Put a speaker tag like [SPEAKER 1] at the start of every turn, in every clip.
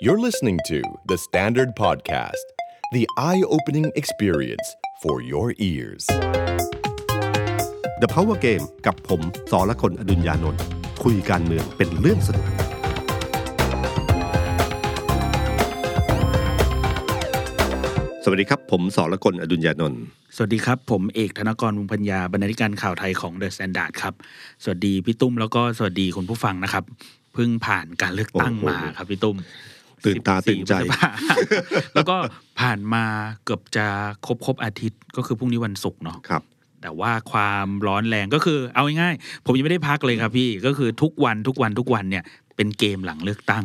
[SPEAKER 1] You're listening to The Standard Podcast, the eye opening experience for your ears.
[SPEAKER 2] The Power Game กับผมสอละคนอดุญญานนท์คุยการเมืองเป็นเรื่องสนุก สวัสดีครับ ผมสอละคนอดุญญานนท์
[SPEAKER 3] สวัสดีครับ ผมเอกธนกรวงศ์พัญญาบรรณาธิการข่าวไทยของเดอะสแตนดาร์ดครับ สวัสดีพี่ตุ้มแล้วก็สวัสดีคุณผู้ฟังนะครับ เพิ่งผ่านการเลือกตั้งมาครับพี่ตุ้ม
[SPEAKER 2] ตื่นตา
[SPEAKER 3] 14
[SPEAKER 2] ตื่นใจ
[SPEAKER 3] พฤษภา แล้วก็ผ่านมาเกือบจะครบครบอาทิตย์ก็คือพรุ่งนี้วันศุกร์เนาะ
[SPEAKER 2] ครับ
[SPEAKER 3] แต่ว่าความร้อนแรงก็คือเอาง่ายๆผมยังไม่ได้พักเลยครับพี่ก็คือทุกวันทุกวันทุกวันเนี่ยเป็นเกมหลังเลือกตั้ง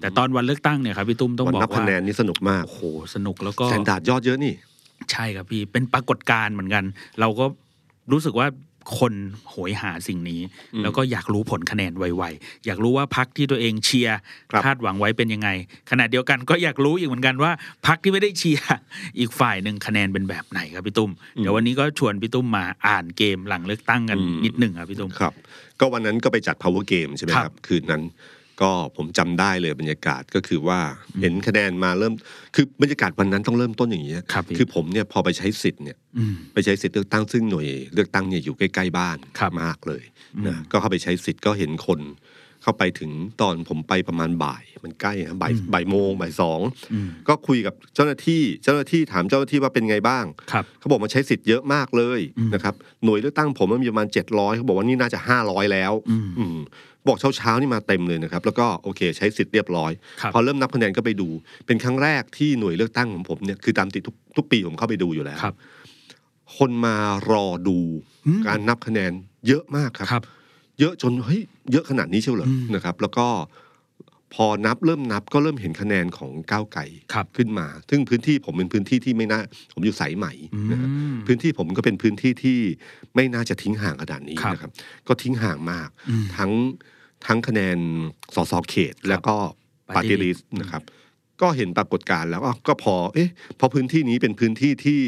[SPEAKER 3] แต่ตอนวันเลือกตั้งเนี่ยครับพี่ตุ้มต้อง
[SPEAKER 2] วัน
[SPEAKER 3] บอก
[SPEAKER 2] นับคะ
[SPEAKER 3] ว่า
[SPEAKER 2] แนนนี่สนุกมาก
[SPEAKER 3] โอ้โหสนุกแล้วก็
[SPEAKER 2] แสนดาดยอดเยอะนี่
[SPEAKER 3] ใช่ครับพี่เป็นปรากฏการณ์เหมือนกัน เราก็รู้สึกว่าคนโหยหาสิ่งนี้
[SPEAKER 2] อืม
[SPEAKER 3] แล้วก็อยากรู้ผลคะแนนไวๆอยากรู้ว่าพักที่ตัวเองเชียร์
[SPEAKER 2] ครับ
[SPEAKER 3] คาดหวังไว้เป็นยังไงขณะเดียวกันก็อยากรู้อีกเหมือนกันว่าพักที่ไม่ได้เชียร์ อีกฝ่ายหนึ่งคะแนนเป็นแบบไหนครับพี่ตุ้มเดี๋ยววันนี้ก็ชวนพี่ตุ้มมาอ่านเกมหลังเลือกตั้งกันนิดหนึ่งครับพี่ตุ้ม
[SPEAKER 2] ครับ ก็วันนั้นก็ไปจัด power game ใช่ไหมค
[SPEAKER 3] ครั
[SPEAKER 2] รับ
[SPEAKER 3] บ
[SPEAKER 2] คืนนั้นก็ผมจำได้เลยบรรยากาศก็คือว่าเห็นคะแนนมาเริ่ม คือบรรยากาศวันนั้นต้องเริ่มต้นอย่างนี้ย
[SPEAKER 3] ครับพี่
[SPEAKER 2] คือผมเนี่ยพอไปใช้สิทธิ์เนี่ย
[SPEAKER 3] อืม
[SPEAKER 2] ไปใช้สิทธิ์เลือกตั้งซึ่งหน่วยเลือกตั้งเนี่ยอยู่ใกล้ๆบ้าน
[SPEAKER 3] ครับ
[SPEAKER 2] มากเลย
[SPEAKER 3] อืม
[SPEAKER 2] นะก็เข้าไปใช้สิทธิ์ก็เห็นคน เข้าไปถึงตอนผมไปประมาณบ่าย มันใกล้นะบ่าย
[SPEAKER 3] อืม
[SPEAKER 2] บ่ายโมงบ่ายสอง
[SPEAKER 3] อืม
[SPEAKER 2] ก็คุยกับเจ้าหน้าที่เจ้าหน้าที่ถามเจ้าหน้าที่ว่าเป็นไงบ้าง
[SPEAKER 3] ครับ
[SPEAKER 2] เขาบอกมาใช้สิทธิ์เยอะมากเลย
[SPEAKER 3] อืม
[SPEAKER 2] นะครับหน่วยเลือกตั้งผมมันมีประมาณ 700เขาบอกว่านี่น่าจะ 500 แล้ว
[SPEAKER 3] อืม
[SPEAKER 2] อืมบอกเช้าเช้าๆนี่มาเต็มเลยนะครับ แล้วก็โอเค ใช้สิทธิ์เรียบร้อย
[SPEAKER 3] ครับ
[SPEAKER 2] พอเริ่มนับคะแนนก็ไปดู เป็นครั้งแรกที่หน่วยเลือกตั้งของผมเนี่ยคือตามติดทุกทุกปีผมเข้าไปดูอยู่แล้ว
[SPEAKER 3] ครับ
[SPEAKER 2] คนมารอดู
[SPEAKER 3] อืม
[SPEAKER 2] การนับคะแนนเยอะมากครับ
[SPEAKER 3] ครับ
[SPEAKER 2] เยอะจนเฮ้ยเยอะขนาดนี้เชียวเหรอ
[SPEAKER 3] อืม
[SPEAKER 2] นะครับ แล้วก็พอนับเริ่มนับก็เริ่มเห็นคะแนนของก้าวไก่
[SPEAKER 3] ครับ
[SPEAKER 2] ขึ้นมา ซึ่งพื้นที่ผมเป็นพื้นที่ที่ไม่น่าผมอยู่สายใหม่
[SPEAKER 3] อื
[SPEAKER 2] นะฮะ
[SPEAKER 3] ม
[SPEAKER 2] พื้นที่ผมก็เป็นพื้นที่ที่ไม่น่าจะทิ้งห่างขนาดนี้
[SPEAKER 3] ครับ
[SPEAKER 2] นะครับ ก็ทิ้งห่างมาก
[SPEAKER 3] อืม
[SPEAKER 2] ทั้งทั้งคะแนนสสเขต แล้วก็
[SPEAKER 3] Party
[SPEAKER 2] ปาร์ตี้ลิส
[SPEAKER 3] list
[SPEAKER 2] ต์นะครับ ก็เห็นปรากฏการณ์แล้วอ้าวก็พอเอ๊ะเพอพื้นที่นี้เป็นพื้นที่ที่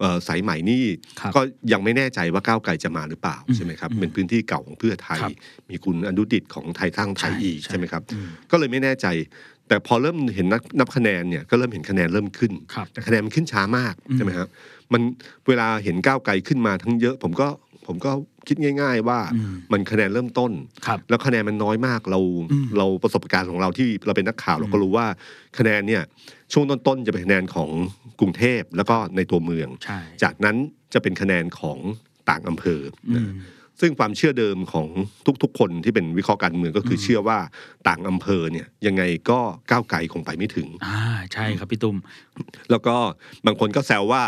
[SPEAKER 2] เอ่อสายใหม่นี่
[SPEAKER 3] ครับ
[SPEAKER 2] ก็ยังไม่แน่ใจว่าก้าวไกลจะมาหรือเปล่า
[SPEAKER 3] อืม
[SPEAKER 2] ใช่ไหมครับ
[SPEAKER 3] อืม
[SPEAKER 2] เป็นพื้นที่เก่าของเพื่อไทย
[SPEAKER 3] ครับ
[SPEAKER 2] มีคุณอนุดิตของไทยสร้างไทย
[SPEAKER 3] ใช่
[SPEAKER 2] อีก
[SPEAKER 3] ใช่
[SPEAKER 2] ใช่ไหมครับ
[SPEAKER 3] อืม
[SPEAKER 2] ก็เลยไม่แน่ใจ แต่พอเริ่มเห็นนับนับคะแนนเนี่ยก็เริ่มเห็นคะแนนเริ่มขึ้น
[SPEAKER 3] ครับ
[SPEAKER 2] แต่คะแนนมันขึ้นช้ามาก
[SPEAKER 3] อืม
[SPEAKER 2] ใช่ไหมครับมันเวลาเห็นก้าวไกลขึ้นมาทั้งเยอะ ผมก็ผมก็คิดง่าย ๆ ว่า
[SPEAKER 3] อืม
[SPEAKER 2] มันคะแนนเริ่มต้น
[SPEAKER 3] ครับ
[SPEAKER 2] แล้วคะแนนมันน้อยมากเรา
[SPEAKER 3] อืม
[SPEAKER 2] เราประสบการณ์ของเราที่เราเป็นนักข่าวเราก็รู้ว่าคะแนนเนี่ยช่วงต้นๆจะเป็นคะแนนของกรุงเทพแล้วก็ในตัวเมือง
[SPEAKER 3] ใช่
[SPEAKER 2] จากนั้นจะเป็นคะแนนของต่างอำเภอ
[SPEAKER 3] อื
[SPEAKER 2] นะ
[SPEAKER 3] ม
[SPEAKER 2] ซึ่งความเชื่อเดิมของทุกๆ คนที่เป็นวิเคราะห์การเมืองก็คืออ
[SPEAKER 3] ม
[SPEAKER 2] เชื่อว่าต่างอำเภอเนี่ยยังไงก็ก้าวไกลคงไปไม่ถึง
[SPEAKER 3] อ่าใช่ครับพี่ตุ้ม
[SPEAKER 2] แล้วก็บางคนก็แซวว่า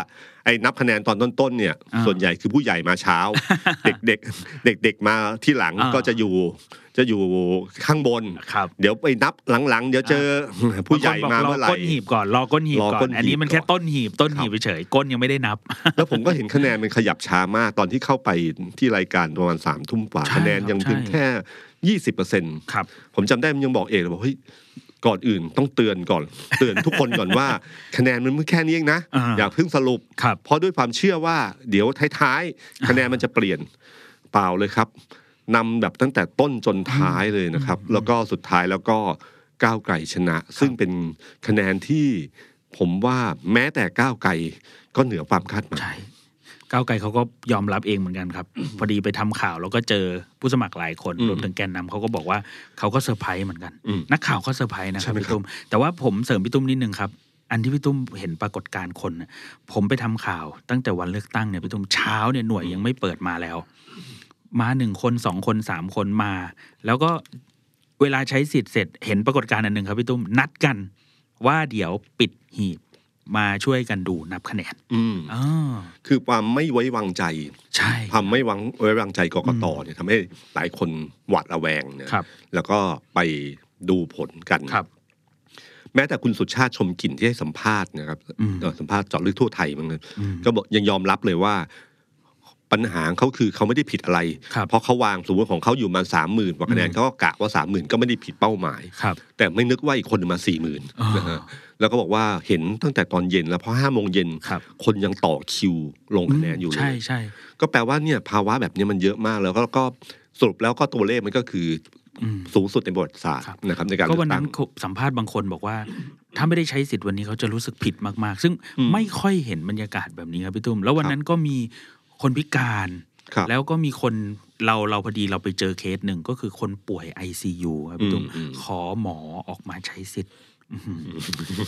[SPEAKER 2] ไอ้นับคะแนนตอนต้นๆเนี่ย
[SPEAKER 3] อ่า
[SPEAKER 2] ส่วนใหญ่คือผู้ใหญ่มาเช้า เด็กๆเด็กๆมาที่หลัง
[SPEAKER 3] อ่า
[SPEAKER 2] ก็จะอยู่จะอยู่ข้างบน
[SPEAKER 3] ครับ
[SPEAKER 2] เดี๋ยวไปนับหลังๆ เดี๋ยวเจอผู้ใหญ่มาเมื่อไหร่
[SPEAKER 3] บงคนบกรอก้นหีบก่อนรอก้นหีบ
[SPEAKER 2] รอ
[SPEAKER 3] ก่อ
[SPEAKER 2] ก้
[SPEAKER 3] น
[SPEAKER 2] นหีบ
[SPEAKER 3] อันนี้มันแค่ต้นหีบต้น
[SPEAKER 2] ครับ
[SPEAKER 3] หีบเฉยๆก้นยังไม่ได้นับ
[SPEAKER 2] แล้วผมก็เห็นคะแนนมันขยับช้ามาก ตอนที่เข้าไปที่รายการประมาณสามทุ่มกว่า
[SPEAKER 3] ใช่
[SPEAKER 2] คะแนน
[SPEAKER 3] ครับ
[SPEAKER 2] ยังเพียง
[SPEAKER 3] ใช่
[SPEAKER 2] แค่ยี่สิบเปอร์เซ็นต์
[SPEAKER 3] ครับ
[SPEAKER 2] ผมจำได้มันยังบอกเอกเลยบอกเฮ้ยก่อนอื่นต้องเตือนก่อน เตือนทุกคนก่อน ว่าคะแนนมันแค่นี้เองนะ
[SPEAKER 3] อ่า
[SPEAKER 2] อย่าเพิ่งสรุป
[SPEAKER 3] ครับ
[SPEAKER 2] เพราะด้วยความเชื่อว่าเดี๋ยวท้ายๆ คะแนนมันจะเปลี่ยนเปล่าเลยครับนำแบบตั้งแต่ต้นจนท้ายเลยนะครับ แล้วก็สุดท้ายแล้วก็ก้าวไกลชนะ ซึ่งเป็นคะแนนที่ผมว่าแม้แต่ก้าวไกลก็เหนือความคาดหมาย
[SPEAKER 3] ใช่ก้าวไกลเขาก็ยอมรับเองเหมือนกันครับ พอดีไปทำข่าวแล้วก็เจอผู้สมัครหลายคน
[SPEAKER 2] อืม
[SPEAKER 3] รวมถึงแกนนำเขาก็บอกว่าเขาก็เซอร์ไพรส์เหมือนกัน
[SPEAKER 2] อืม
[SPEAKER 3] นักข่าวก็เซอร์ไพรส์นะค
[SPEAKER 2] ใช่
[SPEAKER 3] รับ
[SPEAKER 2] ไหม
[SPEAKER 3] พี่
[SPEAKER 2] ครับ
[SPEAKER 3] ตุ้มแต่ว่าผมเสริมพี่ตุ้มนิดนึงครับ อันที่พี่ตุ้มเห็นปรากฏการณ์คนน่ะผมไปทำข่าวตั้งแต่วันเลือกตั้งเนี่ยพี่ตุ้มเช้าเนี่ยหน่วยยังไม่เปิดมาแล้ว มาหนึ่งคนสองคนสามคนมา แล้วก็เวลาใช้สิทธิ์เสร็จเห็นปรากฏการณ์อันหนึ่งครับพี่ตุ้มนัดกันว่าเดี๋ยวปิดหีบมาช่วยกันดูนับคะแนน
[SPEAKER 2] อืม
[SPEAKER 3] อ๋อ
[SPEAKER 2] คือความไม่ไว้วางใจ
[SPEAKER 3] ใช่
[SPEAKER 2] ความไม่วางไว้วางใจกกตเนี่ยทำให้หลายคนหวาดระแวงนะครับ แล้วก็ไปดูผลกัน
[SPEAKER 3] ครับ
[SPEAKER 2] แม้แต่คุณสุชาติชมกลิ่นที่ให้สัมภาษณ์นะครับ
[SPEAKER 3] อืม
[SPEAKER 2] เอ่อสัมภาษณ์เจาะลึกทั่วไทยมั้งนะ
[SPEAKER 3] อืม
[SPEAKER 2] ก็บอกยังยอมรับเลยว่าปัญหาของเขาคือเขาไม่ได้ผิดอะไร
[SPEAKER 3] ครับ
[SPEAKER 2] เพราะเขาวางสมมติของเขาอยู่มาสามหมื่นกว่าคะแนน
[SPEAKER 3] อืม
[SPEAKER 2] เขาก็กะว่าสามหมื่นก็ไม่ได้ผิดเป้าหมาย
[SPEAKER 3] ครับ
[SPEAKER 2] แต่ไม่นึกว่าอีกคนหนึ่งมาสี่หมื่น
[SPEAKER 3] อ๋อ
[SPEAKER 2] นะฮะแล้วก็บอกว่าเห็นตั้งแต่ตอนเย็นแล้วเพราะห้าโมงเย็น
[SPEAKER 3] ครับ
[SPEAKER 2] คนยังต่อคิวลงคะแนนอยู่เล
[SPEAKER 3] ใช่
[SPEAKER 2] ย
[SPEAKER 3] ใช่
[SPEAKER 2] ก็แปลว่าเนี่ยภาวะแบบเนี้ยมันเยอะมากแล้วก็แล้วก็สรุปแล้วก็ตัวเลขมันก็คือ
[SPEAKER 3] อืม
[SPEAKER 2] สูงสุดในประวัติศาสตร์
[SPEAKER 3] ครับ
[SPEAKER 2] นะครับในการ
[SPEAKER 3] ก็
[SPEAKER 2] เลื
[SPEAKER 3] วั
[SPEAKER 2] อน กตั้
[SPEAKER 3] นั้น
[SPEAKER 2] ง
[SPEAKER 3] เขาสัมภาษณ์บางคนบอกว่า ถ้าไม่ได้ใช้สิทธิ์วันนี้เขาจะรู้สึกผิดมากๆ ซึ่ง
[SPEAKER 2] อืม
[SPEAKER 3] ไม่ค่อยเห็นบรรยากาศแบบนี้ครับพี่ตุ้ม แล้ววั
[SPEAKER 2] ค
[SPEAKER 3] น
[SPEAKER 2] รับ
[SPEAKER 3] นั้นก็มีคนพิการ
[SPEAKER 2] ครับ
[SPEAKER 3] แล้วก็มีคนเราเราพอดีเราไปเจอเคสหนึ่งก็คือคนป่วย ICU ครับพี่ตุ้ม
[SPEAKER 2] อืมอืม
[SPEAKER 3] ขอหมอออกมาใช้สิทธิ์อื้อหือ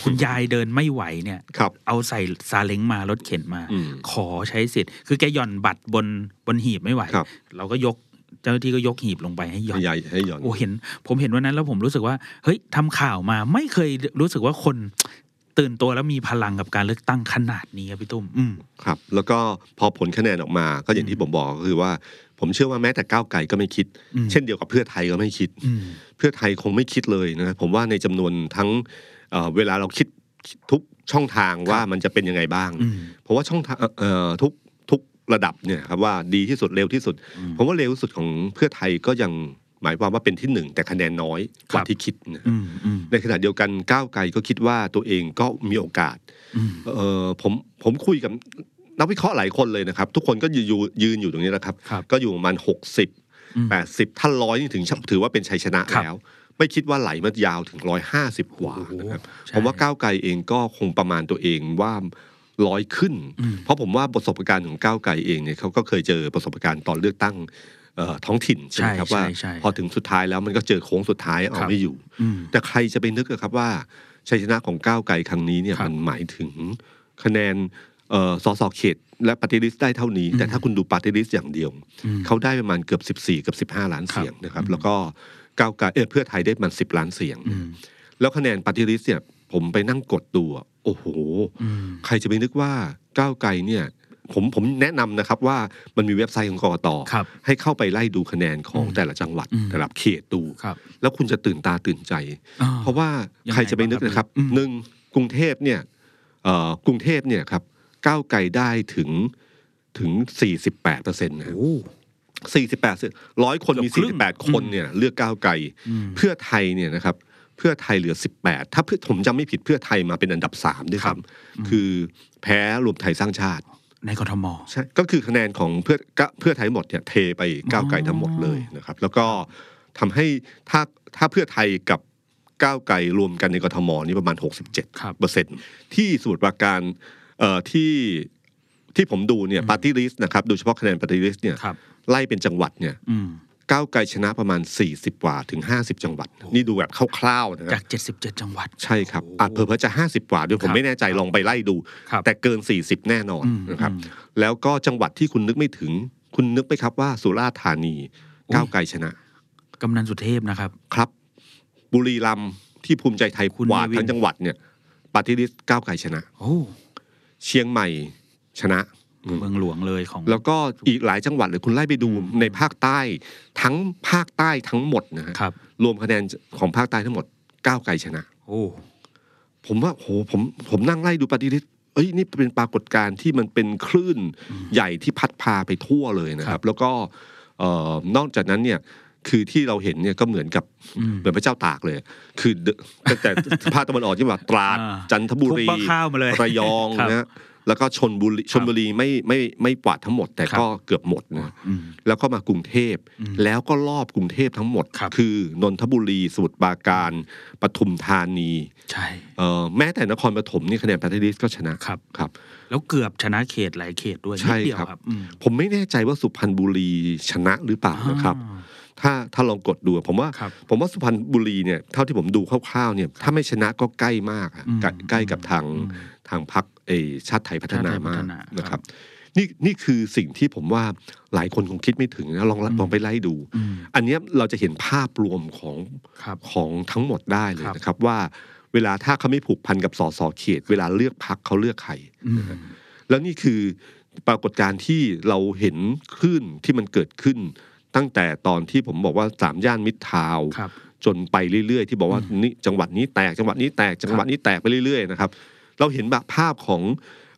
[SPEAKER 3] คุณยายเดินไม่ไหวเนี่ย
[SPEAKER 2] ครับ
[SPEAKER 3] เอาใส่ซาเล้งมารถเข็นมา
[SPEAKER 2] อืม
[SPEAKER 3] ขอใช้สิทธิ์ คือแกหย่อนบัตรบนบนหีบไม่ไหว
[SPEAKER 2] ครับ
[SPEAKER 3] เราก็ยกเจ้าหน้าที่ก็ยกหีบลงไปให้หย่อน
[SPEAKER 2] ให้ใหญ่ให้หย่อน
[SPEAKER 3] โอ้เห็น ผมเห็นวันนั้นแล้วผมรู้สึกว่าเฮ้ยทำข่าวมาไม่เคยรู้สึกว่าคน ตื่นตัวแล้วมีพลังกับการเลือกตั้งขนาดนี้ครับพี่ตุ้ม อืม
[SPEAKER 2] ครับแล้วก็พอผลคะแนนออกมาก็อย่างที่ผมบอกก็คือว่า ผมเชื่อว่าแม้แต่ก้าวไกลก็ไม่คิด
[SPEAKER 3] อืม
[SPEAKER 2] เช่นเดียวกับเพื่อไทยก็ไม่คิด
[SPEAKER 3] อืม
[SPEAKER 2] เพื่อไทยคงไม่คิดเลยนะผมว่าในจำนวนทั้งเอ่อเวลาเราคิดทุกช่องทางว่ามันจะเป็นยังไงบ้าง
[SPEAKER 3] อืม
[SPEAKER 2] เพราะว่าช่องทางเอ่อเอ่อทุกทุกระดับเนี่ยครับว่าดีที่สุดเร็วที่สุด ผมว่าเร็วที่สุดของเพื่อไทยก็ยังหมายความว่าเป็นที่หนึ่งแต่คะแนนน้อยกว่า
[SPEAKER 3] ครับ
[SPEAKER 2] ที่คิดนะ
[SPEAKER 3] อืมอืม
[SPEAKER 2] ในขณะเดียวกันก้าวไกลก็คิดว่าตัวเองก็มีโอกาส
[SPEAKER 3] อืม
[SPEAKER 2] เออผมผมคุยกับนักวิเคราะห์หลายคนเลยนะครับ ทุกคนก็ยืนอยู่ยืนอยู่ตรงนี้นะครับ
[SPEAKER 3] ครับ
[SPEAKER 2] ก็อยู่ประมาณหกสิบ
[SPEAKER 3] อืม
[SPEAKER 2] แปดสิบถ้าร้อยนี่ถึงถือว่าเป็นชัยชนะครับ แล้ว ไม่คิดว่าไหลมายาวถึงร้อยห้าสิบกว่านะครับ
[SPEAKER 3] โอ้โหใช่
[SPEAKER 2] ผมว่าก้าวไกลเองก็คงประมาณตัวเองว่าร้อยขึ้น
[SPEAKER 3] อืม
[SPEAKER 2] เพราะผมว่าประสบการณ์ของก้าวไกลเองเนี่ยเขาก็เคยเจอประสบการณ์ตอนเลือกตั้งเอ่อท้องถิ่นใช่ไหม
[SPEAKER 3] ใช่
[SPEAKER 2] ครับ
[SPEAKER 3] ใช่
[SPEAKER 2] ว่า
[SPEAKER 3] ใช่
[SPEAKER 2] พอถึงสุดท้ายแล้วมันก็เจอโค้งสุดท้ายเอา
[SPEAKER 3] ครับ
[SPEAKER 2] ไม่อยู่
[SPEAKER 3] อืม
[SPEAKER 2] แต่ใครจะไปนึกอะครับว่าชัยชนะของก้าวไกลครั้งนี้เนี่ย
[SPEAKER 3] ครับ
[SPEAKER 2] มันหมายถึงคะแนนเอ่อสสเขต และปฏิริษได้เท่านี้ แต่ถ้าคุณดูปฏิริษอย่างเดียว
[SPEAKER 3] อืม
[SPEAKER 2] เขาได้ประมาณเกือบ 14 กับ 15 ล้านเสียงนะครับ แล้วก็ก้าวไกลเอ่อเพื่อไทยได้ประมาณ10 ล้านเสียง
[SPEAKER 3] อืม
[SPEAKER 2] แล้วคะแนนปฏิริษเนี่ยผมไปนั่งกดดูอะโอ้โห
[SPEAKER 3] อืม
[SPEAKER 2] ใครจะไปนึกว่าก้าวไกลเนี่ยผมผมแนะนำนะครับว่ามันมีเว็บไซต์ของกกต
[SPEAKER 3] ครับ
[SPEAKER 2] ให้เข้าไปไล่ดูคะแนนของแต่ละจังหวัด
[SPEAKER 3] อืม
[SPEAKER 2] แต่ละเขตดู
[SPEAKER 3] ครับ
[SPEAKER 2] แล้วคุณจะตื่นตาตื่นใจ
[SPEAKER 3] อ่
[SPEAKER 2] เพราะว่า
[SPEAKER 3] ยังไง
[SPEAKER 2] ใครจะไปนึกนะครับ
[SPEAKER 3] อืม
[SPEAKER 2] หนึ่งกรุงเทพเนี่ยเอ่อกรุงเทพเนี่ยครับก้าวไกลได้ถึงถึง 48เปอร์เซ็นต์นะ
[SPEAKER 3] โอ้
[SPEAKER 2] 48ร้อยคนมี
[SPEAKER 3] เกือบครึ่ง
[SPEAKER 2] 48 คนเนี่ยเลือกก้าวไกล
[SPEAKER 3] อืม
[SPEAKER 2] เพื่อไทยเนี่ยนะครับเพื่อไทยเหลือ 18 ถ้าเพื่อผมจำไม่ผิดเพื่อไทยมาเป็นอันดับ 3 ด้วยครับ คือแพ้รวมไทยสร้างชาติ
[SPEAKER 3] ในกทม
[SPEAKER 2] ใช่ก็คือคะแนนของเพื่อก้าวเพื่อไทยหมดเนี่ยเทไปก้าวไกลทั้งหมดเลยนะครับ แล้วก็ทำให้ถ้าถ้าเพื่อไทยกับก้าวไกลรวมกันในกทมนี่ประมาณ 67
[SPEAKER 3] ครับ
[SPEAKER 2] เปอร์เซ็นต์ที่สมุดปราการเอ่อที่ที่ผมดูเนี่ยปาร์ตี้ลิสต์นะครับโดยเฉพาะคะแนนปาร์ตี้ลิสต์เนี่ย
[SPEAKER 3] ครับ
[SPEAKER 2] ไล่เป็นจังหวัดเนี่ย
[SPEAKER 3] อืม
[SPEAKER 2] ก้าวไกลชนะประมาณ 40 กว่าถึง 50 จังหวัด นี่ดูแบบคร่าวๆนะค
[SPEAKER 3] จา
[SPEAKER 2] รับ
[SPEAKER 3] ก 77 จังหวัด
[SPEAKER 2] ใช่ครับอ่ะเผลอๆจะ 50 กว่าด้วยผม
[SPEAKER 3] ครับ
[SPEAKER 2] ไม่แน่ใจลองไปไล่ดู
[SPEAKER 3] ครับ
[SPEAKER 2] แต่เกิน 40 แน่นอน
[SPEAKER 3] อืม
[SPEAKER 2] นะครับ
[SPEAKER 3] อืม
[SPEAKER 2] แล้วก็จังหวัดที่คุณนึกไม่ถึง คุณนึกไปครับว่าสุราษฎร์ธานีก้าวไกลชนะ
[SPEAKER 3] กำนันสุเทพนะครับ
[SPEAKER 2] ครับ บุรีรัมย์ที่ภูมิใจไทย
[SPEAKER 3] คุณ
[SPEAKER 2] กวาด
[SPEAKER 3] เนวิน
[SPEAKER 2] ทั้งจังหวัดเนี่ยปาร์ตี้ลิสต์ก้าวไกลชนะ
[SPEAKER 3] โอ้
[SPEAKER 2] เชียงใหม่ชนะ
[SPEAKER 3] เมืองหลวงเลยของ
[SPEAKER 2] แล้วก็อีกหลายจังหวัดเลยคุณไล่ไปดูในภาคใต้ ทั้งภาคใต้ทั้งหมดนะฮะ
[SPEAKER 3] ครับ
[SPEAKER 2] รวมคะแนนของภาคใต้ทั้งหมดก้าวไกลชนะ
[SPEAKER 3] โอ้
[SPEAKER 2] ผมว่าโหผมผมนั่งไล่ดูปฏิทินเอ้ยนี่เป็นปรากฏการณ์ที่มันเป็นคลื่นใหญ่ที่พัดพาไปทั่วเลยนะค
[SPEAKER 3] ครั
[SPEAKER 2] รับ บ แล้วก็เอ่อนอกจากนั้นเนี่ยคือที่เราเห็นเนี่ยก็เหมือนกับ
[SPEAKER 3] อืม
[SPEAKER 2] เหมือนพระเจ้าตากเลย คือเดตั้งแต่ ภาคตะวันออกที่ว่าตราด
[SPEAKER 3] อ่า
[SPEAKER 2] จันทบุรี
[SPEAKER 3] ทุบมะข้าวมาเลย
[SPEAKER 2] ระยอง
[SPEAKER 3] ครับ
[SPEAKER 2] นะฮะแล้วก็ชนบุรีชนบุรีไม่ไม่ไม่กวาดทั้งหมด แต่
[SPEAKER 3] ครับ
[SPEAKER 2] ก็เกือบหมดนะ
[SPEAKER 3] อืม
[SPEAKER 2] แล้วก็มากรุงเทพ
[SPEAKER 3] อืม
[SPEAKER 2] แล้วก็รอบกรุงเทพทั้งหมด
[SPEAKER 3] ครับ
[SPEAKER 2] อนนทบุรีสมุทรปราการปทุมธานี
[SPEAKER 3] ใช่
[SPEAKER 2] เอ่อแม้แต่นครปฐมนี่คะแนนปฏิริษก็ชนะครับ ครับ
[SPEAKER 3] แล้วเกือบชนะเขตหลายเขตด้วย
[SPEAKER 2] ใช่
[SPEAKER 3] นิดเดียว
[SPEAKER 2] ครับ
[SPEAKER 3] ครับอืม
[SPEAKER 2] ผมไม่แน่ใจว่าสุพรรณบุรีชนะหรือเปล่านะครับ
[SPEAKER 3] อ่า
[SPEAKER 2] ถ้าถ้าลองกดดูผมว่า
[SPEAKER 3] ครับ
[SPEAKER 2] ผมว่าสุพรรณบุรีเนี่ยเท่าที่ผมดูคร่าวๆเนี่ยถ้าไม่ชนะก็ใกล้มากอะ
[SPEAKER 3] อืม
[SPEAKER 2] ใกล้ใกล้กับทาง
[SPEAKER 3] อืม
[SPEAKER 2] ทางพักเออชาติไทยพัฒนา
[SPEAKER 3] ชาติไทยพั
[SPEAKER 2] มาก
[SPEAKER 3] ฒนาน
[SPEAKER 2] นะครับนี่นี่คือสิ่งที่ผมว่าหลายคนคงคิดไม่ถึงนะลองลองไปไล่ดู
[SPEAKER 3] อืม
[SPEAKER 2] อันเนี้ยเราจะเห็นภาพรวมของ
[SPEAKER 3] ครับ
[SPEAKER 2] ของทั้งหมดได้เลย
[SPEAKER 3] ครับ
[SPEAKER 2] นะครับว่าเวลาถ้าเขาไม่ผูกพันกับสสเขต เวลาเลือกพักเขาเลือกใคร
[SPEAKER 3] อืม
[SPEAKER 2] แล้วนี่คือปรากฏการณ์ที่เราเห็นคลื่นที่มันเกิดขึ้น ตั้งแต่ตอนที่ผมบอกว่าสามย่านมิตรทาวน์
[SPEAKER 3] ครับ
[SPEAKER 2] จนไปเรื่อยๆ ที่บอกว่านี่จังหวัดนี้แตกจังหวัดนี้แตกจังหวัดนี้แตกไปเรื่อยๆนะครับเราเห็นแบบภาพของ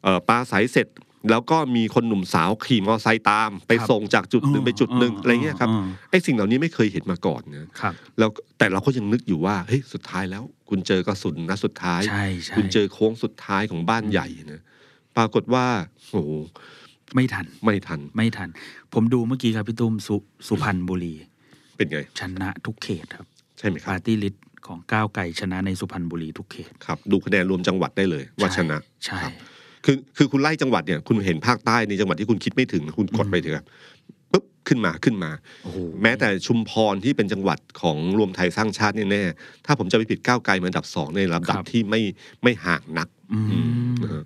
[SPEAKER 2] เอ่อปลาใสเสร็จ แล้วก็มีคนหนุ่มสาวขี่มอเตอร์ไซค์ตาม ไป
[SPEAKER 3] ครับ
[SPEAKER 2] ส่งจากจุดหนึ่งไปจุดหนึ่ง
[SPEAKER 3] อ่า
[SPEAKER 2] อะไรเงี้ยครับ
[SPEAKER 3] อ่า
[SPEAKER 2] ไอ้สิ่งเหล่านี้ไม่เคยเห็นมาก่อนนะ
[SPEAKER 3] ครับ
[SPEAKER 2] แล้วก็แต่เราก็ยังนึกอยู่ว่าเฮ้ยสุดท้ายแล้ว คุณเจอกระสุนนะสุดท้าย
[SPEAKER 3] ใช่ใช่
[SPEAKER 2] คุณเจอโค้งสุดท้ายของบ้านใหญ่นะปรากฏว่าโอ้โห
[SPEAKER 3] ไม่ทัน
[SPEAKER 2] ไม่ทัน
[SPEAKER 3] ไม่ทัน ผมดูเมื่อกี้ครับพี่ตุ้มสุสุพรรณบุรี
[SPEAKER 2] เป็นไง
[SPEAKER 3] ชนะทุกเขตครับ
[SPEAKER 2] ใช่ไหมครับ
[SPEAKER 3] ปาร์ตี้ลิสต์ของก้าวไกลชนะในสุพรรณบุรีทุกเขต
[SPEAKER 2] ครับ ดูคะแนนรวมจังหวัดได้เลยว่าชนะ
[SPEAKER 3] ใช่
[SPEAKER 2] ครับ คือคือคุณไล่จังหวัดเนี่ยคุณเห็นภาคใต้ในจังหวัดที่คุณคิดไม่ถึงคุณกดไปเถอะครับปุ๊บขึ้นมาขึ้นมา
[SPEAKER 3] โอ้โห
[SPEAKER 2] แม้แต่ชุมพรที่เป็นจังหวัดของรวมไทยสร้างชาติแน่ๆถ้าผมจะไม่ผิดก้าวไกลมาอันดับสองในลำดับที่ไม่ไม่ห่างนัก
[SPEAKER 3] อืม
[SPEAKER 2] นะฮะ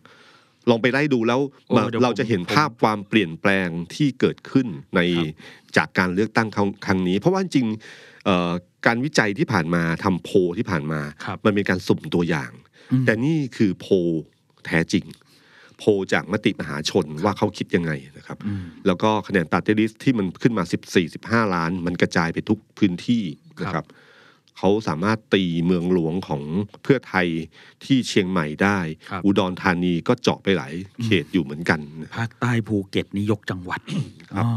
[SPEAKER 2] ลองไปไล่ดูแล้ว
[SPEAKER 3] โอ้
[SPEAKER 2] มา
[SPEAKER 3] เดี๋ยวผม
[SPEAKER 2] เราจะเห็นภาพความเปลี่ยนแปลงที่เกิดขึ้นใน
[SPEAKER 3] ครับ
[SPEAKER 2] จากการเลือกตั้งครั้งครั้งนี้ เพราะว่าจริงๆเอ่อการวิจัยที่ผ่านมาทำโพลที่ผ่านมา
[SPEAKER 3] ครับ
[SPEAKER 2] มันเป็นการสุ่มตัวอย่าง
[SPEAKER 3] อืม
[SPEAKER 2] แต่นี่คือโพลแท้จริง โพลจากมติมหาชนว่าเขาคิดยังไงนะครับ
[SPEAKER 3] อืม
[SPEAKER 2] แล้วก็คะแนนปาร์ตี้ลิสที่มันขึ้นมา 14-15 ล้าน มันกระจายไปทุกพื้นที่นะค
[SPEAKER 3] ครั
[SPEAKER 2] รับบ เขาสามารถตีเมืองหลวงของเพื่อไทยที่เชียงใหม่ได้
[SPEAKER 3] ครับ
[SPEAKER 2] อุดรธานีก็เจาะไปหลายเขตอยู่เหมือนกันนะ
[SPEAKER 3] ภาคใต้ภูเก็ตนี่ยกจังหวัด
[SPEAKER 2] ครับ
[SPEAKER 3] อ๋อ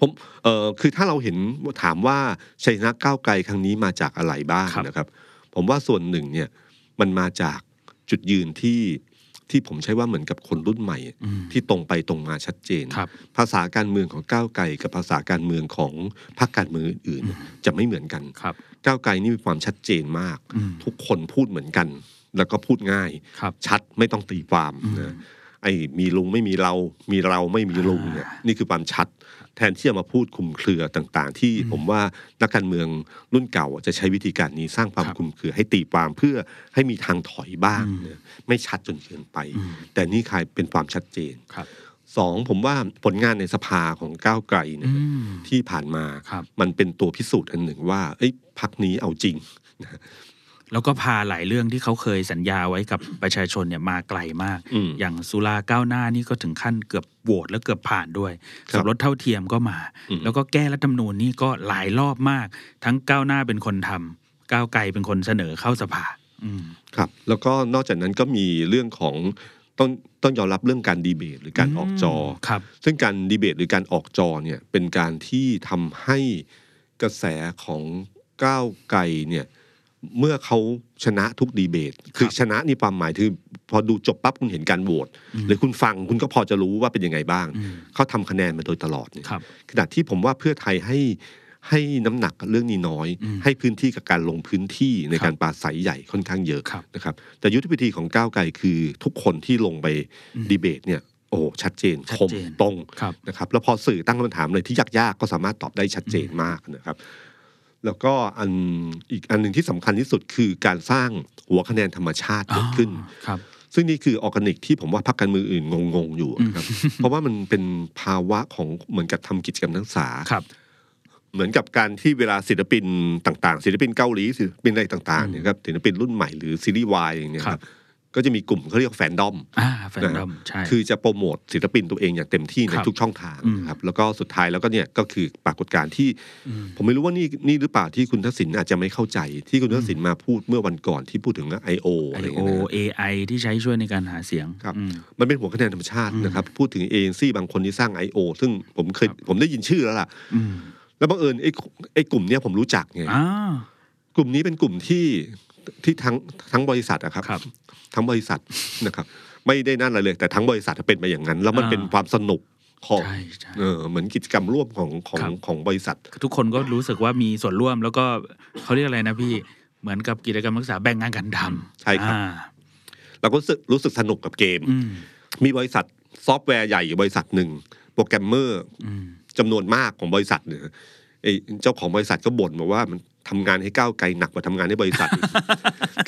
[SPEAKER 2] ผมเออคือถ้าเราเห็นถามว่าชัยชนะก้าวไกลครั้งนี้มาจากอะไรบ้าง
[SPEAKER 3] ครับ
[SPEAKER 2] นะครับ ผมว่าส่วนหนึ่งเนี่ยมันมาจากจุดยืนที่ที่ผมใช้ว่าเหมือนกับคนรุ่นใหม่
[SPEAKER 3] อืม
[SPEAKER 2] ที่ตรงไปตรงมาชัดเจน
[SPEAKER 3] ครับ
[SPEAKER 2] ภาษาการเมืองของก้าวไกลกับภาษาการเมืองของพรรคการเมืองอื่นๆเนี่ยจะไม่เหมือนกัน
[SPEAKER 3] ครับ
[SPEAKER 2] ก้าวไกลนี่มีความชัดเจนมาก
[SPEAKER 3] อืม
[SPEAKER 2] ทุกคนพูดเหมือนกัน แล้วก็พูดง่าย
[SPEAKER 3] ครับ
[SPEAKER 2] ชัดไม่ต้องตีความนะไอ้มีลุงไม่มีเรา มีเราไม่มีลุงเนี่ยนี่คือความชัด แทนที่จะมาพูดคลุมเครือต่างๆ ที่ผมว่านักการเมืองรุ่นเก่าอ่ะจะใช้วิธีการนี้สร้างความ
[SPEAKER 3] ครับ
[SPEAKER 2] คลุมเครือให้ตีความเพื่อให้มีทางถอยบ้างนะไม่ชัดจนเกินไป
[SPEAKER 3] อืม
[SPEAKER 2] แต่นี่กลายเป็นความชัดเจน
[SPEAKER 3] ครับ
[SPEAKER 2] สองผมว่าผลงานในสภาของก้าวไกลเนี่
[SPEAKER 3] อื
[SPEAKER 2] ย
[SPEAKER 3] ม
[SPEAKER 2] ที่ผ่านมา
[SPEAKER 3] ครับ
[SPEAKER 2] มันเป็นตัวพิสูจน์อันหนึ่งว่าเอ้ยพักนี้เอาจริง
[SPEAKER 3] แล้วก็พาหลายเรื่องที่เขาเคยสัญญาไว้กับประชาชนเนี่ยมาไกลมาก
[SPEAKER 2] อืม
[SPEAKER 3] อย่างสุราก้าวหน้านี่ก็ถึงขั้นเกือบโหวตแล้วเกือบผ่านด้วย
[SPEAKER 2] ครั
[SPEAKER 3] ส
[SPEAKER 2] บ
[SPEAKER 3] มรสเท่าเทียมก็มา
[SPEAKER 2] อืม
[SPEAKER 3] แล้วก็แก้รัฐธรรมนูญนี่ก็หลายรอบมาก ทั้งก้าวหน้าเป็นคนทำก้าวไกลเป็นคนเสนอเข้าสภา อืม
[SPEAKER 2] ครับแล้วก็นอกจากนั้นก็มีเรื่องของต้องต้องยอมรับเรื่องการดีเบตหรือการออกจอ
[SPEAKER 3] ครับ
[SPEAKER 2] ซึ่งการดีเบตหรือการออกจอเนี่ยเป็นการที่ทำให้กระแสของก้าวไกลเนี่ยเมื่อเขาชนะทุกดีเบต คือชนะนี่ความหมายคือพอดูจบปั๊บคุณเห็นการโหวตหรือคุณฟังคุณก็พอจะรู้ว่าเป็นยังไงบ้าง
[SPEAKER 3] อืม
[SPEAKER 2] เขาทำคะแนนมาโดยตลอดเนี่ย
[SPEAKER 3] ครับ
[SPEAKER 2] ขณะที่ผมว่าเพื่อไทยให้ให้น้ำหนักกับเรื่องนี้น้อย
[SPEAKER 3] อืม
[SPEAKER 2] ให้พื้นที่กับการลงพื้นที่ใน
[SPEAKER 3] ครับ
[SPEAKER 2] การปราศัยใหญ่ค่อนข้างเยอะ
[SPEAKER 3] ครับ
[SPEAKER 2] นะครับ แต่ยุทธวิธีของก้าวไกลคือทุกคนที่ลงไปดีเบตเนี่ยโอ้โหชัดเจน
[SPEAKER 3] ชัด
[SPEAKER 2] คม
[SPEAKER 3] เจน
[SPEAKER 2] ตรง
[SPEAKER 3] ครับ
[SPEAKER 2] นะครับ แล้วพอสื่อตั้งคำถามเลยที่ยากๆ ก็สามารถตอบได้ชัดเจนมากนะครับ แล้วก็อันอีกอันหนึ่งที่สำคัญที่สุดคือการสร้างหัวคะแนนธรรมชาติเกิดขึ้น
[SPEAKER 3] อ๋อครับ
[SPEAKER 2] ซึ่งนี่คือออร์แกนิกที่ผมว่าพรรคการเมืองอื่นงงๆอยู่นะครับ เพราะว่ามันเป็นภาวะของเหมือนกับทำกิจกรรมนักศึกษา
[SPEAKER 3] ครับ
[SPEAKER 2] เหมือนกับการที่เวลาศิลปินต่างๆ ศิลปินเกาหลีศิลปินอะไรต่างๆเนี่ยครับศิลปินรุ่นใหม่หรือซีรีส์วายอย่างเงี้ย
[SPEAKER 3] ค
[SPEAKER 2] ค
[SPEAKER 3] รั
[SPEAKER 2] รับ บก็จะมีกลุ่มเขาเรียกแฟนดอม
[SPEAKER 3] อ่าแฟน
[SPEAKER 2] นะ
[SPEAKER 3] ด
[SPEAKER 2] ครั
[SPEAKER 3] อบ มใช่
[SPEAKER 2] คือจะโปรโมทศิลปินตัวเองอย่างเต็มที่ใน
[SPEAKER 3] ครับ
[SPEAKER 2] ทุกช่องทาง
[SPEAKER 3] อืม
[SPEAKER 2] นะครับแล้วก็สุดท้ายแล้วก็เนี่ยก็คือปรากฏการณ์ที่
[SPEAKER 3] อืม
[SPEAKER 2] ผมไม่รู้ว่านี่นี่หรือเปล่าที่คุณทักษิณอาจจะไม่เข้าใจที่คุณทักษิณมาพูดเมื่อวันก่อนที่พูดถึงไอโออะ
[SPEAKER 3] ไอ
[SPEAKER 2] ไรอย่าง
[SPEAKER 3] โอ
[SPEAKER 2] เงี้ยนะ
[SPEAKER 3] เอไอที่ใช้ช่วยในการหาเสียง
[SPEAKER 2] ครับ
[SPEAKER 3] อืม
[SPEAKER 2] มันเป็นหัวคะแนนธรรมชาตินะครับ พูดถึงเอเจนซี่บางคนที่สร้าง I.O. ซึ่งผมเคย
[SPEAKER 3] ครับ
[SPEAKER 2] ผมได้ยินชื่อแล้วล่ะ
[SPEAKER 3] อืม
[SPEAKER 2] แล้วบังเอิญไอ้ไอ้กลุ่มเนี้ยผมรู้จักไง
[SPEAKER 3] อ่าก
[SPEAKER 2] ลุ่มนี้เป็นกลุ่มที่ที่ทั้งทั้งบริษัทอะครับ
[SPEAKER 3] ครับ
[SPEAKER 2] ทั้งบริษัทนะครับ ไม่ได้นั่นอะไรเลย แต่ทั้งบริษัทเป็นมาอย่างนั้น แล้วมัน
[SPEAKER 3] อ่า
[SPEAKER 2] เป็นความสนุกของ
[SPEAKER 3] ใช่ใช่
[SPEAKER 2] เออเหมือนกิจกรรมร่วมของของ
[SPEAKER 3] ครับ
[SPEAKER 2] ของบริษัท
[SPEAKER 3] ทุกคนก็รู้สึกว่ามีส่วนร่วมแล้วก็เขาเรียกอะไรนะพี่เหมือนกับกิจกรรมรักษาแบ่งงานกันทำ
[SPEAKER 2] ใช่ครับ
[SPEAKER 3] อ่า
[SPEAKER 2] เราก็รู้สึกรู้สึกสนุกกับเกม
[SPEAKER 3] อืม
[SPEAKER 2] มีบริษัทซอฟต์แวร์ใหญ่อยู่บริษัทหนึ่งโปรแกรมเมอร์
[SPEAKER 3] อืม
[SPEAKER 2] จำนวนมากของบริษัทเนี่ยไอ้เจ้าของบริษัทก็บ่นบอกว่ามันทำงานให้ก้าวไกลหนักกว่าทำงานให้บ ริษัทอีก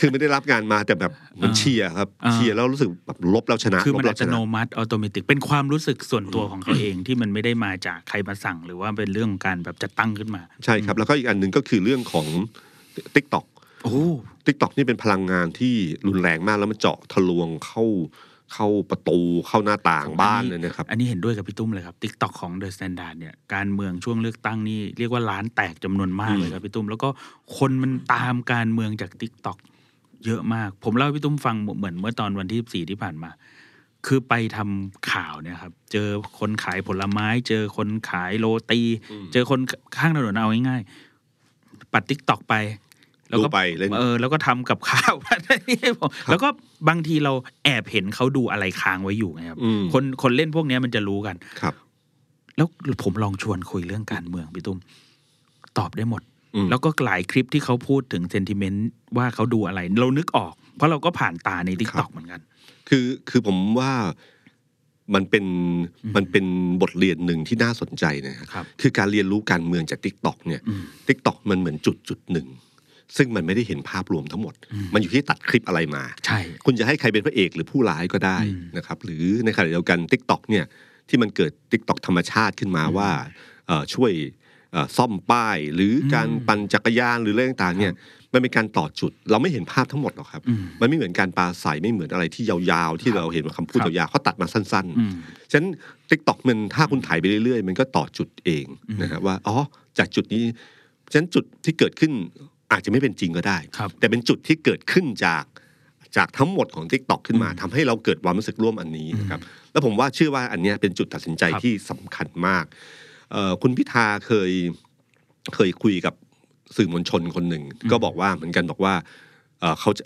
[SPEAKER 2] คือไม่ได้รับงานมาแต่แบบเหมันเชียร์ครับ
[SPEAKER 3] อ่า
[SPEAKER 2] เชียร์แล้วรู้สึกแบบลบแล้วชนะ
[SPEAKER 3] คื
[SPEAKER 2] ล
[SPEAKER 3] อมั
[SPEAKER 2] บ
[SPEAKER 3] น
[SPEAKER 2] แล้
[SPEAKER 3] อั
[SPEAKER 2] ว
[SPEAKER 3] ต
[SPEAKER 2] ช
[SPEAKER 3] โน
[SPEAKER 2] นะ
[SPEAKER 3] มัติอัตโนมัติเป็นความรู้สึกส่วนตัวของเขาเองที่มันไม่ได้มาจากใครมาสั่ง หรือว่าเป็นเรื่องของการแบบจัดตั้งขึ้นมา
[SPEAKER 2] ใช่ครับแล้วก็อีกอันหนึ่งก็คือเรื่องของ t ิ k t o k
[SPEAKER 3] โอ้
[SPEAKER 2] t ิ k t o k นี่เป็นพลังงานที่รุนแรงมากแล้วมันเจาะทะลวงเข้าเข้าประตูเข้าหน้าต่างบ้านเลยนะครับ
[SPEAKER 3] อันนี้เห็นด้วยกับพี่ตุ้มเลยครับทิกตอกของเดอะสแตนดาร์ดเนี่ยการเมืองช่วงเลือกตั้งนี่เรียกว่าล้านแตกจำนวนมากเลยครับพี่ตุ้มแล้วก็คนมันตามการเมืองจากทิกตอกเยอะมาก ผมเล่าให้พี่ตุ้มฟังเหมือนเมื่อตอนวันที่สี่ที่ผ่านมา คือไปทำข่าวเนี่ยครับ เจอคนขายผลไม้ เจอคนขายโรตี เจอคนข้างถนนเอาง่ายๆปัดทิกตอกไป แล้วก็
[SPEAKER 2] ดูไปเล่น
[SPEAKER 3] เออแล้วก็ทำกับข้าว แล้วก็บางทีเราแอบเห็นเขาดูอะไรค้างไว้อยู่ไงครับ
[SPEAKER 2] อืม
[SPEAKER 3] คนคนเล่นพวกเนี้ยมันจะรู้กัน
[SPEAKER 2] ครับ
[SPEAKER 3] แล้วผมลองชวนคุยเรื่องการเมืองพี่ตุ้ม ตอบได้หมด
[SPEAKER 2] อืม
[SPEAKER 3] แล้วก็หลายคลิปที่เขาพูดถึงเซนติเมนต์ว่าเขาดูอะไร เรานึกออก เพราะเราก็ผ่านตาในทิกตอกเหมือนกัน
[SPEAKER 2] คือคือผมว่ามันเป็น
[SPEAKER 3] อืม
[SPEAKER 2] มันเป็นบทเรียนหนึ่งที่น่าสนใจนะฮะ
[SPEAKER 3] ครับ
[SPEAKER 2] คือการเรียนรู้การเมืองจากทิกตอกเนี่ย
[SPEAKER 3] อืม
[SPEAKER 2] ทิกตอกมันเหมือนจุดจุดหนึ่ง ซึ่งมันไม่ได้เห็นภาพรวมทั้งหมด
[SPEAKER 3] อืม
[SPEAKER 2] มันอยู่ที่ตัดคลิปอะไรมา
[SPEAKER 3] ใช่
[SPEAKER 2] คุณจะให้ใครเป็นพระเอกหรือผู้ร้ายก็ได้
[SPEAKER 3] อืม
[SPEAKER 2] นะครับ หรือในขณะเดียวกัน t ิ k t o k เนี่ยที่มันเกิด t ิ k t o k ธรรมชาติขึ้นมา
[SPEAKER 3] อืม
[SPEAKER 2] ว่าเอ่อช่วยเอ่อซ่อมป้าย หรืออ
[SPEAKER 3] ม
[SPEAKER 2] การปั่นจักรยานหรือเรื่องต่างๆเนี่ยมันเป็นการต่อจุด เราไม่เห็นภาพทั้งหมดหรอกครับ
[SPEAKER 3] อืม
[SPEAKER 2] มันไม่เหมือนการปลาใสไม่เหมือนอะไรที่ยาวๆ ที่เราเห็นว่าคำพูด
[SPEAKER 3] ครับ
[SPEAKER 2] ยาวๆเขาตัดมาสั้น ๆ
[SPEAKER 3] อืม
[SPEAKER 2] ฉะนั้น t ิ k t o k มันถ้าคุณถ่ายไปเรื่อยๆ มันก็ต่อจุดเอง
[SPEAKER 3] อืม
[SPEAKER 2] นะฮะว่าอ๋อจากจุดนี้ฉะนั้นจุดที่เกิดขึ้นอาจจะไม่เป็นจริงก็ได้
[SPEAKER 3] ครับ
[SPEAKER 2] แต่เป็นจุดที่เกิดขึ้นจากจากทั้งหมดของ t ิ k t o k ขึ้นมา
[SPEAKER 3] อืม
[SPEAKER 2] ทำให้เราเกิดความรู้สึกร่วมอันนี้นะครับแล้วผมว่าเชื่อว่าอันเนี้ยเป็นจุดตัดสินใจ
[SPEAKER 3] ครับ
[SPEAKER 2] ที่สำคัญมากเอ่อคุณพิธาเคยเคยคุยกับสื่อมวลชนคนหนึ่ง ก็บอกว่าเหมือนกันบอกว่าเอ่อเขาจะ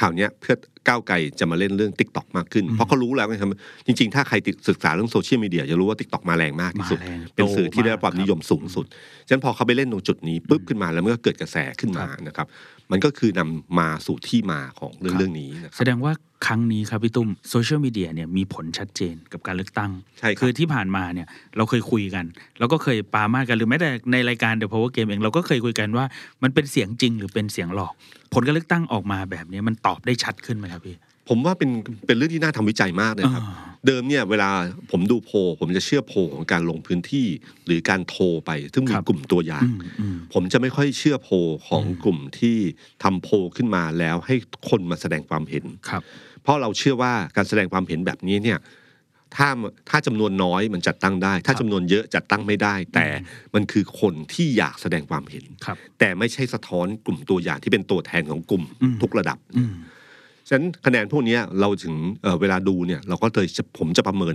[SPEAKER 2] ข่าวเนี้ยเพื่อก้าวไกลจะมาเล่นเรื่อง t ิ k t o k มากขึ้น เพราะเขารู้แล้วนะครับ จริงๆ ถ้าใครติดศึกษาเรื่องโซเชียลมีเดียจะรู้ว่า t ิ k t o k มาแรงมากที่สุด
[SPEAKER 3] มาแรง
[SPEAKER 2] เป็นสื่อที่ได้รับความ
[SPEAKER 3] โตมาก
[SPEAKER 2] นิยมสูงสุด ฉะนั้นพอเขาไปเล่นตรงจุดนี้ปุ๊บขึ้นมาแล้วมันก็เกิดกระแสขึ้นมานะครับ มันก็คือนำมาสู่ที่มาของเรื่อง
[SPEAKER 3] ครับ
[SPEAKER 2] เรื่องนี้นะค
[SPEAKER 3] แส
[SPEAKER 2] รับ
[SPEAKER 3] ดงว่าครั้งนี้ครับพี่ตุ้มโซเชียลมีเดียเนี่ยมีผลชัดเจนกับการเลือกตั้ง
[SPEAKER 2] ใช่ครับ
[SPEAKER 3] คือที่ผ่านมาเนี่ยเราเคยคุยกัน แล้วก็เคยปามากันหรือแม้แต่ในรายการ The Power Game เองเราก็เคยคุยกันว่ามันเป็นเสียงจริงหรือเป็นเสียงหลอก ผลการเลือกตั้งออกมาแบบนี้มันตอบได้ชัดขึ้นไหมครับพี่
[SPEAKER 2] ผมว่าเป็นเป็นเรื่องที่น่าทำวิจัยมากเลยครับ
[SPEAKER 3] อ่า
[SPEAKER 2] เดิมเนี่ยเวลาผมดูโพลผมจะเชื่อโพลของการลงพื้นที่หรือการโทรไป ซึ่งมี
[SPEAKER 3] ครับ
[SPEAKER 2] กลุ่มตัวอย่าง
[SPEAKER 3] อืมอืม
[SPEAKER 2] ผมจะไม่ค่อยเชื่อโพลของ
[SPEAKER 3] อืม
[SPEAKER 2] กลุ่มที่ทำโพลขึ้นมาแล้วให้คนมาแสดงความเห็น
[SPEAKER 3] ครับ
[SPEAKER 2] เพราะเราเชื่อว่าการแสดงความเห็นแบบนี้เนี่ยถ้าถ้าจำนวนน้อยมันจัดตั้งได้ ถ้าจำนวนเยอะจัดตั้งไม่ได้ แต่มันคือคนที่อยากแสดงความเห็น
[SPEAKER 3] ครับ
[SPEAKER 2] แต่ไม่ใช่สะท้อนกลุ่มตัวอย่างที่เป็นตัวแทนของกลุ่ม
[SPEAKER 3] อืม
[SPEAKER 2] ทุกระดับ
[SPEAKER 3] อืม
[SPEAKER 2] ฉะนั้นคะแนนพวกเนี้ยเราถึงเอ่อเวลาดูเนี่ยเราก็เลยจะผมจะประเมิน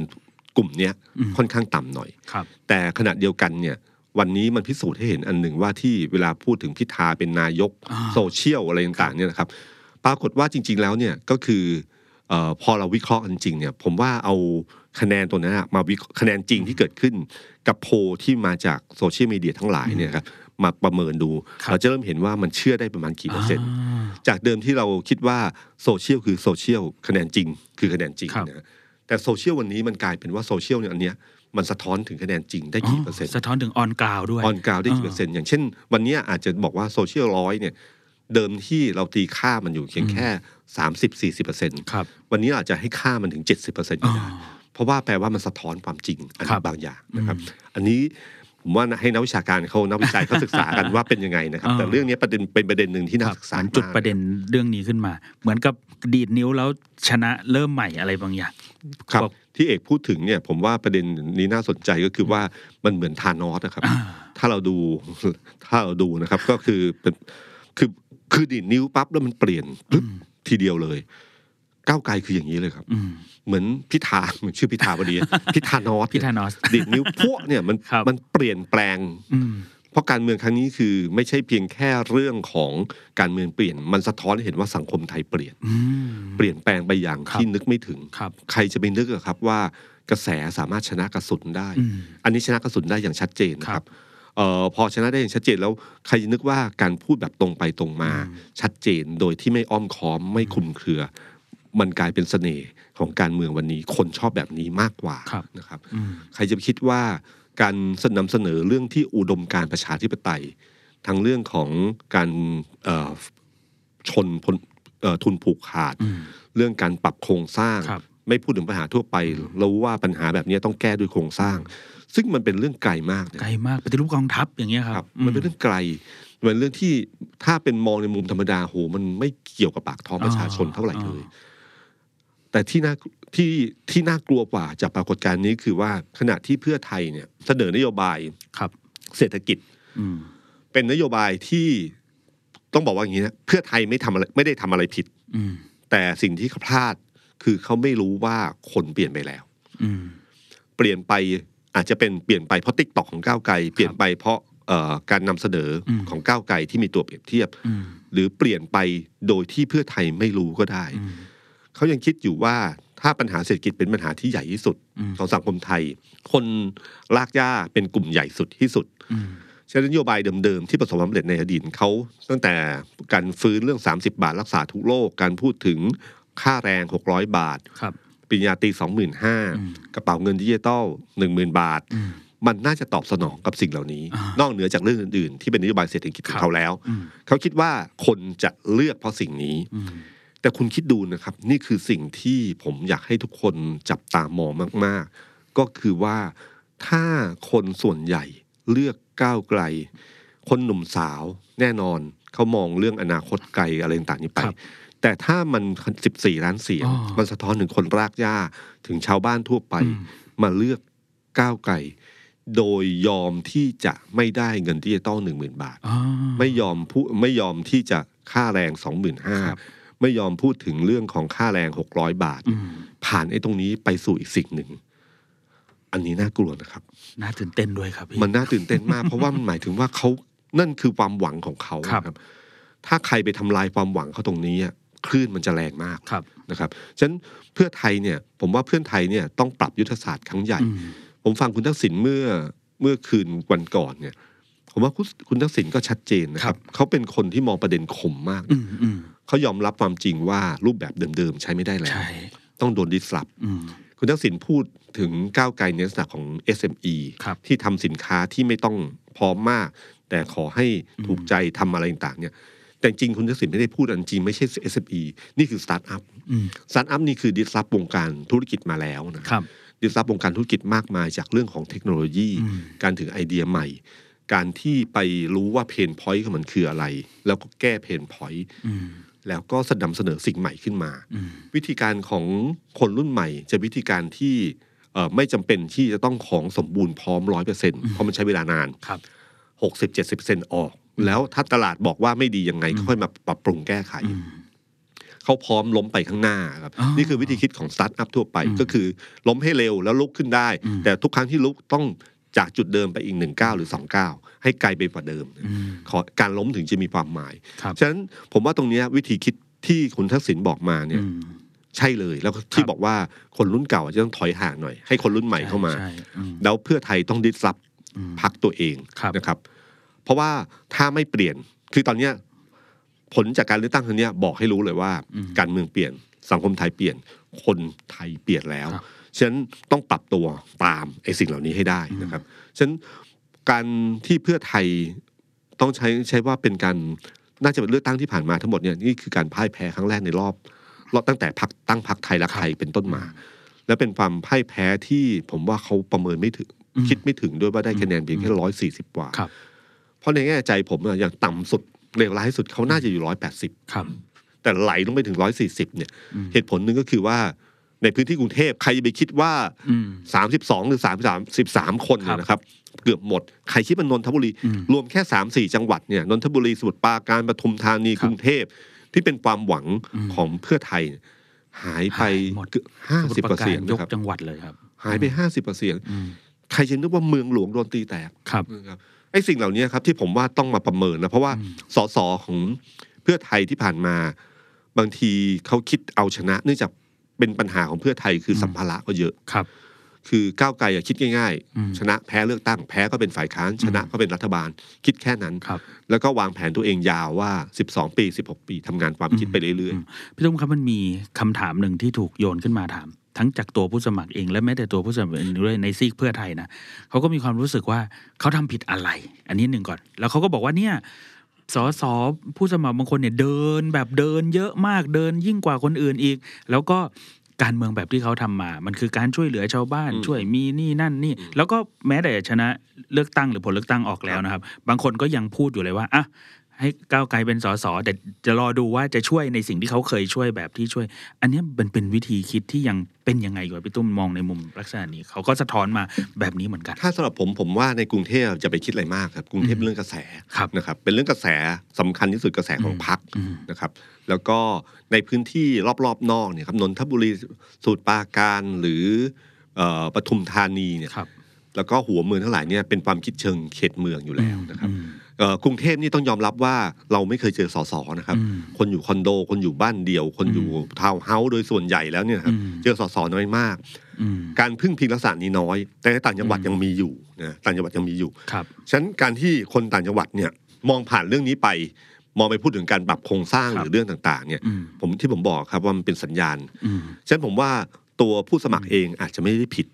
[SPEAKER 2] กลุ่มเนี้ย
[SPEAKER 3] อืม
[SPEAKER 2] ค่อนข้างต่ำหน่อย
[SPEAKER 3] ครับ
[SPEAKER 2] แต่ขณะเดียวกันเนี่ยวันนี้มันพิสูจน์ให้เห็นอันหนึ่งว่าที่เวลาพูดถึงพิธาเป็นนายก
[SPEAKER 3] อ่า
[SPEAKER 2] โซเชียลอะไรต่างๆเนี่ยนะครับ ปรากฏว่าจริง ๆ แล้วเนี่ยก็คือเออพอเราวิเคราะห์กันจริงเนี่ยผมว่าเอาคะแนนตัวนั้นอะมาวิเคราะห์คะแนนจริงที่เกิดขึ้นกับโพลที่มาจากโซเชียลมีเดียทั้งหลายเนี่ยครับมาประเมินดู
[SPEAKER 3] ครับ
[SPEAKER 2] เราจะเริ่มเห็นว่ามันเชื่อได้ประมาณกี่เปอร์เซ็นต์
[SPEAKER 3] อ่า
[SPEAKER 2] จากเดิมที่เราคิดว่าโซเชียลคือโซเชียลคะแนนจริง คือคะแนนจริง
[SPEAKER 3] ครับ
[SPEAKER 2] นะฮะแต่โซเชียลวันนี้มันกลายเป็นว่าโซเชียลเนี่ยอันเนี้ยมันสะท้อนถึงคะแนนจริงได้กี่เปอร์เซ็นต์
[SPEAKER 3] สะท้อนถึงออนกราวด้วย
[SPEAKER 2] ออนกราวได้กี่เปอร์เซ็นต์อย่างเช่น วันเนี้ยอาจจะบอกว่าโซเชียลร้อยเนี่ยเดิมที่เราตีค่ามันอยู่เพียงแค่ 30 40เปอร์เซ็นต์
[SPEAKER 3] ครับ
[SPEAKER 2] วันนี้อาจจะให้ค่ามันถึง 70เปอร์เซ็นต์ก็ได้
[SPEAKER 3] อ๋อ
[SPEAKER 2] เพราะว่าแปลว่ามันสะท้อนความจริงอัน
[SPEAKER 3] ครับ
[SPEAKER 2] บางอย่างนะครับ อันนี้ผมว่าให้นักวิชาการเขานักวิจัยเขาศึกษากันว่าเป็นยังไงนะครับ
[SPEAKER 3] อ่า
[SPEAKER 2] แต่เรื่องเนี้ยประเด็นเป็นประเด็นหนึ่งที่
[SPEAKER 3] ค
[SPEAKER 2] น่า
[SPEAKER 3] รับ
[SPEAKER 2] ศึกษา
[SPEAKER 3] มันจุด
[SPEAKER 2] มาก
[SPEAKER 3] ประเด็นเรื่องนี้ขึ้นมา เหมือนกับดีดนิ้วแล้วชนะเริ่มใหม่อะไรบางอย่าง
[SPEAKER 2] ครับ
[SPEAKER 3] บอก
[SPEAKER 2] ที่เอกพูดถึงเนี่ยผมว่าประเด็นนี้น่าสนใจก็คือว่ามันเหมือนทานอสนะครับ
[SPEAKER 3] อ่า
[SPEAKER 2] ถ้าเราดู ถ้าเราดูนะครับ ก็คือเป็นคือคือดีดนิ้วปั๊บแล้วมันเปลี่ยนปึ๊บทีเดียวเลย ก้าวไกลคืออย่างนี้เลยครับ
[SPEAKER 3] อืม
[SPEAKER 2] เหมือนพิธาเหมือนชื่อพิธาพอดี พิธานอส
[SPEAKER 3] พิธานอส
[SPEAKER 2] ดีดนิ้วพวกเนี่ยมัน
[SPEAKER 3] ครับ
[SPEAKER 2] มันเปลี่ยนแปลง
[SPEAKER 3] อืม
[SPEAKER 2] เพราะการเมืองครั้งนี้คือไม่ใช่เพียงแค่เรื่องของการเมืองเปลี่ยน มันสะท้อนให้เห็นว่าสังคมไทยเปลี่ยน
[SPEAKER 3] อืม
[SPEAKER 2] เปลี่ยนแปลงไปอย่าง
[SPEAKER 3] ครับ
[SPEAKER 2] ที่นึกไม่ถึง
[SPEAKER 3] ครับ
[SPEAKER 2] ใครจะไปนึกอะครับว่ากระแสสามารถชนะกระสุนได้
[SPEAKER 3] อืม
[SPEAKER 2] อันนี้ชนะกระสุนได้อย่างชัดเจนนะค
[SPEAKER 3] ครั
[SPEAKER 2] รั
[SPEAKER 3] บบ
[SPEAKER 2] เอ่อพอชนะได้อย่างชัดเจนแล้วใครจะนึกว่าการพูดแบบตรงไปตรงมา ชัดเจนโดยที่ไม่อ้อมค้อมไม่คลุมเครือ มันกลายเป็นเสน่ห์ของการเมืองวันนี้คนชอบแบบนี้มากกว่า
[SPEAKER 3] ครับ
[SPEAKER 2] นะครับ
[SPEAKER 3] อืม
[SPEAKER 2] ใครจะไปคิดว่าการนำเสนอเรื่องที่อุดมการณ์ประชาธิปไตยทั้งเรื่องของการเอ่อชนพลเอ่อทุนผูกขาด
[SPEAKER 3] อืม
[SPEAKER 2] เรื่องการปรับโครงสร้าง
[SPEAKER 3] ครับ
[SPEAKER 2] ไม่พูดถึงปัญหาทั่วไปเราว่าปัญหาแบบนี้ต้องแก้ด้วยโครงสร้าง ซึ่งมันเป็นเรื่องไกลมากนะ
[SPEAKER 3] ไกลมากปฏิรูปกองทัพอย่างเงี้ยค
[SPEAKER 2] ค
[SPEAKER 3] รั
[SPEAKER 2] รั
[SPEAKER 3] บบ
[SPEAKER 2] มันเป็นเรื่องไกลมันเรื่องที่ถ้าเป็นมองในมุมธรรมดาโหมันไม่เกี่ยวกับปากท้องประชาชนเท่าไหร่เลย แต่ที่น่าที่ที่น่ากลัวกว่าจากปรากฏการณ์นี้คือว่าขณะที่เพื่อไทยเนี่ยเสนอนโยบาย
[SPEAKER 3] ครับ
[SPEAKER 2] เศรษฐกิจ
[SPEAKER 3] อืม
[SPEAKER 2] เป็นนโยบายที่ต้องบอกว่าอย่างนี้นะเพื่อไทยไม่ทำอะไรไม่ได้ทำอะไรผิด
[SPEAKER 3] อืม
[SPEAKER 2] แต่สิ่งที่เขาพลาดคือเขาไม่รู้ว่าคนเปลี่ยนไปแล้ว
[SPEAKER 3] อืม
[SPEAKER 2] เปลี่ยนไปอาจจะเป็นเปลี่ยนไปเพราะติ๊กตอกของก้าวไกลเปลี่ยนไปเพราะเอ่อการนำเสนออ
[SPEAKER 3] ม
[SPEAKER 2] ของก้าวไกลที่มีตัวเปรียบเทียบ
[SPEAKER 3] อืม
[SPEAKER 2] หรือเปลี่ยนไปโดยที่เพื่อไทยไม่รู้ก็ได้
[SPEAKER 3] อืม
[SPEAKER 2] เขายังคิดอยู่ว่าถ้าปัญหาเศรษฐกิจเป็นปัญหาที่ใหญ่ที่สุด
[SPEAKER 3] อืม
[SPEAKER 2] ของสังคมไทย คนลากหญ้าเป็นกลุ่มใหญ่สุดที่สุด
[SPEAKER 3] อืม
[SPEAKER 2] ใช้นโยบายเดิมๆ ที่ประสบความสำเร็จในอดีตเขาตั้งแต่การฟื้นเรื่อง 30 บาทรักษาทุกโรคการพูดถึงค่าแรง 600 บาท
[SPEAKER 3] ครับ
[SPEAKER 2] ปริญญาตรี
[SPEAKER 3] อืม
[SPEAKER 2] 25,000กระเป๋าเงินดิจิตอล10,000 บาท
[SPEAKER 3] อืม
[SPEAKER 2] มันน่าจะตอบสนองกับสิ่งเหล่านี้
[SPEAKER 3] อ่าน น
[SPEAKER 2] อกเหนือจากเรื่องอื่นๆ ที่เป็นนโยบายเศรษฐกิจข
[SPEAKER 3] ครั
[SPEAKER 2] อง
[SPEAKER 3] บ
[SPEAKER 2] เขาแล้ว
[SPEAKER 3] อืม
[SPEAKER 2] เขาคิดว่าคนจะเลือกเพราะสิ่งนี้
[SPEAKER 3] อืม
[SPEAKER 2] แต่คุณคิดดูนะครับ นี่คือสิ่งที่ผมอยากให้ทุกคนจับตามองมาก ๆ ก็คือว่าถ้าคนส่วนใหญ่เลือกก้าวไกล คนหนุ่มสาวแน่นอนเขามองเรื่องอนาคตไกลอะไรต่างๆนี้ไป
[SPEAKER 3] ครับ
[SPEAKER 2] แต่ถ้ามัน 14 ล้านเสียง
[SPEAKER 3] อ๋อ
[SPEAKER 2] มันสะท้อนถึงคนรากหญ้าถึงชาวบ้านทั่วไป
[SPEAKER 3] อืม
[SPEAKER 2] มาเลือกก้าวไกล โดยยอมที่จะไม่ได้เงินดิจิตอลหนึ่งหมื่นบาท
[SPEAKER 3] อ๋อ
[SPEAKER 2] ไม่ยอมพูไม่ยอมที่จะค่าแรงสองหมื่นห้า
[SPEAKER 3] ครับ
[SPEAKER 2] ไม่ยอมพูดถึงเรื่องของค่าแรงหกร้อยบาท
[SPEAKER 3] อืม
[SPEAKER 2] ผ่านไอ้ตรงนี้ไปสู่อีกสิ่งหนึ่ง อันนี้น่ากลัวนะครับ
[SPEAKER 3] น่าตื่นเต้นด้วยครับพี่
[SPEAKER 2] มันน่าตื่นเต้น มาก เพราะว่ามันหมายถึงว่าเขานั่นคือความหวังของเขา
[SPEAKER 3] ครับ
[SPEAKER 2] นะครับ ถ้าใครไปทำลายความหวังเขาตรงนี้อะคลื่นมันจะแรงมาก
[SPEAKER 3] ครับ
[SPEAKER 2] นะครับฉะนั้นเพื่อไทยเนี่ย ผมว่าเพื่อนไทยเนี่ยต้องปรับยุทธศาสตร์ครั้งใหญ่
[SPEAKER 3] อืม
[SPEAKER 2] ผมฟังคุณทักษิณเมื่อเมื่อคืนวันก่อนเนี่ย ผมว่าคุณคุณทักษิณก็ชัดเจนนะครับ เขาเป็นคนที่มองประเด็นคมมากนะ
[SPEAKER 3] อืมอืม
[SPEAKER 2] เขายอมรับความจริงว่ารูปแบบเดิมๆ ใช้ไม่ได้แล้ว
[SPEAKER 3] ใช่
[SPEAKER 2] ต้องโดนดิสลอฟ
[SPEAKER 3] อืม
[SPEAKER 2] คุณทักษิณพูดถึงก้าวไกลในลักษณะของ SME
[SPEAKER 3] ครับ
[SPEAKER 2] ที่ทำสินค้าที่ไม่ต้องพร้อมมาก แต่ขอให้ถูกใจทำอะไรต่างๆเนี่ย แต่จริงคุณทักษิณไม่ได้พูดอันจริงไม่ใช่ SME นี่คือสตาร์ทอัพ
[SPEAKER 3] อืม
[SPEAKER 2] สตาร์ทอัพนี่คือดิสลอฟวงการธุรกิจมาแล้วนะ
[SPEAKER 3] ครับ
[SPEAKER 2] ดิสรับวงการธุรกิจมากมายจากเรื่องของเทคโนโลยี
[SPEAKER 3] อืม
[SPEAKER 2] การถึงไอเดียใหม่ การที่ไปรู้ว่าเพนพอยต์ของมันคืออะไร แล้วก็แก้เพนพอยต์
[SPEAKER 3] อืม
[SPEAKER 2] แล้วก็สนำเสนอสิ่งใหม่ขึ้นมา
[SPEAKER 3] อืม
[SPEAKER 2] วิธีการของคนรุ่นใหม่ จะวิธีการที่เอ่อไม่จำเป็นที่จะต้องของสมบูรณ์พร้อมร้อยเปอร์เซ็นต์เพราะมันใช้เวลานาน
[SPEAKER 3] ครับ
[SPEAKER 2] 60-70%เจ็ดสิบเปอร์เซ็นต์ออก แล้วถ้าตลาดบอกว่าไม่ดียังไงก็ค่อยมาปรับปรุงแก้ไข
[SPEAKER 3] อืม
[SPEAKER 2] เขาพร้อมล้มไปข้างหน้าครับ
[SPEAKER 3] อ๋อ
[SPEAKER 2] นี่คือวิธีคิดของสตาร์ทอัพทั่วไปก็คือล้มให้เร็วแล้วลุกขึ้นได้
[SPEAKER 3] อืม
[SPEAKER 2] แต่ทุกครั้งที่ลุกต้องจากจุดเดิมไปอีกหนึ่งก้าวหรือสองก้าวให้ไกลไปกว่าเดิม
[SPEAKER 3] อืม
[SPEAKER 2] ขอการล้มถึงจะมีความหมาย
[SPEAKER 3] ครับ
[SPEAKER 2] ฉะนั้นผมว่าตรงเนี้ยวิธีคิดที่คุณทักษิณบอกมาเนี่ย
[SPEAKER 3] อืม
[SPEAKER 2] ใช่เลยแล้วก็
[SPEAKER 3] ค
[SPEAKER 2] ที่
[SPEAKER 3] รับ
[SPEAKER 2] บอกว่าคนรุ่นเก่าอาจจะต้องถอยห่างหน่อย ให้คนรุ่นใหม่เข้ามา
[SPEAKER 3] ใช่อืม
[SPEAKER 2] แล้วเพื่อไทยต้องดิสรับ
[SPEAKER 3] อืม
[SPEAKER 2] พักตัวเอง
[SPEAKER 3] ครับ
[SPEAKER 2] นะครับ เพราะว่าถ้าไม่เปลี่ยนคือตอนเนี้ยผลจากการเลือกตั้งครั้งเนี้ยบอกให้รู้เลยว่า การเมืองเปลี่ยนสังคมไทยเปลี่ยน คนไทยเปลี่ยนแล้วฉะนั้นต้องปรับตัวตามไอ้สิ่งเหล่านี้ให้ได้นะครับฉะนั้นการที่เพื่อไทยต้องใช้ใช้ว่าเป็นการน่าจะเป็นเลือกตั้งที่ผ่านมาทั้งหมดเนี่ยนี่คือการพ่ายแพ้ครั้งแรกในรอบรอบตั้งแต่พักตั้งพักไทยรักไทยเป็นต้นมา และเป็นความพ่ายแพ้ที่ผมว่าเขาประเมินไม่ถึง
[SPEAKER 3] อืม
[SPEAKER 2] คิดไม่ถึงด้วยว่าได้คะแนนเพียงแค่ร้อยสี่สิบกว่า
[SPEAKER 3] ครับ
[SPEAKER 2] เพราะในแง่ใจผมอะอย่างต่ำสุดเลวร้ายสุดเขาน่าจะอยู่ร้อยแปดสิบ
[SPEAKER 3] ครับ
[SPEAKER 2] แต่ไหลลงไปถึงร้อยสี่สิบเนี่ย
[SPEAKER 3] อืม
[SPEAKER 2] เหตุผลหนึ่งก็คือว่าในพื้นที่กรุงเทพใครจะไปคิดว่า
[SPEAKER 3] อืม
[SPEAKER 2] สามสิบสองหรือสามสามสิบสามคนเนี่ยนะครับ เกือบหมด ใครคิดว่านนทบุรี
[SPEAKER 3] อืม
[SPEAKER 2] รวมแค่สามสี่จังหวัดเนี่ยนนทบุรีสมุทรปราการปทุมธานี
[SPEAKER 3] ค
[SPEAKER 2] ก
[SPEAKER 3] รับ
[SPEAKER 2] รุงเทพที่เป็นความหวัง
[SPEAKER 3] อืม
[SPEAKER 2] ของเพื่อไทย หายไป
[SPEAKER 3] หายหมด
[SPEAKER 2] ห้า
[SPEAKER 3] สมุท
[SPEAKER 2] สิบ
[SPEAKER 3] รป
[SPEAKER 2] ก
[SPEAKER 3] ร
[SPEAKER 2] ว่าเสียง
[SPEAKER 3] ย
[SPEAKER 2] นะ
[SPEAKER 3] ก
[SPEAKER 2] ครับ
[SPEAKER 3] จังหวัดเลยครับ
[SPEAKER 2] หายไปห้าสิบกว่าเสียง
[SPEAKER 3] อืม
[SPEAKER 2] ใครจะนึกว่าเมืองหลวงโดนตีแตก
[SPEAKER 3] ครับ
[SPEAKER 2] นะครับไอ้สิ่งเหล่านี้ครับที่ผมว่าต้องมาประเมินนะเพราะว่า
[SPEAKER 3] อืม
[SPEAKER 2] สสของเพื่อไทยที่ผ่านมา บางทีเขาคิดเอาชนะ เนื่องจากเป็นปัญหาของเพื่อไทยคือสัมภาระก็เยอะ
[SPEAKER 3] ครับ
[SPEAKER 2] คือก้าวไกลอะคิดง่าย
[SPEAKER 3] อืม
[SPEAKER 2] ๆ ชนะแพ้เลือกตั้งแพ้ก็เป็นฝ่ายค้าน ชนะก็เป็นรัฐบาล คิดแค่นั้น
[SPEAKER 3] ครับ
[SPEAKER 2] แล้วก็วางแผนตัวเองยาวว่า 12 ปี 16 ปีทำงานความคิดไปเรื่อย
[SPEAKER 3] อืมพี่ตุ้มครับมันมีคำถามหนึ่งที่ถูกโยนขึ้นมาถาม ทั้งจากตัวผู้สมัครเอง และแม้แต่ตัวผู้สมัครเองด้วยในซีกเพื่อไทยนะเขาก็มีความรู้สึกว่าเขาทำผิดอะไร อันนี้หนึ่งก่อน แล้วเขาก็บอกว่าเนี่ยสสผู้สมัครบางคนเนี่ยเดินแบบเดินเยอะมากเดินยิ่งกว่าคนอื่นอีก แล้วก็การเมืองแบบที่เขาทำมา มันคือการช่วยเหลือชาวบ้าน
[SPEAKER 2] อืม
[SPEAKER 3] ช่วยมีนี่นั่นนี่ แล้วก็แม้แต่ชนะเลือกตั้งหรือผลเลือกตั้งออกแล้วนะครับ บางคนก็ยังพูดอยู่เลยว่าอ่ะ ให้ก้าวไกลเป็นสสแต่จะรอดูว่าจะช่วยในสิ่งที่เขาเคยช่วยแบบที่ช่วย อันเนี้ยมันเป็นวิธีคิดที่ยังเป็นยังไงอยู่อะพี่ตุ้มมองในมุมลักษณะนี้เขาก็สะท้อนมาแบบนี้เหมือนกัน
[SPEAKER 2] ๆ ถ้าสำหรับผมผมว่าในกรุงเทพจะไปคิดอะไรมากครับกรุงเทพ
[SPEAKER 3] อืม
[SPEAKER 2] เรื่องกระแส
[SPEAKER 3] ครับ
[SPEAKER 2] นะครับเป็นเรื่องกระแสสำคัญที่สุดกระแสของพรรค
[SPEAKER 3] อืม
[SPEAKER 2] นะครับแล้วก็ในพื้นที่รอบๆนอกเนี่ยครับนนทบุรีสูตรปราการหรือเออปทุมธานีเนี่ย
[SPEAKER 3] ครับ
[SPEAKER 2] แล้วก็หัวเมืองทั้งหลายเนี่ยเป็นความคิดเชิงเขตเมืองอยู่แล้วนะครับ
[SPEAKER 3] อืม
[SPEAKER 2] เอ่อกรุงเทพนี่ต้องยอมรับว่าเราไม่เคยเจอสสนะครับ
[SPEAKER 3] อืม
[SPEAKER 2] คนอยู่คอนโด คนอยู่บ้านเดียว คนอยู่ทาวน์เฮาส์โดยส่วนใหญ่แล้วเนี่ยครับ
[SPEAKER 3] อืม
[SPEAKER 2] เจอสสน้อยมาก
[SPEAKER 3] อืม
[SPEAKER 2] การพึ่งพิงลักษณะนี้น้อย แต่ในต่างจังหวัดยังมีอยู่นะต่างจังหวัดยังมีอยู่
[SPEAKER 3] ครับ
[SPEAKER 2] ฉะนั้นการที่คนต่างจังหวัดเนี่ยมองผ่านเรื่องนี้ไป มองไปพูดถึงการปรับโครงสร้างหรือเรื่องต่างๆเนี่ย
[SPEAKER 3] อืม
[SPEAKER 2] ผมที่ผมบอกครับว่ามันเป็นสัญญาณ
[SPEAKER 3] อืม
[SPEAKER 2] ฉะนั้นผมว่าตัวผู้สมัครเองอาจจะไม่ได้ผิด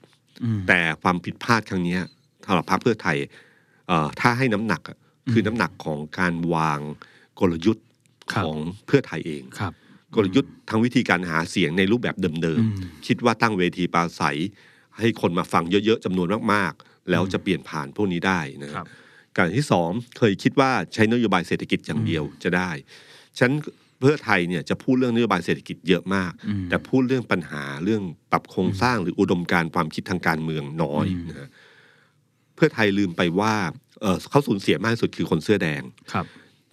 [SPEAKER 3] อืม
[SPEAKER 2] แต่ความผิดพลาดครั้งเนี้ยสำหรับพรรคเพื่อไทยเอ่อถ้าให้น้ำหนักอะคือน้ำหนักของการวางกลยุทธ์
[SPEAKER 3] ครับ
[SPEAKER 2] ของเพื่อไทยเอง
[SPEAKER 3] ครับ
[SPEAKER 2] กลยุทธ์ทางวิธีการหาเสียงในรูปแบบเดิม
[SPEAKER 3] อืม
[SPEAKER 2] ๆ คิดว่าตั้งเวทีปราศัย ให้คนมาฟังเยอะๆจำนวนมากๆ แล้วจะเปลี่ยนผ่านพวกนี้ได้นะค
[SPEAKER 3] ครั
[SPEAKER 2] รั
[SPEAKER 3] บบ
[SPEAKER 2] การที่สองเคยคิดว่าใช้นโยบายเศรษฐกิจอย่างเดียวจะได้ฉะนันเพื่อไทยเนี่ยจะพูดเรื่องนโยบายเศรษฐกิจเยอะมาก
[SPEAKER 3] อืม
[SPEAKER 2] แต่พูดเรื่องปัญหาเรื่องปรับโครงสร้างหรืออุดมการณ์ความคิดทางการเมืองน้อย
[SPEAKER 3] อืม
[SPEAKER 2] นะฮะเพื่อไทยลืมไปว่าเอ่อเขาสูญเสียมากที่สุดคือคนเสื้อแดง
[SPEAKER 3] ครับ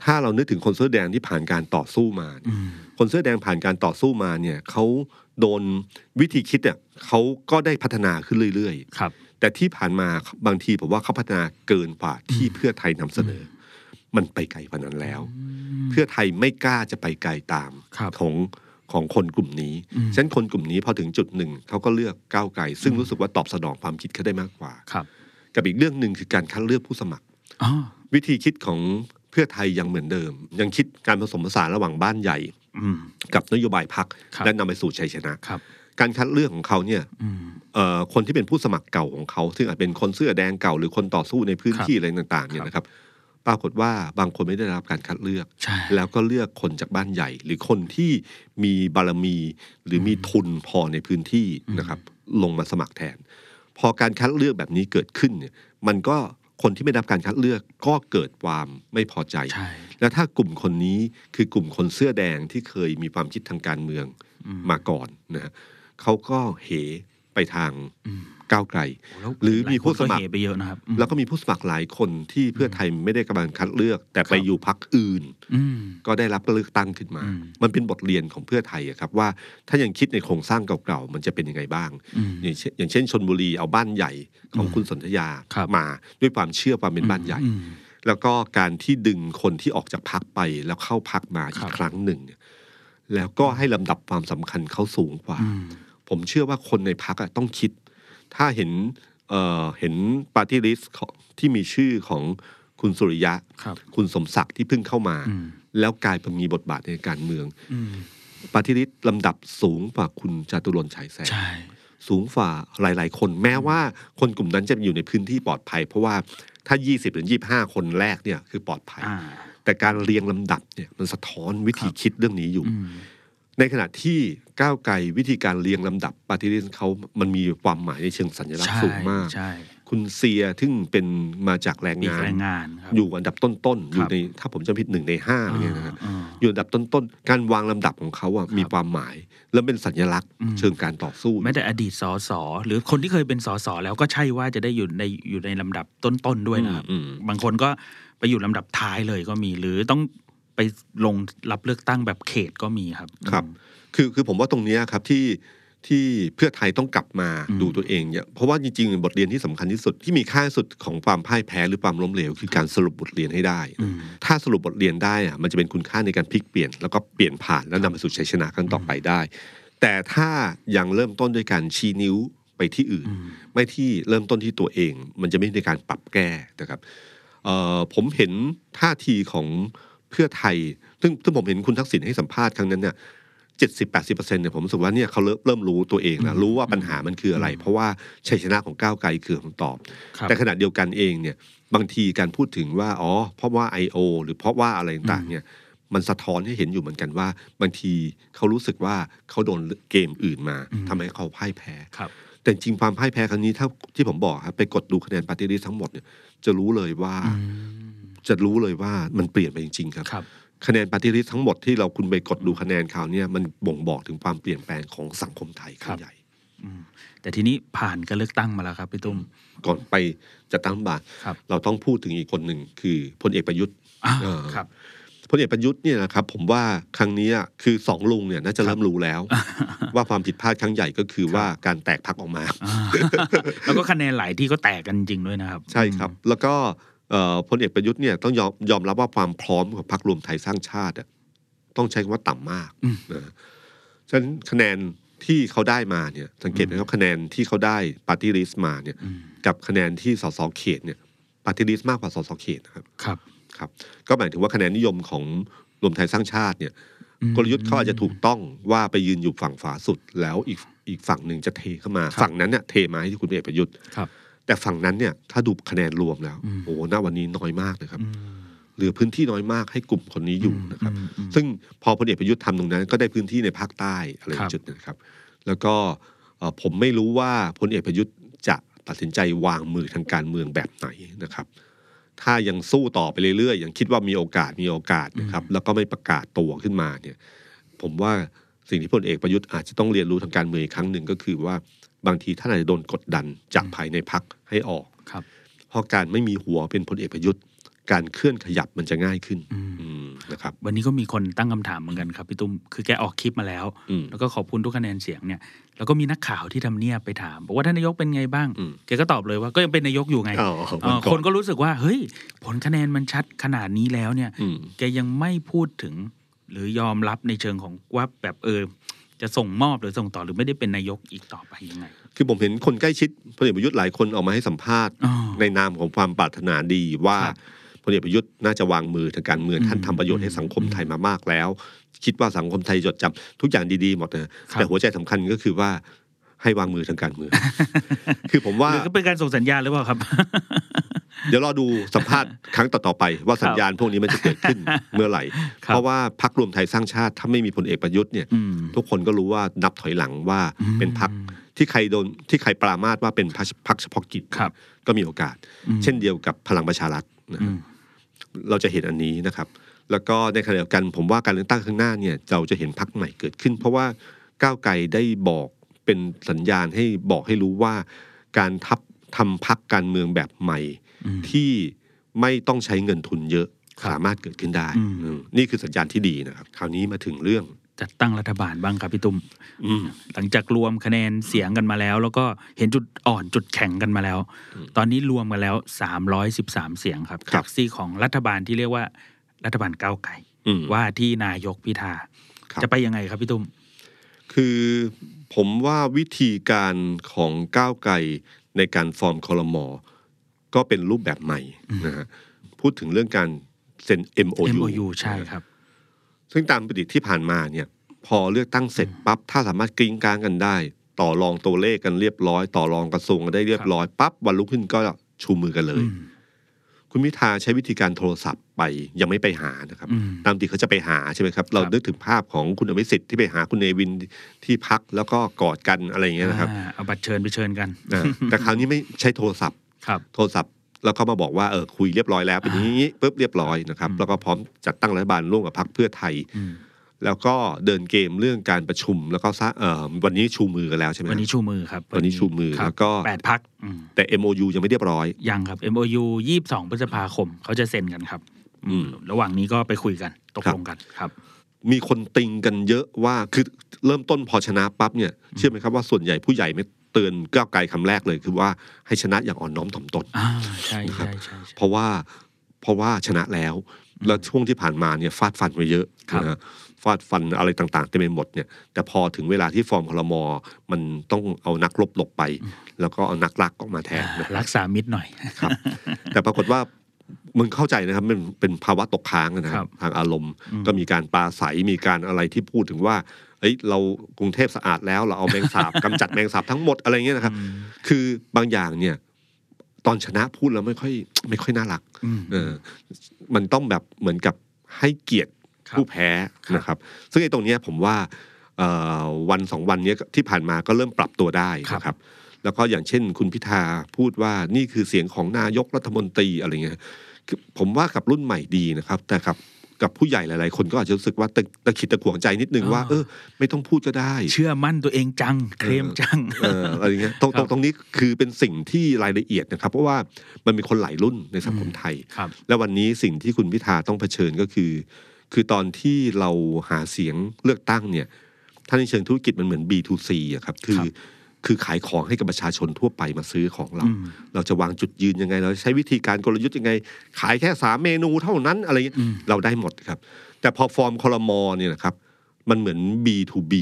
[SPEAKER 2] ถ้าเรานึกถึงคนเสื้อแดงที่ผ่านการต่อสู้มาเนี่ย
[SPEAKER 3] อืม
[SPEAKER 2] คนเสื้อแดงผ่านการต่อสู้มาเนี่ยเขาโดนวิธีคิดเนี่ยเขาก็ได้พัฒนาขึ้นเรื่อย
[SPEAKER 3] ครับ
[SPEAKER 2] ๆ แต่ที่ผ่านมาบางทีผมว่าเขาพัฒนาเกินกว่าที่เพื่อไทยนำเสนอ มันไปไกลกว่านั้นแล้ว เพื่อไทยไม่กล้าจะไปไกลตาม
[SPEAKER 3] ครับ
[SPEAKER 2] ของของคนกลุ่มนี้
[SPEAKER 3] อืม
[SPEAKER 2] ฉะนั้นคนกลุ่มนี้พอถึงจุดหนึ่งเขาก็เลือกก้าวไกล ซึ่งรู้สึกว่าตอบสนองความคิดเขาได้มากกว่า
[SPEAKER 3] ครับ
[SPEAKER 2] กับอีกเรื่องหนึ่งคือการคัดเลือกผู้สมัคร
[SPEAKER 3] อ๋อ
[SPEAKER 2] วิธีคิดของเพื่อไทยยังเหมือนเดิม ยังคิดการผสมผสานระหว่างบ้านใหญ่
[SPEAKER 3] อืม
[SPEAKER 2] กับนโยบายพัก
[SPEAKER 3] ครับ
[SPEAKER 2] และนำไปสู่ชัยชนะ
[SPEAKER 3] ครับ
[SPEAKER 2] การคัดเลือกของเขาเนี่ย
[SPEAKER 3] อืม
[SPEAKER 2] เอ่อคนที่เป็นผู้สมัครเก่าของเขา ซึ่งอาจเป็นคนเสื้อแดงเก่าหรือคนต่อสู้ในพื้น
[SPEAKER 3] ครับ
[SPEAKER 2] ที่อะไรต่างๆเนี่ยนะครับ ปรากฏว่าบางคนไม่ได้รับการคัดเลือก
[SPEAKER 3] ใช่
[SPEAKER 2] แล้วก็เลือกคนจากบ้านใหญ่ หรือคนที่มีบารมี หรือมีทุนพอในพื้นที่นะครับ ลงมาสมัครแทน พอการคัดเลือกแบบนี้เกิดขึ้นเนี่ยมันก็คนที่ไม่ได้รับการคัดเลือกก็เกิดความไม่พอใจ
[SPEAKER 3] ใช่
[SPEAKER 2] แล้วถ้ากลุ่มคนนี้คือกลุ่มคนเสื้อแดงที่เคยมีความคิดทางการเมือง
[SPEAKER 3] อืม
[SPEAKER 2] มาก่อนนะฮะเขาก็เหไปทาง
[SPEAKER 3] อืม
[SPEAKER 2] ก้าวไกล
[SPEAKER 3] โแล้ว
[SPEAKER 2] หรือมีผู้สมัคร
[SPEAKER 3] หลายนก็เหไปเยอะนะครับอืม
[SPEAKER 2] แล้วก็มีผู้สมัครหลายคนที่เพื่อไทยไม่ได้กำลังคัดเลือก แต่ไป
[SPEAKER 3] ครับ
[SPEAKER 2] อยู่พักอื่น
[SPEAKER 3] อืม
[SPEAKER 2] ก็ได้รับเลือกตั้งขึ้นมา
[SPEAKER 3] อืม
[SPEAKER 2] มันเป็นบทเรียนของเพื่อไทยอะครับว่าถ้ายังคิดในโครงสร้างเก่าๆมันจะเป็นยังไงบ้าง
[SPEAKER 3] อืม
[SPEAKER 2] อย่างเช่นอย่างเช่นชนบุรีเอาบ้านใหญ่ของคุณสนธยา
[SPEAKER 3] ครับ
[SPEAKER 2] มาด้วยความเชื่อความเป็นบ้านใหญ่
[SPEAKER 3] อืม
[SPEAKER 2] แล้วก็การที่ดึงคนที่ออกจากพักไปแล้วเข้าพักมา
[SPEAKER 3] ค
[SPEAKER 2] อี
[SPEAKER 3] รั
[SPEAKER 2] ก
[SPEAKER 3] บ
[SPEAKER 2] ครั้งหนึ่งเนี่ยแล้วก็ให้ลำดับความสำคัญเขาสูงกว่า
[SPEAKER 3] อืม
[SPEAKER 2] ผมเชื่อว่าคนในพักต้องคิด ถ้าเห็นเอ่อเห็นปาร์ตี้ลิสต์ที่มีชื่อของคุณสุริยะ
[SPEAKER 3] ครับ
[SPEAKER 2] คุณสมศักดิ์ที่เพิ่งเข้ามา
[SPEAKER 3] อืม
[SPEAKER 2] แล้วกลายเป็นมีบทบาทในการเมือง
[SPEAKER 3] อืม
[SPEAKER 2] ปาร์ตี้ลิสต์ลำดับสูงกว่าคุณจาตุรนต์ฉายแสง
[SPEAKER 3] ใช่
[SPEAKER 2] สูงฝ่าหลาย ๆ คนแม้ว่าคนกลุ่มนั้นจะอยู่ในพื้นที่ปลอดภัย เพราะว่าถ้า 20หรือ25 คนแรกเนี่ยคือปลอดภัย
[SPEAKER 3] อ่า
[SPEAKER 2] แต่การเรียงลำดับเนี่ยมันสะท้อนวิธีคิดเรื่องนี้อยู่
[SPEAKER 3] อืม
[SPEAKER 2] ในขณะที่ก้าวไกลวิธีการเรียงลำดับปฏิริษีเขามันมีความหมายในเชิงสัญลักษณ์
[SPEAKER 3] ใช่
[SPEAKER 2] สูงมาก
[SPEAKER 3] ใช่
[SPEAKER 2] คุณเซียซึ่งเป็นมาจากแรง
[SPEAKER 3] ปีก
[SPEAKER 2] งาน
[SPEAKER 3] แรงงานครับ
[SPEAKER 2] อยู่อันดับต้น ๆ อ
[SPEAKER 3] ค
[SPEAKER 2] ยู่
[SPEAKER 3] รับ
[SPEAKER 2] ในถ้าผมจำผิดหนึ่งในห้าอะไร
[SPEAKER 3] อ่า
[SPEAKER 2] เนี่ยนะฮะ
[SPEAKER 3] อ่า
[SPEAKER 2] อยู่อันดับต้น ๆ การวางลำดับของเขาอะมีความหมาย และเป็นสัญลักษณ์
[SPEAKER 3] อืม
[SPEAKER 2] เชิงการต่อสู้
[SPEAKER 3] แม้แต่อดีตสสหรือคนที่เคยเป็นสสแล้วก็ใช่ว่าจะได้อยู่ในอยู่ในลำดับต้นๆด้วยนะครับ
[SPEAKER 2] อืมอืม
[SPEAKER 3] บางคนก็ไปอยู่ลำดับท้ายเลยก็มี หรือต้องไปลงรับเลือกตั้งแบบเขตก็มีครับ
[SPEAKER 2] ครับ คือคือผมว่าตรงเนี้ยครับที่ที่เพื่อไทยต้องกลับมา
[SPEAKER 3] อืม
[SPEAKER 2] ดูตัวเองเนี่ยเพราะว่าจริงๆ บทเรียนที่สำคัญที่สุดที่มีค่าที่สุดของความพ่ายแพ้หรือความล้มเหลวคือการสรุปบทเรียนให้ได้
[SPEAKER 3] อืม
[SPEAKER 2] ถ้าสรุปบทเรียนได้อะมันจะเป็นคุณค่าในการพลิกเปลี่ยน แล้วก็เปลี่ยนผ่านแล้วนำไปสู่ชัยชนะครั้งต่อไปได้ แต่ถ้ายังเริ่มต้นด้วยการชี้นิ้วไปที่อื่น
[SPEAKER 3] อืม
[SPEAKER 2] ไม่ที่เริ่มต้นที่ตัวเอง มันจะไม่ในการปรับแก้นะครับเอ่อผมเห็นท่าทีของเพื่อไทย ซึ่งซึ่งผมเห็นคุณทักษิณให้สัมภาษณ์ครั้งนั้นเนี่ยเจ็ดสิบแปดสิบเปอร์เซ็นต์เนี่ยผมรู้สึกว่าเนี่ยเขาเริ่มเริ่มรู้ตัวเองแล้วรู้ว่าปัญหามันคืออะไร เพราะว่าชัยชนะของก้าวไกลคือคำตอบ
[SPEAKER 3] ครับ
[SPEAKER 2] แต่ขณะเดียวกันเองเนี่ยบางทีการพูดถึงว่าอ๋อเพราะว่า I.O. หรือเพราะว่าอะไรต่างๆเนี่ยมันสะท้อนให้เห็นอยู่เหมือนกันว่า บางทีเขารู้สึกว่าเขาโดนเกมอื่นมา
[SPEAKER 3] อืม
[SPEAKER 2] ทำให้เขาพ่ายแพ้
[SPEAKER 3] ครับ
[SPEAKER 2] แต่จริงความพ่ายแพ้ครั้งนี้ถ้าที่ผมบอกครับไปกดดูคะแนนปาร์ตี้ลิสทั้งหมดเนี่ยจะรู้เลยว่า
[SPEAKER 3] อืม
[SPEAKER 2] จะรู้เลยว่ามันเปลี่ยนไปจริงๆครับ
[SPEAKER 3] ครับ
[SPEAKER 2] คะแนนปาร์ตี้ลิสทั้งหมดที่เราคุณไปกดดูคะแนนคราวเนี้มันบ่งบอกถึงความเปลี่ยนแปลงของสังคมไทยครั้
[SPEAKER 3] ค
[SPEAKER 2] ง
[SPEAKER 3] รับ
[SPEAKER 2] ใหญ่
[SPEAKER 3] อืมแต่ทีนี้ผ่านการเลือกตั้งมาแล้วครับพี่ตุ้ม
[SPEAKER 2] ก่อนไปจัดตั้งรัฐบาท
[SPEAKER 3] ครับ
[SPEAKER 2] เราต้องพูดถึงอีกคนหนึ่งคือพลเอกประยุทธ์
[SPEAKER 3] อ่า
[SPEAKER 2] เออ
[SPEAKER 3] ครับ
[SPEAKER 2] พลเอกประยุทธ์เนี่ยนะครับผมว่าครั้งเนี้ยคือสองลุงเนี่ยน่าจะเริ่มรู้แล้ว ว่าความผิดพลาดครั้งใหญ่ก็คือว่าการแตกพักออกมา
[SPEAKER 3] อ่าแล้วก็คะแนนหลายที่ก็แตกกันจริงด้วยนะครับ
[SPEAKER 2] ใช่ครับ แล้วก็เอ่อพลเอกประยุทธ์เนี่ยต้องยอมยอมรับว่าความพร้อมของพรรครวมไทยสร้างชาติอะต้องใช้คำว่าต่ำมาก
[SPEAKER 3] อืม
[SPEAKER 2] นะฉะนั้นคะแนน ที่เขาได้มาเนี่ยสังเกตนะครับคะแนนที่เขาได้ปาร์ตี้ลิสต์มาเนี่ย
[SPEAKER 3] อืม
[SPEAKER 2] กับคะแนนที่สสเขตเนี่ยปาร์ตี้ลิสต์มากกว่าสสเขตนะครับ
[SPEAKER 3] ครับ
[SPEAKER 2] ครับก็หมายถึงว่าคะแนนนิยมของรวมไทยสร้างชาติเนี่ย
[SPEAKER 3] อืม
[SPEAKER 2] กลยุทธ์เขาอาจจะถูกต้องว่าไปยืนอยู่ฝั่งฝาสุด แล้วอีกอีกฝั่งหนึ่งจะเทเข้ามา
[SPEAKER 3] ครับ
[SPEAKER 2] ฝั่งนั้นเนี่ยเทมาให้ที่คุณเอกประยุทธ์
[SPEAKER 3] ครับ
[SPEAKER 2] แต่ฝั่งนั้นเนี่ยถ้าดูคะแนนรวมแล้ว
[SPEAKER 3] อืม
[SPEAKER 2] โอ้โหณวันนี้น้อยมากนะครับ
[SPEAKER 3] อืม
[SPEAKER 2] เหลือพื้นที่น้อยมากให้กลุ่มคนนี้อยู่นะครับ
[SPEAKER 3] มอืม
[SPEAKER 2] ซึ่งพอพลเอกประยุทธ์ทำตรงนั้น ก็ได้พื้นที่ในภาคใต้อะไร
[SPEAKER 3] ครับ
[SPEAKER 2] จุดนะครับ แล้วก็เอ่อผมไม่รู้ว่าพลเอกประยุทธ์จะตัดสินใจวางมือทางการเมืองแบบไหนนะครับ ถ้ายังสู้ต่อไปเรื่อยๆ ยังคิดว่ามีโอกาสมีโอกาสนะครับ แล้วก็ไม่ประกาศตัวขึ้นมาเนี่ย ผมว่าสิ่งที่พลเอกประยุทธ์อาจจะต้องเรียนรู้ทางการเมืองอีกครั้งหนึ่งก็คือว่าบางทีท่านอาจจะโดนกดดันจากภายในพักให้ออก
[SPEAKER 3] ครับ
[SPEAKER 2] เพราะการไม่มีหัวเป็นพลเอกประยุทธ์ การเคลื่อนขยับมันจะง่ายขึ้น
[SPEAKER 3] อืม
[SPEAKER 2] อืมนะครับ
[SPEAKER 3] วันนี้ก็มีคนตั้งคำถามเหมือนกันครับพี่ตุ้มคือแกออกคลิปมาแล้ว
[SPEAKER 2] อืม
[SPEAKER 3] แล้วก็ขอบคุณทุกคะแนนเสียงเนี่ยแล้วก็มีนักข่าวที่ทำเนียบไปถามบอกว่าท่านนายกเป็นไงบ้าง
[SPEAKER 2] อืม
[SPEAKER 3] แกก็ตอบเลยว่าก็ยังเป็นนายกอยู่ไง
[SPEAKER 2] อ๋อ
[SPEAKER 3] เอ่อคนก็รู้สึกว่าเฮ้ย ผลคะแนนมันชัดขนาดนี้แล้วเนี่ย
[SPEAKER 2] อืม
[SPEAKER 3] แกยังไม่พูดถึง หรือยอมรับในเชิงของว่าแบบเออ จะส่งมอบหรือส่งต่อหรือไม่ได้เป็นนายกอีกต่อไปยังไง
[SPEAKER 2] คือผมเห็นคนใกล้ชิดพลเอกประยุทธ์หลายคนออกมาให้สัมภาษณ์
[SPEAKER 3] อ๋อ
[SPEAKER 2] ในนามของความปรารถนาดีว่า
[SPEAKER 3] ครับ
[SPEAKER 2] พลเอกประยุทธ์น่าจะวางมือทางการเมือง
[SPEAKER 3] อืม
[SPEAKER 2] ท่านทำประโยชน์ให้สังคม
[SPEAKER 3] อืม
[SPEAKER 2] ไทยมามากแล้ว คิดว่าสังคมไทยจดจำทุกอย่างดีๆหมดนะ
[SPEAKER 3] รับ
[SPEAKER 2] แต่หัวใจสำคัญก็คือว่าให้วางมือทางการเมือง คือผมว่า
[SPEAKER 3] หรือก็เป็นการส่งสัญญาณหรือเปล่าครับ
[SPEAKER 2] เดี๋ยวรอดูสัมภาษณ์ครั้งต่อๆไป ว่าสัญญาณพวกนี้มันจะเกิดขึ้น เมื่อไหร่
[SPEAKER 3] ครับ
[SPEAKER 2] เพราะว่าพักรวมไทยสร้างชาติถ้าไม่มีพลเอกประยุทธ์เนี่ย
[SPEAKER 3] อืม
[SPEAKER 2] ทุกคนก็รู้ว่านับถอยหลังว่า
[SPEAKER 3] อืม
[SPEAKER 2] เป็นพักที่ใครโดนที่ใครปรามาสว่าเป็นพักเฉพาะกิจ
[SPEAKER 3] ครับ
[SPEAKER 2] ก็มีโอกาส เช่นเดียวกับพลังประชารัฐนะ
[SPEAKER 3] อื
[SPEAKER 2] ฮะ
[SPEAKER 3] ม
[SPEAKER 2] เราจะเห็นอันนี้นะครับ แล้วก็ในขณะเดียวกันผมว่าการเลือกตั้งข้างหน้าเนี่ยเราจะเห็นพักใหม่เกิดขึ้น เพราะว่าก้าวไกลได้บอกเป็นสัญญาณให้บอกให้รู้ว่าการทับทำพักการเมืองแบบใหม่
[SPEAKER 3] อืม
[SPEAKER 2] ที่ไม่ต้องใช้เงินทุนเยอะ
[SPEAKER 3] ครับ
[SPEAKER 2] สามารถเกิดขึ้นได้
[SPEAKER 3] อืม
[SPEAKER 2] อืมนี่คือสัญญาณที่ดีนะครับคราวนี้มาถึงเรื่อง
[SPEAKER 3] จัดตั้งรัฐบาลบ้างครับพี่ตุ้ม
[SPEAKER 2] อืม
[SPEAKER 3] หลังจากรวมคะแนนเสียงกันมาแล้ว แล้วก็เห็นจุดอ่อนจุดแข็งกันมาแล้ว
[SPEAKER 2] อืม
[SPEAKER 3] ตอนนี้รวมกันแล้ว 313 เสียงครับ
[SPEAKER 2] ครับ
[SPEAKER 3] จากซี่ของรัฐบาลที่เรียกว่ารัฐบาลก้าวไกล
[SPEAKER 2] อืม
[SPEAKER 3] ว่าที่นายกพิธา
[SPEAKER 2] ครับ
[SPEAKER 3] จะไปยังไงครับพี่ตุ้ม
[SPEAKER 2] คือผมว่าวิธีการของก้าวไกลในการฟอร์มคอรมอก็เป็นรูปแบบใหม่นะฮะพูดถึงเรื่องการเซ็น MOU,
[SPEAKER 3] MOU ใช่ครับ
[SPEAKER 2] ซึ่งตามปกติที่ผ่านมาเนี่ย พอเลือกตั้งเสร็จปั๊บถ้าสามารถกริ้งกลางกันได้ ต่อรองตัวเลขกันเรียบร้อย ต่อรองกระทรวงกันได้เรียบร้อยปั๊บวันรุ่งขึ้นก็ชูมือกันเลย
[SPEAKER 3] อืม
[SPEAKER 2] คุณพิธาใช้วิธีการโทรศัพท์ไปยังไม่ไปหานะครับ
[SPEAKER 3] อืม
[SPEAKER 2] ตามที่เขาจะไปหาใช่ไหมครับ เรานึกถึงภาพของคุณอภิสิทธิ์ที่ไปหาคุณเนวินที่พักแล้วก็กอดกันอะไรอย่างเงี้ยนะครับ
[SPEAKER 3] อ่าเอาบัตรเชิญไปเชิญกัน
[SPEAKER 2] อ่าแต่คราวนี้ไม่ใช้โทรศัพท์
[SPEAKER 3] ครับ
[SPEAKER 2] โทรศัพท์แล้วก็มาบอกว่าเออคุยเรียบร้อยแล้วเป็นอย่างนี้ปุ๊บเรียบร้อยนะครับ แล้วก็พร้อมจัดตั้งรัฐบาลร่วมกับพรรคเพื่อไทย
[SPEAKER 3] อืม
[SPEAKER 2] แล้วก็เดินเกมเรื่องการประชุมแล้วก็สร้างเอ่อวันนี้ชูมือกันแล้วใช่ไหมค
[SPEAKER 3] วั
[SPEAKER 2] รั
[SPEAKER 3] น
[SPEAKER 2] บ
[SPEAKER 3] นี้ชูมือครับ
[SPEAKER 2] วันนี้ชูมือ
[SPEAKER 3] ครับ
[SPEAKER 2] แล้วก็
[SPEAKER 3] แปดพัก
[SPEAKER 2] แต่ MOU ยังไม่เรียบร้อย
[SPEAKER 3] ยังครับ MOU 22พฤษภาคมเขาจะเซ็นกันครับ
[SPEAKER 2] อืม
[SPEAKER 3] ระหว่างนี้ก็ไปคุยกันตก
[SPEAKER 2] ครับ
[SPEAKER 3] ลงกันครับ
[SPEAKER 2] มีคนติงกันเยอะว่าคือเริ่มต้นพอชนะปั๊บเนี่ยเชื่อไหมครับว่าส่วนใหญ่ผู้ใหญ่ไม่เตือนก้าวไกลคำแรกเลย คือว่าให้ชนะอย่างอ่อนน้อมถ่อมตน
[SPEAKER 3] อ่าใช่
[SPEAKER 2] นะครับ
[SPEAKER 3] ใช่ใช่ใช่
[SPEAKER 2] เพราะว่าเพราะว่าชนะแล้ว แล้วช่วงที่ผ่านมาเนี่ยฟาดฟันไปเยอะ
[SPEAKER 3] ครับ
[SPEAKER 2] นะฮะฟาดฟันอะไรต่างๆเต็มไปหมดเนี่ย แต่พอถึงเวลาที่ฟอร์มคลมอมันต้องเอานักลบหลบไป แล้วก็เอานักรักออกมาแทนนะค
[SPEAKER 3] รั
[SPEAKER 2] รับ
[SPEAKER 3] กษามิตรหน่อย
[SPEAKER 2] ครับ แต่ปรากฏว่ามึงเข้าใจนะครับมันเป็นภาวะตกค้างนะค
[SPEAKER 3] ครั
[SPEAKER 2] รับบ ทางอารมณ์ ก็มีการปราศัยมีการอะไรที่พูดถึงว่าเอ้ยเรากรุงเทพสะอาดแล้วเราเอาแมงสาบ กำจัดแมงสาบทั้งหมดอะไรเงี้ยนะครับ คือบางอย่างเนี่ย ตอนชนะพูดแล้วไม่ค่อยไม่ค่อยน่ารัก
[SPEAKER 3] อืม
[SPEAKER 2] เออ มันต้องแบบเหมือนกับให้เกียรติ
[SPEAKER 3] ครับ
[SPEAKER 2] ผู้แพ้นะครับ ซึ่งไอ้ตรงเนี้ยผมว่าเอ่อวันสองวันเนี้ยที่ผ่านมาก็เริ่มปรับตัวได้
[SPEAKER 3] ครับ
[SPEAKER 2] นะครับ แล้วก็อย่างเช่น คุณพิธาพูดว่านี่คือเสียงของนายกรัฐมนตรีอะไรเงี้ยคือผมว่ากับรุ่นใหม่ดีนะครับ แต่กับกับผู้ใหญ่หลายๆ คนก็อาจจะรู้สึกว่าตะตะขิดตะขวงใจนิดนึงว่า
[SPEAKER 3] อ่า
[SPEAKER 2] เออ ไม่ต้องพูดก็ได้
[SPEAKER 3] เชื่อมั่นตัวเองจัง เคลมจัง
[SPEAKER 2] เอออะไรเงี้ยตรง
[SPEAKER 3] ค
[SPEAKER 2] ต
[SPEAKER 3] รั
[SPEAKER 2] ร
[SPEAKER 3] บ
[SPEAKER 2] งตรงนี้คือเป็นสิ่งที่รายละเอียดนะครับ เพราะว่ามันมีคนหลายรุ่นในสังคม
[SPEAKER 3] อืม
[SPEAKER 2] ไทย
[SPEAKER 3] ครับ
[SPEAKER 2] และวันนี้สิ่งที่คุณพิธาต้องเผชิญก็คือ คือตอนที่เราหาเสียงเลือกตั้งเนี่ยถ้าในเชิงธุรกิจมันเหมือน B2C อะครับคือ
[SPEAKER 3] ครับ
[SPEAKER 2] คือขายของให้กับประชาชนทั่วไปมาซื้อของเรา
[SPEAKER 3] อืม
[SPEAKER 2] เราจะวางจุดยืนยังไง เราใช้วิธีการกลยุทธ์ยังไง ขายแค่สามเมนูเท่านั้นอะไรเงี้ย
[SPEAKER 3] อืม
[SPEAKER 2] เราได้หมดครับ แต่พอฟอร์มคอรมอเนี่ยนะครับ มันเหมือน B2B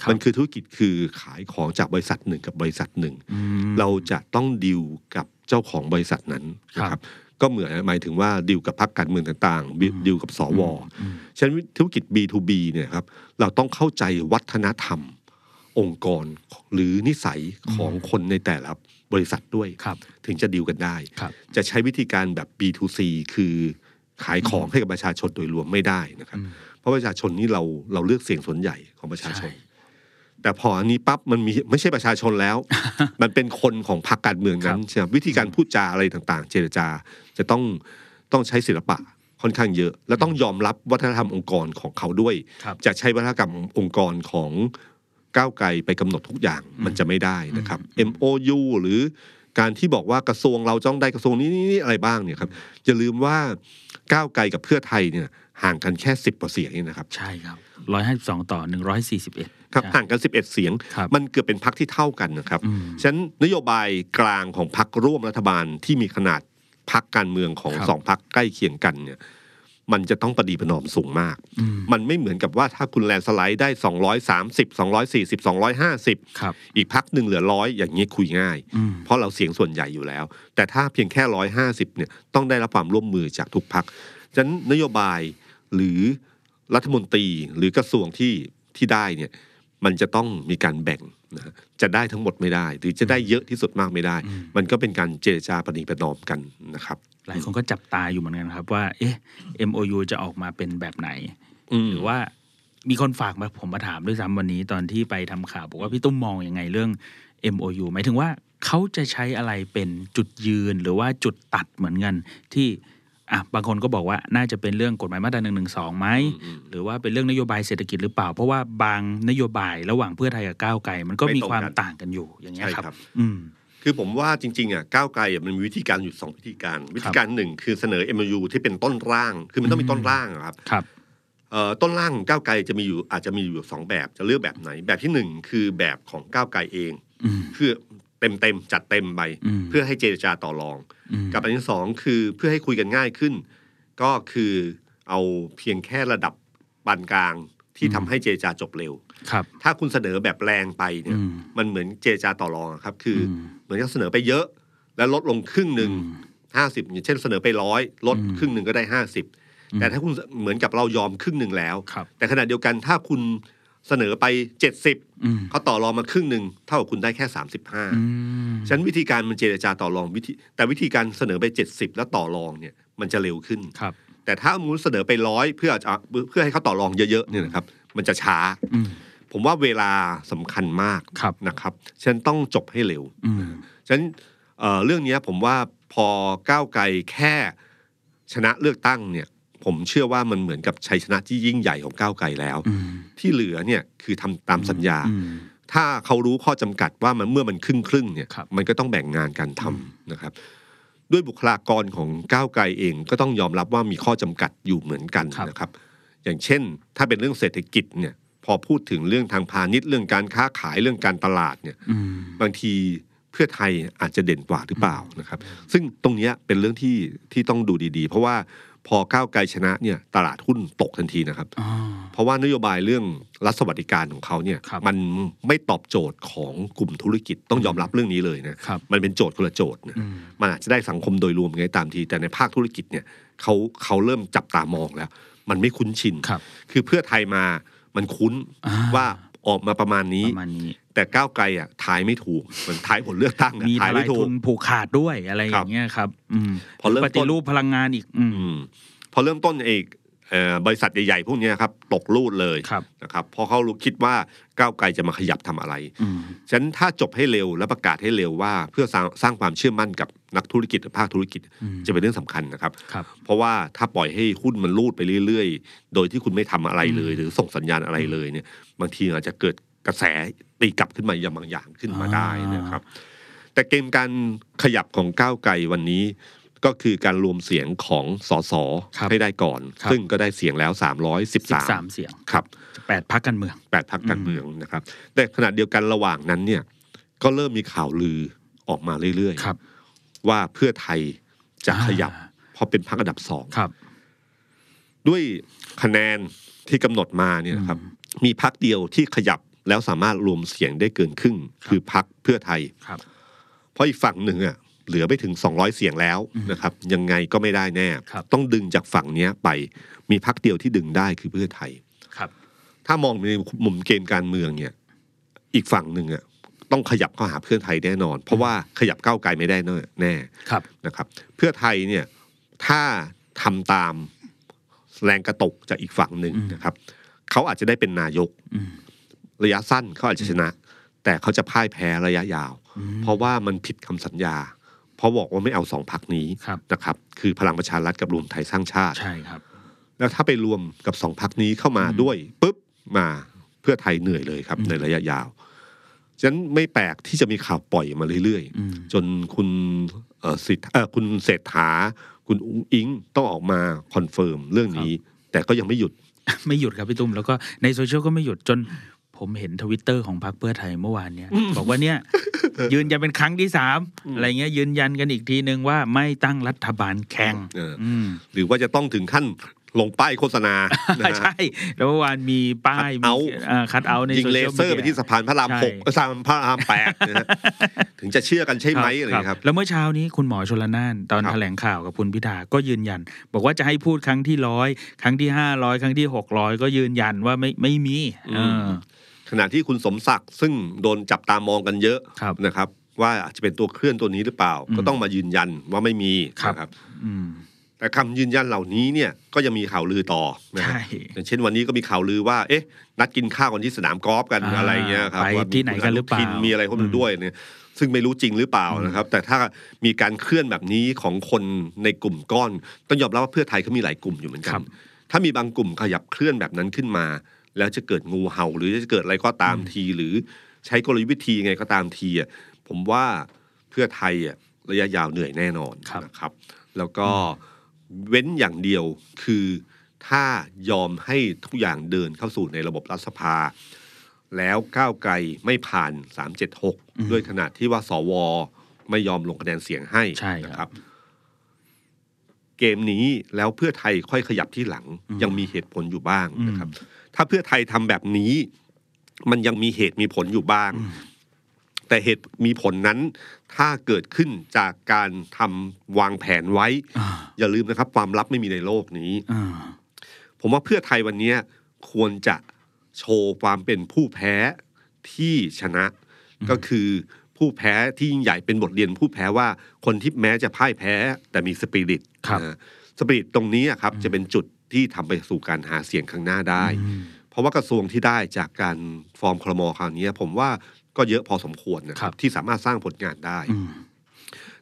[SPEAKER 3] ครับ
[SPEAKER 2] มันคือธุรกิจคือขายของจากบริษัทหนึ่งกับบริษัทหนึ่ง
[SPEAKER 3] อืม
[SPEAKER 2] เราจะต้องดิวกับเจ้าของบริษัทนั้นนะค
[SPEAKER 3] ครั
[SPEAKER 2] รับบ ก็เหมือนหมายถึงว่าดิวกับพรรคการเมืองต่างๆดิวกับสว
[SPEAKER 3] อืม
[SPEAKER 2] ฉะนั้นธุรกิจ B2B เนี่ยครับเราต้องเข้าใจวัฒนธรรม องค์กรหรือนิสัยของคนในแต่ละบริษัทด้วย
[SPEAKER 3] ครับ
[SPEAKER 2] ถึงจะดีลกันได้
[SPEAKER 3] ครับ
[SPEAKER 2] จะใช้วิธีการแบบ B2C คือขายของให้กับประชาชนโดยรวมไม่ได้นะครับ
[SPEAKER 3] อืม
[SPEAKER 2] เพราะประชาชนนี่เราเราเลือกเสียงส่วนใหญ่ของประชาช
[SPEAKER 3] ใช่
[SPEAKER 2] น แต่พออันนี้ปั๊บมันมีไม่ใช่ประชาชน แล้ว มันเป็นคนของพรรคการเมืองนั้นใช่ไหมวิธีการพูดจาอะไรต่างๆ เจรจาจะต้องต้องใช้ศิลปะค่อนข้างเยอะ และต้องยอมรับวัฒนธรรมองค์กรของเขาด้วย
[SPEAKER 3] ครับ
[SPEAKER 2] จะใช้วัฒนกรรมองค์กรของก้าวไกลไปกำหนดทุกอย่างมันจะไม่ได้นะครับ MOU หรือการที่บอกว่ากระทรวงเราต้องได้กระทรวงนี้นี่นี่อะไรบ้างเนี่ยครับอย่าลืมว่าก้าวไกลกับเพื่อไทยเนี่ยห่างกันแค่สิบกว่าเสียงเองนะครับ
[SPEAKER 3] ใช่ครับร้อยห้าสิบสองต่อหนึ่งร้อยสี่สิบเอ็ด
[SPEAKER 2] ครับห่างกันสิบเอ็ดเสียง
[SPEAKER 3] ครับ
[SPEAKER 2] มันเกือบเป็นพักที่เท่ากันนะครับ
[SPEAKER 3] อืม
[SPEAKER 2] ฉะนั้นนโยบายกลางของพักร่วมรัฐบาลที่มีขนาดพักการเมืองของ
[SPEAKER 3] ครับ
[SPEAKER 2] สองพักใกล้เคียงกันเนี่ยมันจะต้องประดีประนอมสูงมาก
[SPEAKER 3] อืม
[SPEAKER 2] มันไม่เหมือนกับว่าถ้าคุณแลนด์สไลด์ได้ 230 240 250
[SPEAKER 3] ครับ
[SPEAKER 2] อีกพักหนึ่งเหลือร้อยอย่างนี้ยคุยง่าย
[SPEAKER 3] อืม
[SPEAKER 2] เพราะเราเสียงส่วนใหญ่อยู่แล้ว แต่ถ้าเพียงแค่ 150เนี่ยต้องได้รับความร่วมมือจากทุกพักฉะนั้นนโยบายหรือรัฐมนตรีหรือกระทรวงที่ที่ได้เนี่ยมันจะต้องมีการแบ่งนะฮะจะได้ทั้งหมดไม่ได้ หรือจะได้เยอะที่สุดมากไม่ได้
[SPEAKER 3] อืม
[SPEAKER 2] มันก็เป็นการเจรจาประนีประนอมกันนะครับ
[SPEAKER 3] หลายคนก็จับตาอยู่เหมือนกันครับว่า เอ๊ะ MOU จะออกมาเป็นแบบไหน
[SPEAKER 2] ม
[SPEAKER 3] หรือว่ามีคนฝากมาผมมาถามด้วยซ้ำวันนี้ตอนที่ไปทำข่าวบอกว่าพี่ตุ้มมองยังไงเรื่อง MOU หมายถึงว่าเขาจะใช้อะไรเป็นจุดยืนหรือว่าจุดตัดเหมือนกันที่อ่ะบางคนก็บอกว่าน่าจะเป็นเรื่องกฎหมายมาตราหนึ่งหนึ่งสองไหม
[SPEAKER 2] อืมอืม
[SPEAKER 3] หรือว่าเป็นเรื่องนโยบายเศรษฐกิจหรือเปล่า เพราะว่าบางนโยบายระหว่างเพื่อไทยกับก้าวไกลมันก็
[SPEAKER 2] ไม่
[SPEAKER 3] มี
[SPEAKER 2] ตรง
[SPEAKER 3] ความ
[SPEAKER 2] กัน
[SPEAKER 3] ต่างกันอยู่อย่างเงี้ย
[SPEAKER 2] ใช่
[SPEAKER 3] ครับ
[SPEAKER 2] ครับ
[SPEAKER 3] อืม
[SPEAKER 2] คือผมว่าจริงๆอ่ะก้าวไกลอ่ะมันมีวิธีการอยู่สองวิธีการ วิธีการหนึ่งคือเสนอ MOU ที่เป็นต้นร่าง คือมันต้องมีต้นร่างอะครับ
[SPEAKER 3] ครับ
[SPEAKER 2] เอ่อต้นร่างของก้าวไกลจะมีอยู่อาจจะมีอยู่สองแบบจะเลือกแบบไหน แบบที่หนึ่งคือแบบของก้าวไกลเอง
[SPEAKER 3] อืม
[SPEAKER 2] คือเต็มเต็มๆจัดเต็มไป
[SPEAKER 3] อืม
[SPEAKER 2] เพื่อให้เจรจาต่อรอง
[SPEAKER 3] ม
[SPEAKER 2] กับอันที่สองคือเพื่อให้คุยกันง่ายขึ้น ก็คือเอาเพียงแค่ระดับปานกลางที่ทำให้เจรจาจบเร็ว
[SPEAKER 3] ครับ
[SPEAKER 2] ถ้าคุณเสนอแบบแรงไปเนี่ย
[SPEAKER 3] อืม
[SPEAKER 2] มันเหมือนเจรจาต่อรองอะครับคือ
[SPEAKER 3] ม
[SPEAKER 2] เหมือนกับเสนอไปเยอะ แล้วลดลงครึ่งหนึ่งห้าสิบอย่างเช่นเสนอไปร้อยลด
[SPEAKER 3] อืม
[SPEAKER 2] ครึ่งหนึ่งก็ได้ห้าสิบ
[SPEAKER 3] อืม
[SPEAKER 2] แต่ถ้าคุณเหมือนกับเรายอมครึ่งหนึ่งแล้ว
[SPEAKER 3] ครับ
[SPEAKER 2] แต่ขณะเดียวกันถ้าคุณเสนอไปเจ็ดสิบ
[SPEAKER 3] อืม
[SPEAKER 2] เขาต่อรองมาครึ่งหนึ่งเท่ากับคุณได้แค่สามสิบห้า
[SPEAKER 3] อืม
[SPEAKER 2] ฉะนันวิธีการมันเจรจาต่อรองวิธี แต่วิธีการเสนอไปเจ็ดสิบแล้วต่อรองเนี่ยมันจะเร็วขึ้น
[SPEAKER 3] ครับ
[SPEAKER 2] แต่ถ้ามูลเสนอไปร้อยเพื่อจะเพื่อให้เขาต่อรองเยอะๆเนี่ยนะครับมันจะช้า
[SPEAKER 3] อืม
[SPEAKER 2] ผมว่าเวลาสำคัญมาก
[SPEAKER 3] ครับ
[SPEAKER 2] นะครับฉะนันต้องจบให้เร็ว
[SPEAKER 3] อืม
[SPEAKER 2] ฉะนั้นเอ่อเรื่องเนี้ยผมว่าพอก้าวไกลแค่ชนะเลือกตั้งเนี่ยผมเชื่อว่ามันเหมือนกับชัยชนะที่ยิ่งใหญ่ของก้าวไกลแล้ว
[SPEAKER 3] อืม
[SPEAKER 2] ที่เหลือเนี่ยคือทำตามสัญญา
[SPEAKER 3] อืม
[SPEAKER 2] ถ้าเขารู้ข้อจำกัดว่ามันเมื่อมันครึ่งครึ่งๆเนี่ย
[SPEAKER 3] ครับ
[SPEAKER 2] มันก็ต้องแบ่งงานการทำนะครับ ด้วยบุคลากรของก้าวไกลเองก็ต้องยอมรับว่ามีข้อจำกัดอยู่เหมือนกันนะครับ อย่างเช่น ถ้าเป็นเรื่องเศรษฐกิจเนี่ยพอพูดถึงเรื่องทางพาณิชย์เรื่องการค้าขายเรื่องการตลาดเนี่ย
[SPEAKER 3] อืม
[SPEAKER 2] บางทีเพื่อไทยอาจจะเด่นกว่าหรือเปล่านะครับ ซึ่งตรงเนี้ยเป็นเรื่องที่ที่ต้องดูดีๆ เพราะว่าพอก้าวไกลชนะเนี่ยตลาดหุ้นตกทันทีนะครับ
[SPEAKER 3] อ๋อ
[SPEAKER 2] เพราะว่านโยบายเรื่องรัฐสวัสดิการของเขาเนี่ย
[SPEAKER 3] ครับ
[SPEAKER 2] มันไม่ตอบโจทย์ของกลุ่มธุรกิจต้องยอมรับเรื่องนี้เลยนะครับ มันเป็นโจทย์คนละโจทย์นะ
[SPEAKER 3] อืม
[SPEAKER 2] มันอาจจะได้สังคมโดยรวมไงตามที แต่ในภาคธุรกิจเนี่ยเขาเขาเริ่มจับตามองแล้ว มันไม่คุ้นชิน
[SPEAKER 3] ครับ
[SPEAKER 2] คือเพื่อไทยมามันคุ้น
[SPEAKER 3] อ่า
[SPEAKER 2] ว่าออกมาประมาณ
[SPEAKER 3] ป
[SPEAKER 2] นี้
[SPEAKER 3] ระมาณนี้
[SPEAKER 2] แต่ก้าวไกลอ่ะทายไม่ถูกเหมือนทายผลเลือกตั้งอะ
[SPEAKER 3] มี
[SPEAKER 2] ทาย
[SPEAKER 3] ทลา
[SPEAKER 2] ไม่
[SPEAKER 3] ย
[SPEAKER 2] ถู
[SPEAKER 3] ทุ
[SPEAKER 2] ก
[SPEAKER 3] นผูกขาดด้วยอะไรอย่างเงี้ยครับ อืม
[SPEAKER 2] พอเริ่มต้น
[SPEAKER 3] ปฏิรูปพลังงานอีก อืม
[SPEAKER 2] อืมพอเริ่มต้นเอกเอ่อบริษัทใหญ่ๆพวกเนี้ยครับตกลูดเลย
[SPEAKER 3] ครับ
[SPEAKER 2] นะครับเพอเขารู้คิดว่าก้าวไกลจะมาขยับทำอะไร
[SPEAKER 3] อืม
[SPEAKER 2] ฉะนั้นถ้าจบให้เร็วและประกาศให้เร็วว่าเพื่อสร้างสร้างความเชื่อมั่นกับนักธุรกิจหรือภาคธุรกิจ
[SPEAKER 3] อืม
[SPEAKER 2] จะเป็นเรื่องสำคัญนะครับ
[SPEAKER 3] ครับ
[SPEAKER 2] เพราะว่าถ้าปล่อยให้หุ้นมันลูดไปเรื่อยๆ โดยที่คุณไม่ทำอะไรเลย หรือส่งสัญญาณอะไรเลยเนี่ยบางทีอาจจะเกิดกระแสตีกลับขึ้นมาอย่างบางอย่างขึ้นมาได้นะครับ แต่เกมการขยับของก้าวไกลวันนี้ ก็คือการรวมเสียงของสส
[SPEAKER 3] ครับ
[SPEAKER 2] ให้ได้ก่อน
[SPEAKER 3] ครับ
[SPEAKER 2] ซึ่งก็ได้เสียงแล้ว
[SPEAKER 3] สิบสาม
[SPEAKER 2] 313
[SPEAKER 3] เสียง
[SPEAKER 2] ครับ
[SPEAKER 3] แปดพักการเมือง
[SPEAKER 2] แปดพักการเมืองนะครับ แต่ขณะเดียวกันระหว่างนั้นเนี่ยก็เริ่มมีข่าวลือออกมาเรื่อย
[SPEAKER 3] ครับ
[SPEAKER 2] ๆ ว่าเพื่อไทยจะขยับ
[SPEAKER 3] อ่า
[SPEAKER 2] เพอเป็นพักอันดับสอง
[SPEAKER 3] ครับ
[SPEAKER 2] ด้วยคะแนนที่กำหนดมาเนี่ยนะครับ มีพักเดียวที่ขยับแล้วสามารถรวมเสียงได้เกินครึ่ง คือพักเพื่อไทย
[SPEAKER 3] ครับ
[SPEAKER 2] เพราะอีกฝั่งหนึ่งอ่ะเหลือไม่ถึง 200 เสียงแล้ว
[SPEAKER 3] อืม
[SPEAKER 2] นะครับ ยังไงก็ไม่ได้แน่
[SPEAKER 3] ครับ
[SPEAKER 2] ต้องดึงจากฝั่งเนี้ยไปมีพักเดียวที่ดึงได้คือเพื่อไทย
[SPEAKER 3] ครับ
[SPEAKER 2] ถ้ามองในมุมเกมการเมืองเนี่ย อีกฝั่งหนึ่งอ่ะต้องขยับเข้าหาเพื่อไทยแน่นอน เพราะว่าขยับก้าวไกลไม่ได้แน่แน่
[SPEAKER 3] ครับ
[SPEAKER 2] นะครับ เพื่อไทยเนี่ยถ้าทำตามแรงกระตกจากอีกฝั่งหนึ่งนะครับเขาอาจจะได้เป็นนายก
[SPEAKER 3] อืม
[SPEAKER 2] ระยะสั้นเขาอาจจะชนะ แต่เขาจะพ่ายแพ้ระยะยาว
[SPEAKER 3] อืม
[SPEAKER 2] เพราะว่ามันผิดคำสัญญา เพราะบอกว่าไม่เอาสองพักนี้
[SPEAKER 3] ครับ
[SPEAKER 2] นะครับ คือพลังประชารัฐกับรวมไทยสร้างชาติ
[SPEAKER 3] ใช่ครับ
[SPEAKER 2] แล้วถ้าไปรวมกับสองพักนี้เข้ามา
[SPEAKER 3] อืม
[SPEAKER 2] ด้วยปุ๊บมาเพื่อไทยเหนื่อยเลยครับ
[SPEAKER 3] อืม
[SPEAKER 2] ในระยะยาว ฉะนั้นไม่แปลกที่จะมีข่าวปล่อยมาเรื่อย
[SPEAKER 3] อืม
[SPEAKER 2] ๆ จนคุณเอ่อสิทธเอ่อคุณเศรษฐา คุณอุ้งอิงต้องออกมาคอนเฟิร์มเรื่องนี้ แต่ก็ยังไม่หยุด
[SPEAKER 3] ไม่หยุดครับพี่ตุ้มแล้วก็ในโซเชียลก็ไม่หยุดจนผมเห็นทวิตเตอร์ของพรรคเพื่อไทยเมื่อวานเนี่ย บอกว่าเนี่ย ยืนยันเป็นครั้งที่สามอะไรเงี้ยยืนยันกันอีกทีนึงว่าไม่ตั้งรัฐบาลแข่ง
[SPEAKER 2] เอออื
[SPEAKER 3] ม
[SPEAKER 2] หรือว่าจะต้องถึงขั้นลงป้ายโฆษณานะฮะ
[SPEAKER 3] ใช่ แล้วเมื่อวานมีป้าย
[SPEAKER 2] Cut
[SPEAKER 3] มี
[SPEAKER 2] out
[SPEAKER 3] คัดเอาใน
[SPEAKER 2] ยิง
[SPEAKER 3] โซ
[SPEAKER 2] เล
[SPEAKER 3] เชียล
[SPEAKER 2] เซอร์ไปที่สะพานพระรามหกเอ้ยสะพานพระรามแปดนะฮะถึงจะเชื่อกันใช่ไหมอะไรอย่างเงี้ยครับ
[SPEAKER 3] แล้วเมื่อเช้านี้คุณหมอชลนานตอน
[SPEAKER 2] ครับ
[SPEAKER 3] แถลงข่าวกับคุณพิธาก็ยืนยัน บอกว่าจะให้พูดครั้งที่ร้อยครั้งที่ห้าร้อยครั้งที่หกร้อยก็ยืนยันว่าไม่ไม่มีเออ
[SPEAKER 2] ขณะที่คุณสมศักดิ์ซึ่งโดนจับตามองกันเยอะ
[SPEAKER 3] ครับ
[SPEAKER 2] นะครับ ว่าอาจจะเป็นตัวเคลื่อนตัวนี้หรือเปล่า
[SPEAKER 3] อืม
[SPEAKER 2] ก็ต้องมายืนยันว่าไม่มี
[SPEAKER 3] ครับ
[SPEAKER 2] นะ
[SPEAKER 3] อืม
[SPEAKER 2] แต่คำยืนยันเหล่านี้เนี่ยก็ยังมีข่าวลือต่อนะฮะ
[SPEAKER 3] ใช่
[SPEAKER 2] อย่างเช่นวันนี้ก็มีข่าวลือว่า เอ๊ะ นัดกินข้าวกันที่สนามกอล์ฟกัน
[SPEAKER 3] อ่า
[SPEAKER 2] อะไรเงี้ยครับ
[SPEAKER 3] ไป
[SPEAKER 2] ว่า
[SPEAKER 3] ที่ไหนกันหรือเปล่า
[SPEAKER 2] คุณทินมีอะไรพวกนั้
[SPEAKER 3] อื
[SPEAKER 2] น
[SPEAKER 3] ม
[SPEAKER 2] ด้วยเนี่ยซึ่งไม่รู้จริงหรือเปล่านะครับ แต่ถ้ามีการเคลื่อนแบบนี้ของคนในกลุ่มก้อน ต้องยอมรับว่าเพื่อไทยเขามีหลายกลุ่มอยู่เหมือนกั
[SPEAKER 3] ครั
[SPEAKER 2] น
[SPEAKER 3] บ
[SPEAKER 2] ถ้ามีบางกลุ่มขยับเคลื่อนแบบนั้นขึ้นมา แล้วจะเกิดงูเห่า หรือจะเกิดอะไรก็ตามที หรือใช้กลยุทธ์วิธียังไงก็ตามทีอ่ะผมว่าเพื่อไทยอ่ะระยะยาวเหนื่อยแน่นอน
[SPEAKER 3] ครับ
[SPEAKER 2] นะครับ แล้วก็เว้นอย่างเดียวคือถ้ายอมให้ทุกอย่างเดินเข้าสู่ในระบบรัฐสภา แล้วก้าวไกลไม่ผ่าน 376 ด้วยขนาดที่ว่าสว ไม่ยอมลงคะแนนเสียงให้
[SPEAKER 3] ใช่ครับ
[SPEAKER 2] นะครับ เกมนี้แล้วเพื่อไทยค่อยขยับที่หลัง ยังมีเหตุผลอยู่บ้างนะครับ ถ้าเพื่อไทยทำแบบนี้ มันยังมีเหตุมีผลอยู่บ้าง แต่เหตุมีผลนั้น ถ้าเกิดขึ้นจากการทำวางแผนไว้
[SPEAKER 3] อ่า
[SPEAKER 2] อย่าลืมนะครับ ความลับไม่มีในโลกนี้
[SPEAKER 3] อ่า
[SPEAKER 2] ผมว่าเพื่อไทยวันเนี้ยควรจะโชว์ความเป็นผู้แพ้ที่ชนะ ก็คือผู้แพ้ที่ยิ่งใหญ่เป็นบทเรียนผู้แพ้ว่าคนที่แม้จะพ่ายแพ้แต่มีสปิริต
[SPEAKER 3] ครับ
[SPEAKER 2] นะสปิริตตรงนี้อะครับจะเป็นจุดที่ทำไปสู่การหาเสียงข้างหน้าได้
[SPEAKER 3] อืม
[SPEAKER 2] เพราะว่ากระทรวงที่ได้จากการฟอร์มครมคราวนี้ผมว่าก็เยอะพอสมควรนะค
[SPEAKER 3] ครั
[SPEAKER 2] รับบ ที่สามารถสร้างผลงานได้
[SPEAKER 3] อืม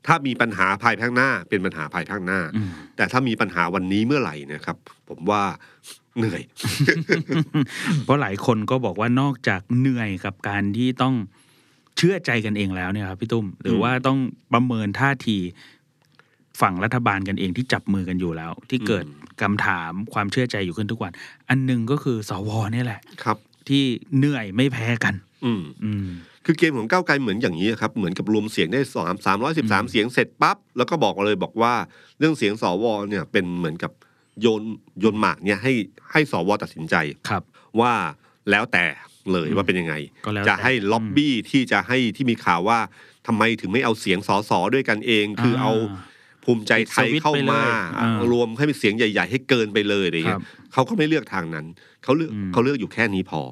[SPEAKER 2] ถ้ามีปัญหาภายข้างหน้าเป็นปัญหาภายข้างหน้า
[SPEAKER 3] อืม
[SPEAKER 2] แต่ถ้ามีปัญหาวันนี้เมื่อไหร่นะครับ ผมว่าเหนื่อย
[SPEAKER 3] เพราะหลายคนก็บอกว่านอกจากเหนื่อยกับการที่ต้องเชื่อใจกันเองแล้วเนี่ยครับพี่ตุ้มหรือว่าต้องประเมินท่าทีฝั่งรัฐบาลกันเองที่จับมือกันอยู่แล้ว ที่เกิดคำถามความเชื่อใจอยู่ขึ้นทุกวัน อันหนึ่งก็คือสวเนี่ยแหละ
[SPEAKER 2] ครับ
[SPEAKER 3] ที่เหนื่อยไม่แพ้กัน
[SPEAKER 2] อืม
[SPEAKER 3] อืม
[SPEAKER 2] คือเกมของก้าวไกลเหมือนอย่างนี้ครับ เหมือนกับรวมเสียงได้สามสามร้อยสิบสามเสียงเสร็จปั๊บ แล้วก็บอกเลยบอกว่าเรื่องเสียงสวเนี่ยเป็นเหมือนกับโยนโยนหมากเนี่ยให้ให้สวตัดสินใจ
[SPEAKER 3] ครับ
[SPEAKER 2] ว่าแล้วแต่เลยว่าเป็นยังไง
[SPEAKER 3] ก็แล้วแต่
[SPEAKER 2] จะให้ล็อบบี้ที่จะให้ที่มีข่าวว่าทำไมถึงไม่เอาเสียงสสด้วยกันเอง คือเอาภูมิใจไทยเข้ามา
[SPEAKER 3] ปิดสวิตช์ไปเลยอ่าร
[SPEAKER 2] วมให้เป็นเสียงใหญ่ ๆ ให้เกินไปเลยอะไรอย่างเงี้
[SPEAKER 3] ครั
[SPEAKER 2] ย
[SPEAKER 3] บ
[SPEAKER 2] เขาก็ไม่เลือกทางนั้นเขาเลือกเขาเลือกอยู่แค่นี้พอ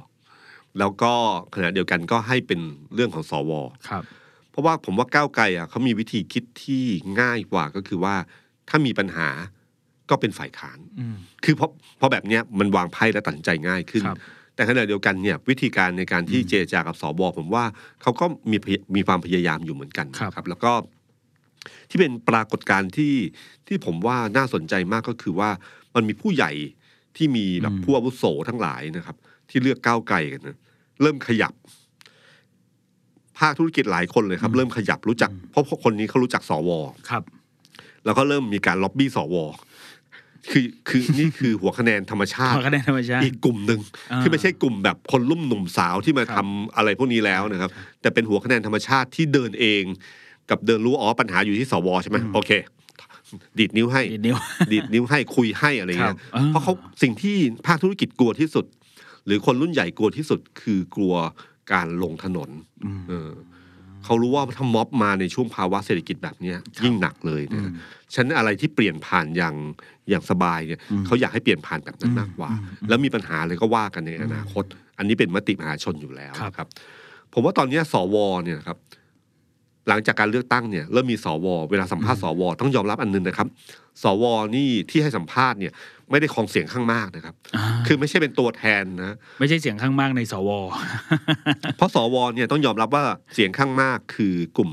[SPEAKER 2] แล้วก็ขณะเดียวกันก็ให้เป็นเรื่องของสว
[SPEAKER 3] ครับ
[SPEAKER 2] เพราะว่าผมว่าก้าวไกลอ่ะเขามีวิธีคิดที่ง่ายกว่าก็คือว่า ถ้ามีปัญหาก็เป็นฝ่ายค้าน
[SPEAKER 3] อืม
[SPEAKER 2] คือเพราะเพราะแบบเนี้ยมันวางไพ่และตัดสินใจง่ายขึ้น
[SPEAKER 3] ครับ
[SPEAKER 2] แต่ขณะเดียวกันเนี่ยวิธีการในการที่เจรจากับสบผมว่าเขาก็มีพยมีความพยายามอยู่เหมือนกันนะแล้วก็ที่เป็นปรากฏการณ์ที่ที่ผมว่าน่าสนใจมากก็คือว่ามันมีผู้ใหญ่ที่มีแบบผู้อาวุโสทั้งหลายนะครับ ที่เลือกก้าวไกลกันนะเริ่มขยับ ภาคธุรกิจหลายคนเลยครับ เริ่มขยับรู้จักเพราะพวกคนนี้เขารู้จักสว
[SPEAKER 3] ครับ
[SPEAKER 2] แล้วก็เริ่มมีการล็อบบี้สว คือคือ นี่คือหัวคะแนนธรรมชาติ
[SPEAKER 3] หัวคะแนนธรรมชาติ
[SPEAKER 2] อีกกลุ่มหนึ่ง
[SPEAKER 3] อ่า
[SPEAKER 2] ที่ไม่ใช่กลุ่มแบบคนรุ่มหนุ่มสาวที่มา
[SPEAKER 3] ครั
[SPEAKER 2] ทำ
[SPEAKER 3] บ
[SPEAKER 2] อะไรพวกนี้แล้วนะครับ แต่เป็นหัวคะแนนธรรมชาติที่เดินเอง กับเดินรู้อ๋อปัญหาอยู่ที่สวใช่ไหมโอเค ดีดนิ้วให้
[SPEAKER 3] อีกนิดเดียว
[SPEAKER 2] ดีดนิ้วให้คุยให้อะไร
[SPEAKER 3] ครั
[SPEAKER 2] เงี้ย
[SPEAKER 3] บอ่า
[SPEAKER 2] เพราะเขาสิ่งที่ภาคธุรกิจกลัวที่สุด หรือคนรุ่นใหญ่กลัวที่สุดคือกลัวการลงถนน
[SPEAKER 3] อืม
[SPEAKER 2] เออเขารู้ว่าถ้าม็อบมาในช่วงภาวะเศรษฐกิจแบบเนี้ยยิ่งหนักเลย
[SPEAKER 3] อื
[SPEAKER 2] นะ
[SPEAKER 3] ม
[SPEAKER 2] ฉะนันอะไรที่เปลี่ยนผ่านอย่างอย่างสบายเนี่ย
[SPEAKER 3] อืม
[SPEAKER 2] เขาอยากให้เปลี่ยนผ่านแบบนั้นมากกว่า
[SPEAKER 3] อืมอืม
[SPEAKER 2] แล้วมีปัญหาอะไรก็ว่ากันในอนาคต อันนี้เป็นมติมหาชนอยู่แล้ว
[SPEAKER 3] ครับ
[SPEAKER 2] นะครับ ผมว่าตอนเนี้ยสวเนี่ยนะครับ หลังจากการเลือกตั้งเนี่ยเริ่มมีสว เวลาสัมภาษณ์สว ต้องยอมรับอันหนึงนะครับ สวนี่ที่ให้สัมภาษณ์เนี่ย ไม่ได้ครองเสียงข้างมากนะครับ
[SPEAKER 3] อ่า
[SPEAKER 2] คือไม่ใช่เป็นตัวแทนนะ
[SPEAKER 3] ไม่ใช่เสียงข้างมากในสว
[SPEAKER 2] เพราะสวเนี่ยต้องยอมรับว่าเสียงข้างมากคือกลุ่ม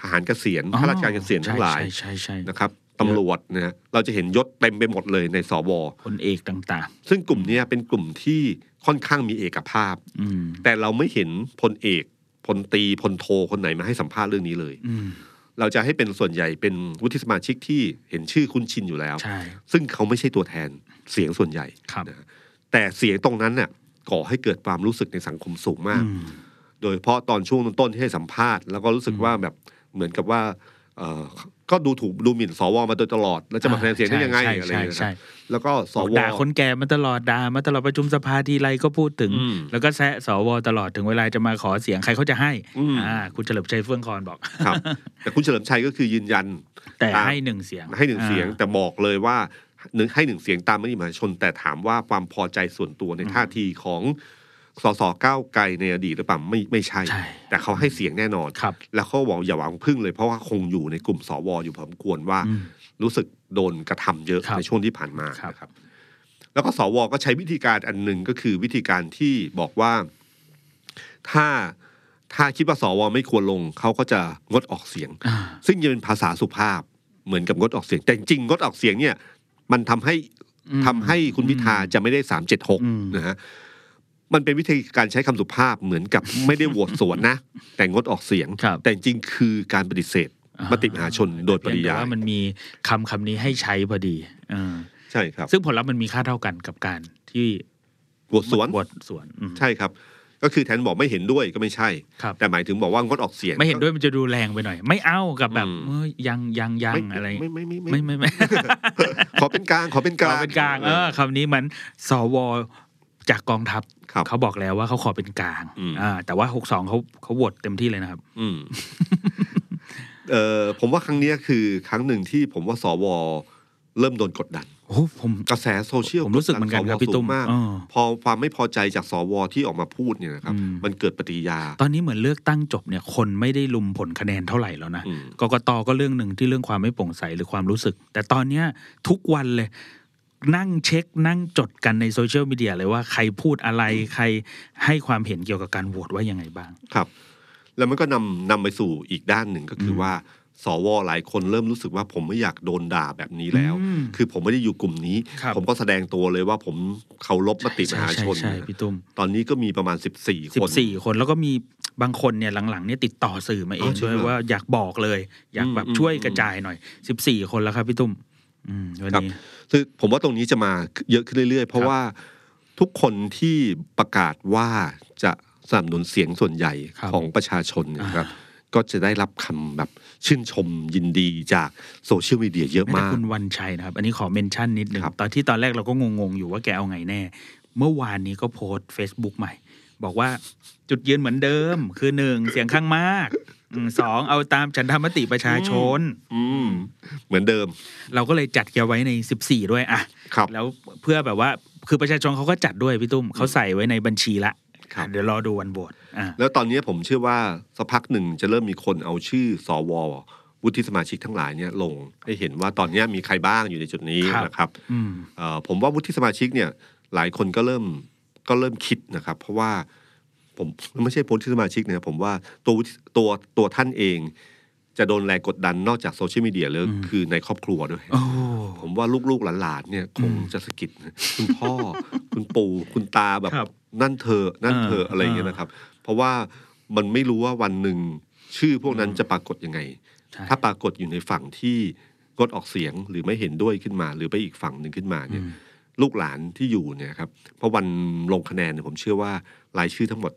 [SPEAKER 2] ทหารเกษียณ
[SPEAKER 3] อ๋อ
[SPEAKER 2] ข้าราชการเกษียณทั้งหลาย
[SPEAKER 3] ใช่ใช่ใช่
[SPEAKER 2] นะครับตำรวจนะฮะเราจะเห็นยศเต็มไปหมดเลยในสว
[SPEAKER 3] คนเอกต่าง
[SPEAKER 2] ซึ่งกลุ่มเนี้เป็นกลุ่มที่ค่อนข้างมีเอกภาพ
[SPEAKER 3] ๆ อืม
[SPEAKER 2] แต่เราไม่เห็นพลเอกพลตรีพลโทคนไหนมาให้สัมภาษณ์เรื่องนี้เลย
[SPEAKER 3] อืม
[SPEAKER 2] เราจะให้เป็นส่วนใหญ่เป็นวุฒิสมาชิกที่เห็นชื่อคุ้นชินอยู่แล้ว
[SPEAKER 3] ใช่
[SPEAKER 2] ซึ่งเขาไม่ใช่ตัวแทนเสียงส่วนใหญ่
[SPEAKER 3] ครับ
[SPEAKER 2] แต่เสียงตรงนั้นน่ะก่อให้เกิดความรู้สึกในสังคมสูงมาก
[SPEAKER 3] อืม
[SPEAKER 2] โดยเฉพาะตอนช่วงต้นๆที่ให้สัมภาษณ์แล้วก็รู้สึกว่าแบบเหมือนกับว่าเอ่อก็ดูถูกดูหมิ่นสวมาโดยตลอด แล้วจะมาคะแนนเสียงได้ยังไง
[SPEAKER 3] ใช่
[SPEAKER 2] อะไรอย่างเงี้ย
[SPEAKER 3] ใช่
[SPEAKER 2] นะ
[SPEAKER 3] ใช่
[SPEAKER 2] แล้วก็ส
[SPEAKER 3] บอก
[SPEAKER 2] ว
[SPEAKER 3] ด่าคนแก่มาตลอดด่ามาตลอดประชุมสภาทีไรก็พูดถึง
[SPEAKER 2] อืม
[SPEAKER 3] แล้วก็แซะสวตลอดถึงเวลาจะมาขอเสียงใครเขาจะให้
[SPEAKER 2] อืม
[SPEAKER 3] อ่าคุณเฉลิมชัยเฟื่องคอนบอก
[SPEAKER 2] ครับแต่คุณเฉลิมชัยก็คือยืนยัน
[SPEAKER 3] แต่
[SPEAKER 2] ตาม
[SPEAKER 3] ให้หนึ่งเสียง
[SPEAKER 2] ให้หนึ่งเสียง
[SPEAKER 3] อ่า
[SPEAKER 2] แต่บอกเลยว่าหนึ่งให้หนึ่งเสียงตามมติมหาชน แต่ถามว่าความพอใจส่วนตัวในท่าทีของสสก้าวไกลในอดีตหรือเปล่าไม่ไม่ใช่
[SPEAKER 3] ใช่
[SPEAKER 2] แต่เขาให้เสียงแน่นอน
[SPEAKER 3] ครับ
[SPEAKER 2] แล้วเขาบอกอย่าหวังพึ่งเลยเพราะว่าคงอยู่ในกลุ่มสวอยู่พอสมควรว่า
[SPEAKER 3] อืม
[SPEAKER 2] รู้สึกโดนกระทำเยอะ
[SPEAKER 3] ครับ
[SPEAKER 2] ในช่วงที่ผ่านมา
[SPEAKER 3] ครับ
[SPEAKER 2] นะครับ แล้วก็สวก็ใช้วิธีการอันหนึ่งก็คือวิธีการที่บอกว่า ถ้าถ้าคิดว่าสวไม่ควรลงเขาก็จะงดออกเสียง
[SPEAKER 3] อ่า
[SPEAKER 2] ซึ่งจะเป็นภาษาสุภาพเหมือนกับงดออกเสียง แต่จริงๆงดออกเสียงเนี่ย มันทำให้
[SPEAKER 3] อืม
[SPEAKER 2] ทำให้คุณพิธาจะไม่ได้สามเจ็ดหก
[SPEAKER 3] อืม
[SPEAKER 2] นะฮะมันเป็นวิธีการใช้คำสุภาพเหมือนกับไม่ได้โหวตสวนนะ แต่งดออกเสียง
[SPEAKER 3] ครับ
[SPEAKER 2] แต่จริงๆคือการปฏิเสธมติมหาชนโดยปริ
[SPEAKER 3] เพีงแต่
[SPEAKER 2] ยาย
[SPEAKER 3] ว่ามันมีคำคำนี้ให้ใช้พอดีอ่า
[SPEAKER 2] ใช่ครับ
[SPEAKER 3] ซึ่งผลลัพธ์มันมีค่าเท่ากันกับการที่
[SPEAKER 2] โหวตสวน
[SPEAKER 3] บทสวนอืม
[SPEAKER 2] ใช่ครับ ก็คือแทนบอกไม่เห็นด้วยก็ไม่ใช่
[SPEAKER 3] ครับ
[SPEAKER 2] แต่หมายถึงบอกว่างดออกเสียง
[SPEAKER 3] ไม่เห็นด้วยมันจะดูแรงไปหน่อย ไม่เอากับแบบ
[SPEAKER 2] อืม
[SPEAKER 3] เอ้ยยังยังยัง
[SPEAKER 2] ม่
[SPEAKER 3] อะไร
[SPEAKER 2] ไม่ไม่ไม่
[SPEAKER 3] ไม่
[SPEAKER 2] ไม่
[SPEAKER 3] ไม่ไม่
[SPEAKER 2] ขอเป็นกลางขอเป็นกลาง
[SPEAKER 3] ขอเป็นกลางเออคำนี้มันสวจากกองทัพ
[SPEAKER 2] ครับ
[SPEAKER 3] เขาบอกแล้วว่าเขาขอเป็นกลาง
[SPEAKER 2] อืม
[SPEAKER 3] อ่าแต่ว่าหกสองเขาเขาโหวตเต็มที่เลยนะครับ
[SPEAKER 2] อืมเออผมว่าครั้งเนี้ยคือครั้งหนึ่งที่ผมว่าสวเริ่มโดนกดดัน
[SPEAKER 3] โอ้โหผม
[SPEAKER 2] กระแสโซเชียล
[SPEAKER 3] ผมรู้สึกเหมือนกันครั
[SPEAKER 2] ด
[SPEAKER 3] บ
[SPEAKER 2] ดั
[SPEAKER 3] พี่ตุ้ม
[SPEAKER 2] สวสูงมาก
[SPEAKER 3] เออ
[SPEAKER 2] พอความไม่พอใจจากสวที่ออกมาพูดเนี่ยนะครับ
[SPEAKER 3] อืม
[SPEAKER 2] มันเกิดปฏิกิริยา
[SPEAKER 3] ตอนนี้เหมือนเลือกตั้งจบเนี่ยคนไม่ได้ลุมผลคะแนนเท่าไหร่แล้วนะ
[SPEAKER 2] อืม
[SPEAKER 3] กกตก็เรื่องหนึ่งที่เรื่องความไม่โปร่งใสหรือความรู้สึก แต่ตอนเนี้ยทุกวันเลย นั่งเช็คนั่งจดกันในโซเชียลมีเดียเลยว่าใครพูดอะไรใครให้ความเห็นเกี่ยวกับการโหวตว่ายังไงบ้าง
[SPEAKER 2] ครับ แล้วมันก็นำนำไปสู่อีกด้านหนึ่งก็คืออว่า สวหลายคนเริ่มรู้สึกว่าผมไม่อยากโดนด่าแบบนี้แล้ว
[SPEAKER 3] อืม
[SPEAKER 2] คือผมไม่ได้อยู่กลุ่มนี้
[SPEAKER 3] ครับ
[SPEAKER 2] ผมก็แสดงตัวเลยว่าผมเคารพมติมหาชน
[SPEAKER 3] ใช่ใช่พี่ตุ้ม
[SPEAKER 2] ตอนนี้ก็มีประมาณ 14
[SPEAKER 3] สิ
[SPEAKER 2] ค
[SPEAKER 3] บ
[SPEAKER 2] น
[SPEAKER 3] สี่คนแล้วก็มีบางคนเนี่ยหลังๆเนี่ยติดต่อสื่อมาเอง
[SPEAKER 2] อ๋อจริง
[SPEAKER 3] ด้วย
[SPEAKER 2] เหรอ
[SPEAKER 3] ว่าอยากบอกเลย อยากแบบ
[SPEAKER 2] อืม
[SPEAKER 3] ช่วย
[SPEAKER 2] อืม
[SPEAKER 3] กระจายหน่อยสิบสี่คนแล้วครับพี่ตุ้ม อืมวันนี้
[SPEAKER 2] คือผมว่าตรงนี้จะมาเยอะขึ้นเรื่อยๆ เพราะ
[SPEAKER 3] ครับ
[SPEAKER 2] ว่าทุกคนที่ประกาศว่าจะสนับสนุนเสียงส่วนใหญ่
[SPEAKER 3] ครับ
[SPEAKER 2] ของประชาชนเนยนะครับ ก็จะได้รับคำแบบชื่นชมยินดีจากโซเชียลมีเดียเยอะ
[SPEAKER 3] แม้แต่
[SPEAKER 2] มาก
[SPEAKER 3] คุณวันชัยนะครับ อันนี้ขอเมนชั่นนิดนึง
[SPEAKER 2] ครับ
[SPEAKER 3] ตอนที่ตอนแรกเราก็งงๆอยู่ว่าแกเอาไงแน่ เมื่อวานนี้ก็โพสต์ Facebook ใหม่ บอกว่าจุดยืนเหมือนเดิม คือหนึ่งเสียงข้างมากอืมสองเอาตามฉันธรรมติประชาชน
[SPEAKER 2] อืมเหมือนเดิม
[SPEAKER 3] เราก็เลยจัดแกไว้ใน 14 ด้วยอะ
[SPEAKER 2] ครับ
[SPEAKER 3] แล้วเพื่อแบบว่าคือประชาชนเขาก็จัดด้วยพี่ตุ้มเขาใส่ไว้ในบัญชีละ
[SPEAKER 2] ครับ
[SPEAKER 3] เดี๋ยวรอดูวันโหวตอ่า
[SPEAKER 2] แล้วตอนนี้ผมเชื่อว่าสักพักหนึ่งจะเริ่มมีคนเอาชื่อสววุฒิสมาชิกทั้งหลายเนี่ยลงให้เห็นว่าตอนนี้มีใครบ้างอยู่ในจุดนี้
[SPEAKER 3] ครับ
[SPEAKER 2] นะครับ
[SPEAKER 3] อืม
[SPEAKER 2] เอ่อผมว่าวุฒิสมาชิกเนี่ยหลายคนก็เริ่มก็เริ่มคิดนะครับ เพราะว่าผมไม่ใช่วุฒิสมาชิกเนี่ยผมว่าตัววุฒิตัวตัวท่านเอง จะโดนแรงกดดันนอกจากโซเชียลมีเดียแล้ว
[SPEAKER 3] อืม
[SPEAKER 2] คือในครอบครัวด้วย
[SPEAKER 3] โอ้
[SPEAKER 2] ผมว่าลูกๆหลานๆเนี่ยคงจะสะกิดนะคุณพ่อ คุณปู่คุณตาแบบ
[SPEAKER 3] ครับ
[SPEAKER 2] นั่นเธอะนั่นเธอะ
[SPEAKER 3] อ่า
[SPEAKER 2] อะไรอย่างเงี้ยนะครับ เพราะว่ามันไม่รู้ว่าวันหนึ่งชื่อพวกนั้นจะปรากฏยังไง
[SPEAKER 3] ใช่
[SPEAKER 2] ถ้าปรากฏอยู่ในฝั่งที่งดออกเสียงหรือไม่เห็นด้วยขึ้นมา หรือไปอีกฝั่งหนึ่งขึ้นมาเนี่ย ลูกหลานที่อยู่เนี่ยครับเพราะวันลงคะแนนเนี่ยผมเชื่อว่ารายชื่อทั้งหมด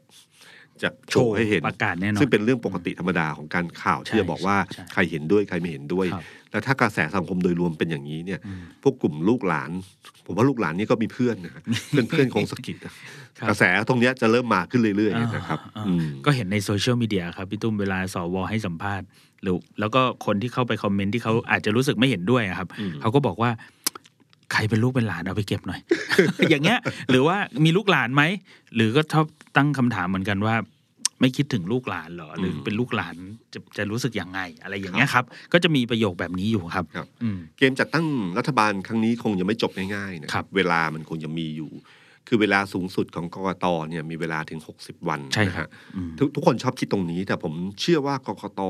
[SPEAKER 2] จะโชว์ให้เห็น
[SPEAKER 3] ประกาศแน่นอน
[SPEAKER 2] ซึ่งเป็นเรื่องปกติธรรมดาของการข่าว
[SPEAKER 3] ใช่
[SPEAKER 2] ที่จะบอกว่า
[SPEAKER 3] ใช่
[SPEAKER 2] ใครเห็นด้วยใครไม่เห็นด้วย
[SPEAKER 3] ครับ
[SPEAKER 2] แล้วถ้ากระแสสังคมโดยรวมเป็นอย่างนี้เนี่ย
[SPEAKER 3] อืม
[SPEAKER 2] พวกกลุ่มลูกหลาน ผมว่าลูกหลานนี่ก็มีเพื่อนนะ ฮะ เป็นเพื่อนของสกิดนะครับ กระแสตรงเนี้ยจะเริ่มมาขึ้นเรื่อยๆนะครับ
[SPEAKER 3] อ่า
[SPEAKER 2] อืม
[SPEAKER 3] ก็เห็นในโซเชียลมีเดียครับพี่ตุ้มเวลาสวให้สัมภาษณ์หรือแล้วก็คนที่เข้าไปคอมเมนต์ที่เขาอาจจะรู้สึกไม่เห็นด้วยอะครับ
[SPEAKER 2] อืม
[SPEAKER 3] เขาก็บอกว่า ใครเป็นลูกเป็นหลานเอาไปเก็บหน่อย อย่างเงี้ย หรือว่ามีลูกหลานไหมหรือก็ชอบตั้งคำถามเหมือนกันว่า ไม่คิดถึงลูกหลานเหรอหรือเป็นลูกหลานจะจะรู้สึกยังไง อะไรอย่างเงี้ยครับ ก็จะมีประโยคแบบนี้อยู่ครับ
[SPEAKER 2] ครับ
[SPEAKER 3] อืม
[SPEAKER 2] เกมจัดตั้งรัฐบาลครั้งนี้คงยังไม่จบง่ายๆนะครับ เวลามันคงจะมีอยู่ คือเวลาสูงสุดของกกตเนี่ยมีเวลาถึง 60 วัน
[SPEAKER 3] ใช่ครับ
[SPEAKER 2] นะฮะ
[SPEAKER 3] อืม
[SPEAKER 2] ทุกทุกคนชอบคิดตรงนี้ แต่ผมเชื่อว่ากกต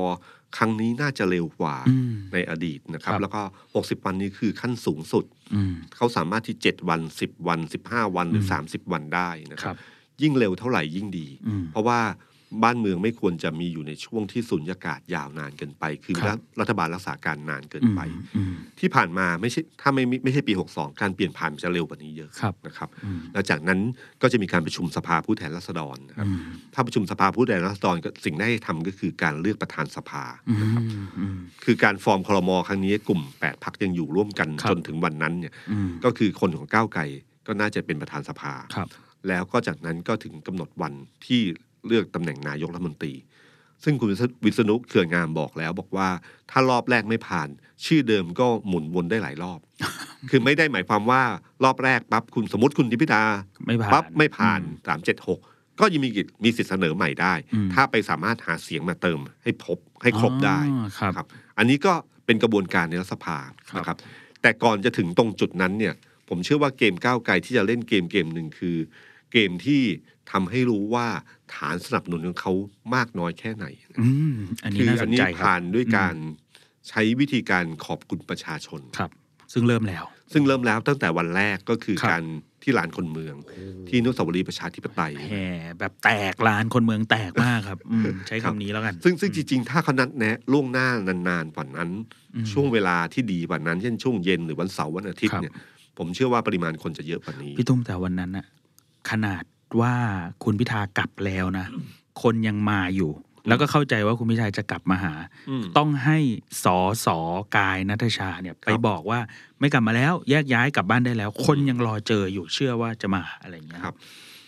[SPEAKER 2] ครั้งนี้น่าจะเร็วกว่า
[SPEAKER 3] อืม
[SPEAKER 2] ในอดีตนะครับ
[SPEAKER 3] ครับ
[SPEAKER 2] แล้วก็ 60 วันนี้คือขั้นสูงสุด
[SPEAKER 3] อืม
[SPEAKER 2] เขาสามารถที่ 7 วัน 10 วัน 15 วันหรือ
[SPEAKER 3] อืม
[SPEAKER 2] 30 วันได้นะ
[SPEAKER 3] ค
[SPEAKER 2] ครั
[SPEAKER 3] รับ บ
[SPEAKER 2] ยิ่งเร็วเท่าไหร่ยิ่งดี
[SPEAKER 3] อืม
[SPEAKER 2] เพราะว่าบ้านเมืองไม่ควรจะมีอยู่ในช่วงที่สุญญากาศยาวนานเกินไป คือ
[SPEAKER 3] ครับ
[SPEAKER 2] รัฐบาลรักษาการนานเกิน
[SPEAKER 3] อืม
[SPEAKER 2] ไป
[SPEAKER 3] อืม
[SPEAKER 2] ที่ผ่านมาไม่ใช่ถ้าไม่ไม่ใช่ปี 62 การเปลี่ยนผ่านมันจะเร็วกว่านี้เยอะ
[SPEAKER 3] ครับ
[SPEAKER 2] นะครับ
[SPEAKER 3] อืม
[SPEAKER 2] แล้วจากนั้นก็จะมีการประชุมสภาผู้แทนราษฎรนะครับ ถ้าประชุมสภาผู้แทนราษฎรก็สิ่งที่ให้ทำก็คือการเลือกประธานสภา
[SPEAKER 3] อืมอืม
[SPEAKER 2] คือการฟอร์มครมครั้งนี้กลุ่ม 8พักยังอยู่ร่วมกัน
[SPEAKER 3] ครับ
[SPEAKER 2] จนถึงวันนั้นเนี่ย
[SPEAKER 3] อืม
[SPEAKER 2] ก็คือคนของก้าวไกลก็น่าจะเป็นประธานสภา
[SPEAKER 3] ครับ
[SPEAKER 2] แล้วก็จากนั้นก็ถึงกำหนดวันที่เลือกตำแหน่งนายกรัฐมนตรี ซึ่งคุณวิษณุเครืองามบอกแล้ว บอกว่าถ้ารอบแรกไม่ผ่าน ชื่อเดิมก็หมุนวนได้หลายรอบ คือไม่ได้หมายความว่ารอบแรกปั๊บคุณสมมติคุณทิพิดา
[SPEAKER 3] ไม่ผ่าน
[SPEAKER 2] ปั๊บไม่ผ่าน
[SPEAKER 3] อืม
[SPEAKER 2] สามเจ็ดหกก็ยังมีกิจมีสิทธิ์เสนอใหม่ได้
[SPEAKER 3] อืม
[SPEAKER 2] ถ้าไปสามารถหาเสียงมาเติมให้พบให้ครบได้
[SPEAKER 3] อ๋อครับ
[SPEAKER 2] ครับอันนี้ก็เป็นกระบวนการในรัฐสภา
[SPEAKER 3] ครับ
[SPEAKER 2] นะครับ แต่ก่อนจะถึงตรงจุดนั้นเนี่ย ผมเชื่อว่าเกมก้าวไกลที่จะเล่นเกมเกมหนึ่งคือ เกมที่ทำให้รู้ว่าฐานสนับสนุนของเขามากน้อยแค่ไหน
[SPEAKER 3] อืมอันนี้
[SPEAKER 2] คือ
[SPEAKER 3] น่าส
[SPEAKER 2] อั
[SPEAKER 3] น
[SPEAKER 2] นี้
[SPEAKER 3] ใจครั
[SPEAKER 2] ผ่า
[SPEAKER 3] บ
[SPEAKER 2] นด้วยการใช้วิธีการขอบคุณประชาชน
[SPEAKER 3] ครับ ซึ่งเริ่มแล้ว
[SPEAKER 2] ซึ่งเริ่มแล้วตั้งแต่วันแรกก็คือ
[SPEAKER 3] ครับ
[SPEAKER 2] การที่ลานคนเมือง ที่อนุสาวรีย์ประชาธิปไตย
[SPEAKER 3] แห่แบบแตกลานคนเมืองแตกมากครับอืมใช้
[SPEAKER 2] ครั
[SPEAKER 3] คำ
[SPEAKER 2] บ
[SPEAKER 3] นี้แล้วกัน
[SPEAKER 2] ซึ่งซึ่งจริงๆ ถ้าเขานัดแนะล่วงหน้านานๆกว่านั้น
[SPEAKER 3] อืม
[SPEAKER 2] ช่วงเวลาที่ดีกว่านั้น เช่นช่วงเย็นหรือวันเสาร์วันอาทิต
[SPEAKER 3] ค
[SPEAKER 2] ย์
[SPEAKER 3] รับ
[SPEAKER 2] เนี่ย ผมเชื่อว่าปริมาณคนจะเยอะกว่านี้
[SPEAKER 3] พี่ตุ้มแต่วันนั้นอะขนาดว่าคุณพิธากลับแล้วนะ คนยังมาอยู่ แล้วก็เข้าใจว่าคุณพิธาจะกลับมาหา
[SPEAKER 2] อืม
[SPEAKER 3] ต้องให้สอสอกายนัทชาเนี่ย ไปบอกว่าไม่กลับมาแล้วแยกย้ายกลับบ้านได้แล้ว คนยังรอเจออยู่เชื่อว่าจะมาอะไรอย่างเงี้ย
[SPEAKER 2] ครับ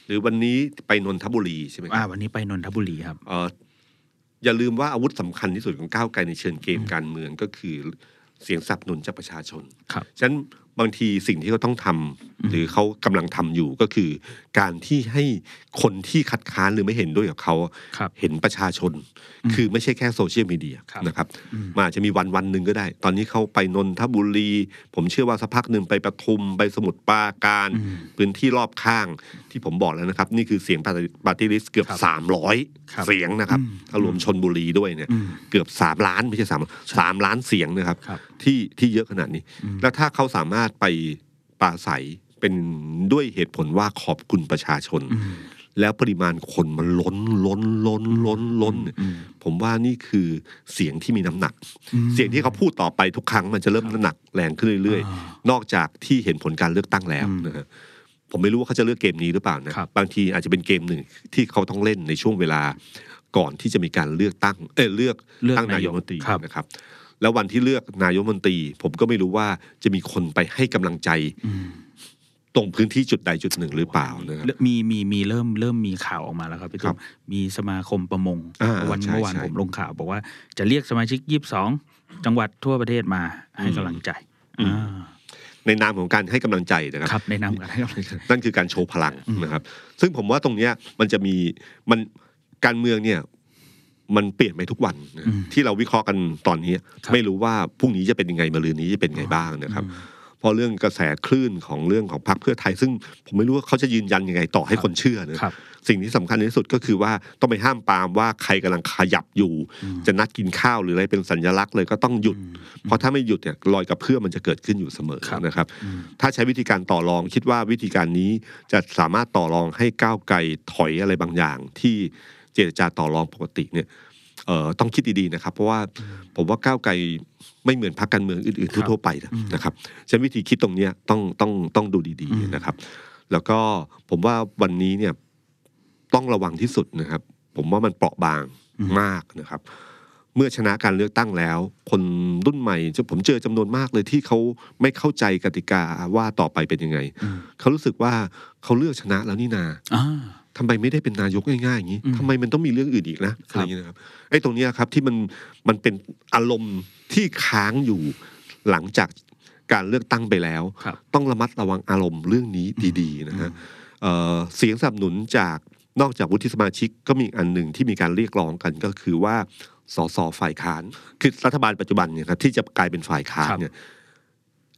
[SPEAKER 2] หรือวันนี้ไปนนทบุรีใช่ไหมค
[SPEAKER 3] อ่า
[SPEAKER 2] รับ
[SPEAKER 3] วันนี้ไปนนทบุรีครับ
[SPEAKER 2] เอ่ออย่าลืมว่าอาวุธสำคัญที่สุดของก้าวไกลในเชิงเกมการเมืองก็คือเสียงสนับสนุนจากประชาชน
[SPEAKER 3] ครับ
[SPEAKER 2] ฉะนั้นบางทีสิ่งที่เขาต้องทำหรือเขากำลังทำอยู่ก็คือ การที่ให้คนที่คัดค้านหรือไม่เห็นด้วยกับเขา
[SPEAKER 3] ครับ
[SPEAKER 2] เห็นประชาชน คือไม่ใช่แค่โซเชียลมีเดีย
[SPEAKER 3] ครับ
[SPEAKER 2] นะครับมันอาจจะมีวันวันหนึ่งก็ได้ ตอนนี้เขาไปนนทบุรี ผมเชื่อว่าสักพักหนึ่งไปปทุมไปสมุทรปราการ
[SPEAKER 3] อืม
[SPEAKER 2] พื้นที่รอบข้างที่ผมบอกแล้วนะครับ นี่คือเสียงปาร์ตี้ลิสเกือบ
[SPEAKER 3] ครับครั
[SPEAKER 2] 300
[SPEAKER 3] บ
[SPEAKER 2] เสียงนะครับถ้ารวมชนบุรีด้วยเนี่ย
[SPEAKER 3] อืม
[SPEAKER 2] เกือบสามล้านไม่ใช่สามสามล้านเสียงนะครับ
[SPEAKER 3] ครับ
[SPEAKER 2] ที่ที่เยอะขนาดนี้ แล้วถ้าเขาสามารถไปปราศัยเป็นด้วยเหตุผลว่าขอบคุณประชาชน แล้วปริมาณคนมันล้นล้นล้นล้นล้นเนี่ยผมว่านี่คือเสียงที่มีน้ำหนัก
[SPEAKER 3] อืม
[SPEAKER 2] เสียงที่เขาพูดต่อไปทุกครั้งมันจะเริ่มน้ำหนักแรงขึ้นเรื่อย
[SPEAKER 3] อ่
[SPEAKER 2] ๆ นอกจากที่เห็นผลการเลือกตั้งแล้วนะฮะผมไม่รู้ว่าเขาจะเลือกเกมนี้หรือเปล่านะครับ บางทีอาจจะเป็นเกมหนึ่งที่เขาต้องเล่นในช่วงเวลาก่อนที่จะมีการเลือกตั้ง เออเลือก
[SPEAKER 3] เลือก
[SPEAKER 2] ตั้งนาน
[SPEAKER 3] าย ย
[SPEAKER 2] ก
[SPEAKER 3] ก
[SPEAKER 2] รัฐมนตรี
[SPEAKER 3] ครับ
[SPEAKER 2] นะครับ แล้ววันที่เลือกนายกรัฐมนตรี ผมก็ไม่รู้ว่าจะมีคนไปให้กำลังใจ
[SPEAKER 3] อืม
[SPEAKER 2] ตรงพื้นที่จุดใดจุดหนึ่งหรือเปล่านะครับ
[SPEAKER 3] มีมีมีเริ่มเริ่มมีข่าวออกมาแล้วครับพี่
[SPEAKER 2] ครั
[SPEAKER 3] ตุ้
[SPEAKER 2] บ
[SPEAKER 3] มมีสมาคมประมง
[SPEAKER 2] อ่า
[SPEAKER 3] วัน
[SPEAKER 2] ใช่
[SPEAKER 3] เมื่อวาน
[SPEAKER 2] ใช่
[SPEAKER 3] ผมลงข่าวบอกว่าจะเรียกสมาชิกยี่สิบสองจังหวัดทั่วประเทศมาให้
[SPEAKER 2] อืม
[SPEAKER 3] กำลังใจ
[SPEAKER 2] อืม
[SPEAKER 3] อ่า
[SPEAKER 2] ในนามของการให้กำลังใจนะครับ
[SPEAKER 3] ครับในนามกันให้กำลังใจ
[SPEAKER 2] นั่นคือการโชว์พลังนะครับ ซึ่งผมว่าตรงเนี้ยมันจะมีมันการเมืองเนี่ยมันเปลี่ยนไปทุกวันนะที่เราวิเคราะห์กันตอนนี้
[SPEAKER 3] ครับ
[SPEAKER 2] ไม่รู้ว่าพรุ่งนี้จะเป็นยังไงมะรืนนี้จะเป็นยังไงบ้างนะครับเพอเรื่องกระแสคลื่นของเรื่องของพรรคเพื่อไทย ซึ่งผมไม่รู้ว่าเขาจะยืนยันยังไงต่อให้คนเชื่อนะครับ สิ่งที่สำคัญที่สุดก็คือว่าต้องไปห้ามปรามว่าใครกำลังขยับอยู่ จะนัดกินข้าวหรืออะไรเป็นสัญลักษณ์เลยก็ต้องหยุด เพราะถ้าไม่หยุดเนี่ยรอยกระเพื่อมมันจะเกิดขึ้นอยู่เสมอ
[SPEAKER 3] ครับ
[SPEAKER 2] นะครับ ถ้าใช้วิธีการต่อรองคิดว่าวิธีการนี้จะสามารถต่อรองให้ก้าวไกลถอยอะไรบางอย่าง ที่เจรจาต่อรองปกติเนี่ยเอ่อต้องคิดดีๆนะครับ เพราะว่าผมว่าก้าวไกลไม่เหมือนพรรคการเมืองอื่นๆทั่วๆไปนะนะครับฉะนั้นวิธีคิดตรงเนี้ยต้องต้องต้องดูดีๆนะครับ แล้วก็ผมว่าวันนี้เนี่ยต้องระวังที่สุดนะครับ ผมว่ามันเปราะบาง
[SPEAKER 3] อืม
[SPEAKER 2] มากนะครับ เมื่อชนะการเลือกตั้งแล้ว คนรุ่นใหม่จะผมเจอจำนวนมากเลยที่เขาไม่เข้าใจกติกาว่าต่อไปเป็นยังไง
[SPEAKER 3] อืม
[SPEAKER 2] เขารู้สึกว่าเขาเลือกชนะแล้วนี่นา
[SPEAKER 3] อ่า
[SPEAKER 2] ทำไมไม่ได้เป็นนายกง่ายๆอย่างนี้
[SPEAKER 3] อืม
[SPEAKER 2] ทำไมมันต้องมีเรื่องอื่นอีกนะ
[SPEAKER 3] ค
[SPEAKER 2] อะ
[SPEAKER 3] รับ
[SPEAKER 2] ไรอย่างนี้นะครับไอ้ตรงเนี้ยครับที่มันมันเป็นอารมณ์ที่ค้างอยู่หลังจากการเลือกตั้งไปแล้ว
[SPEAKER 3] ครับ
[SPEAKER 2] ต้องระมัดระวังอารมณ์เรื่องนี้ดีๆนะฮะเอ่อเสียงสนับสนุนจากนอกจากวุฒิสมาชิกก็มีอีกอันหนึ่งที่มีการเรียกร้องกันก็คือว่าสสฝ่ายค้านคือรัฐบาลปัจจุบันเนี่ยครับที่จะกลายเป็นฝ่ายค้าน
[SPEAKER 3] ครับ
[SPEAKER 2] เนี่ย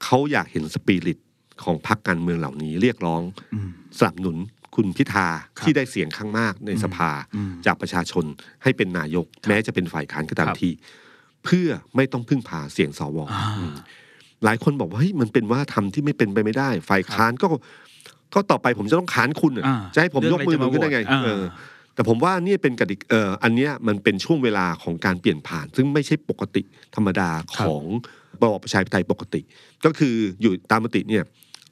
[SPEAKER 2] เขาอยากเห็นสปิริตของพรรคการเมืองเหล่านี้เรียกร้อง
[SPEAKER 3] อืม
[SPEAKER 2] สนับสนุนคุณพิธา
[SPEAKER 3] ครับ
[SPEAKER 2] ที่ได้เสียงข้างมากในสภา
[SPEAKER 3] อืม
[SPEAKER 2] จากประชาชนให้เป็นนายก แม้จะเป็นฝ่ายค้านก็ตาม
[SPEAKER 3] ครับ
[SPEAKER 2] ที เพื่อไม่ต้องพึ่งพาเสียงสว
[SPEAKER 3] อ่า
[SPEAKER 2] อืมหลายคนบอกว่าเฮ้ยมันเป็นว่าทำที่ไม่เป็นไปไม่ได้ ฝ่ายค้านก็ก็ต่อไปผมจะต้องค้านคุณอะ
[SPEAKER 3] อ่า
[SPEAKER 2] จะให้ผมยกมือมันก็ได้ไง
[SPEAKER 3] เรื่องอะไรจะมาโหวต
[SPEAKER 2] เอออา แต่ผมว่าเนี่ยเป็นกติกเอออันเนี้ยมันเป็นช่วงเวลาของการเปลี่ยนผ่าน ซึ่งไม่ใช่ปกติธรรมดาของระบอบประชาธิปไตยปกติ ก็คืออยู่ตามมติเนี่ย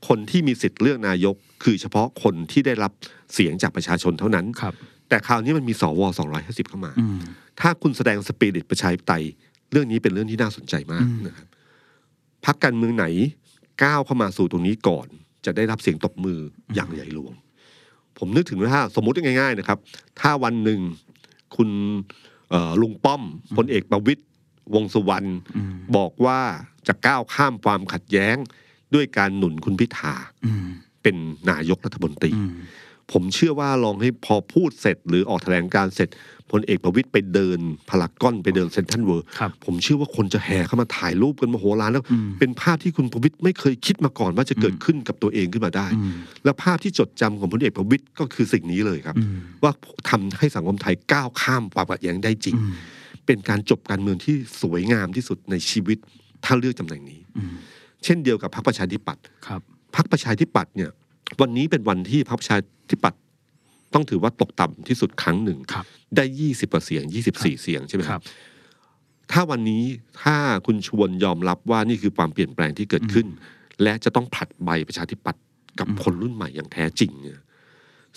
[SPEAKER 2] คนที่มีสิทธิ์เลือกนายก คือเฉพาะคนที่ได้รับเสียงจากประชาชนเท่านั้น
[SPEAKER 3] ครับ
[SPEAKER 2] แต่คราวนี้มันมีสว250 เข้ามา
[SPEAKER 3] อืม
[SPEAKER 2] ถ้าคุณแสดงสปิริตประชาธิปไตย เรื่องนี้เป็นเรื่องที่น่าสนใจมาก
[SPEAKER 3] อืม
[SPEAKER 2] นะครับพักการเมืองไหนก้าวเข้ามาสู่ตรงนี้ก่อน จะได้รับเสียงตบมืออย่างใหญ่หลวง ผมนึกถึงว่าถ้าสมมติง่ายๆนะครับ ถ้าวันหนึ่งคุณเอ่อลุงป้อมพลเอกประวิตยวงษ์สุวรรณ
[SPEAKER 3] อืม
[SPEAKER 2] บอกว่าจะก้าวข้ามความขัดแย้งด้วยการหนุนคุณพิธา
[SPEAKER 3] อืม
[SPEAKER 2] เป็นนายกรัฐมนตรี
[SPEAKER 3] อืม
[SPEAKER 2] ผมเชื่อว่าลองให้พอพูดเสร็จ หรือออกแถลงการณ์เสร็จพลเอกประวิตยไปเดินพารากอนไปเดินเซ็นทรัลเวิร์
[SPEAKER 3] ครับ
[SPEAKER 2] ผมเชื่อว่าคนจะแห่เข้ามาถ่ายรูปกันมโหฬารแล้ว
[SPEAKER 3] อืม
[SPEAKER 2] เป็นภาพที่คุณประวิตยไม่เคยคิดมาก่อนว่าจะเกิดขึ้นกับตัวเองขึ้นมาได้
[SPEAKER 3] อืม
[SPEAKER 2] และภาพที่จดจำของพลเอกประวิตยก็คือสิ่งนี้เลยครับ
[SPEAKER 3] อืม
[SPEAKER 2] ว่าทำให้สังคมไทยก้าวข้ามความขัดแย้งได้จริง
[SPEAKER 3] อืม
[SPEAKER 2] เป็นการจบการเมืองที่สวยงามที่สุดในชีวิตถ้าเลือกตำแหน่งนี้
[SPEAKER 3] อืม
[SPEAKER 2] เช่นเดียวกับพรรคประชาธิปัตย์
[SPEAKER 3] ครับ
[SPEAKER 2] พรรคประชาธิปัตย์เนี่ย วันนี้เป็นวันที่พรรคประชาธิปัตย์ต้องถือว่าตกต่ำที่สุดครั้งหนึ่ง
[SPEAKER 3] ครับ
[SPEAKER 2] ได้ยี่สิบกว่าเสียงยี่สิบสี่เสียงใช่ไหม
[SPEAKER 3] ค
[SPEAKER 2] ค
[SPEAKER 3] รั
[SPEAKER 2] รับ บ ถ้าวันนี้ถ้าคุณชวนยอมรับว่านี่คือความเปลี่ยนแปลงที่เกิดขึ้น และจะต้องผลัดใบประชาธิปัตย์กับคนรุ่นใหม่อย่างแท้จริงเนี่ย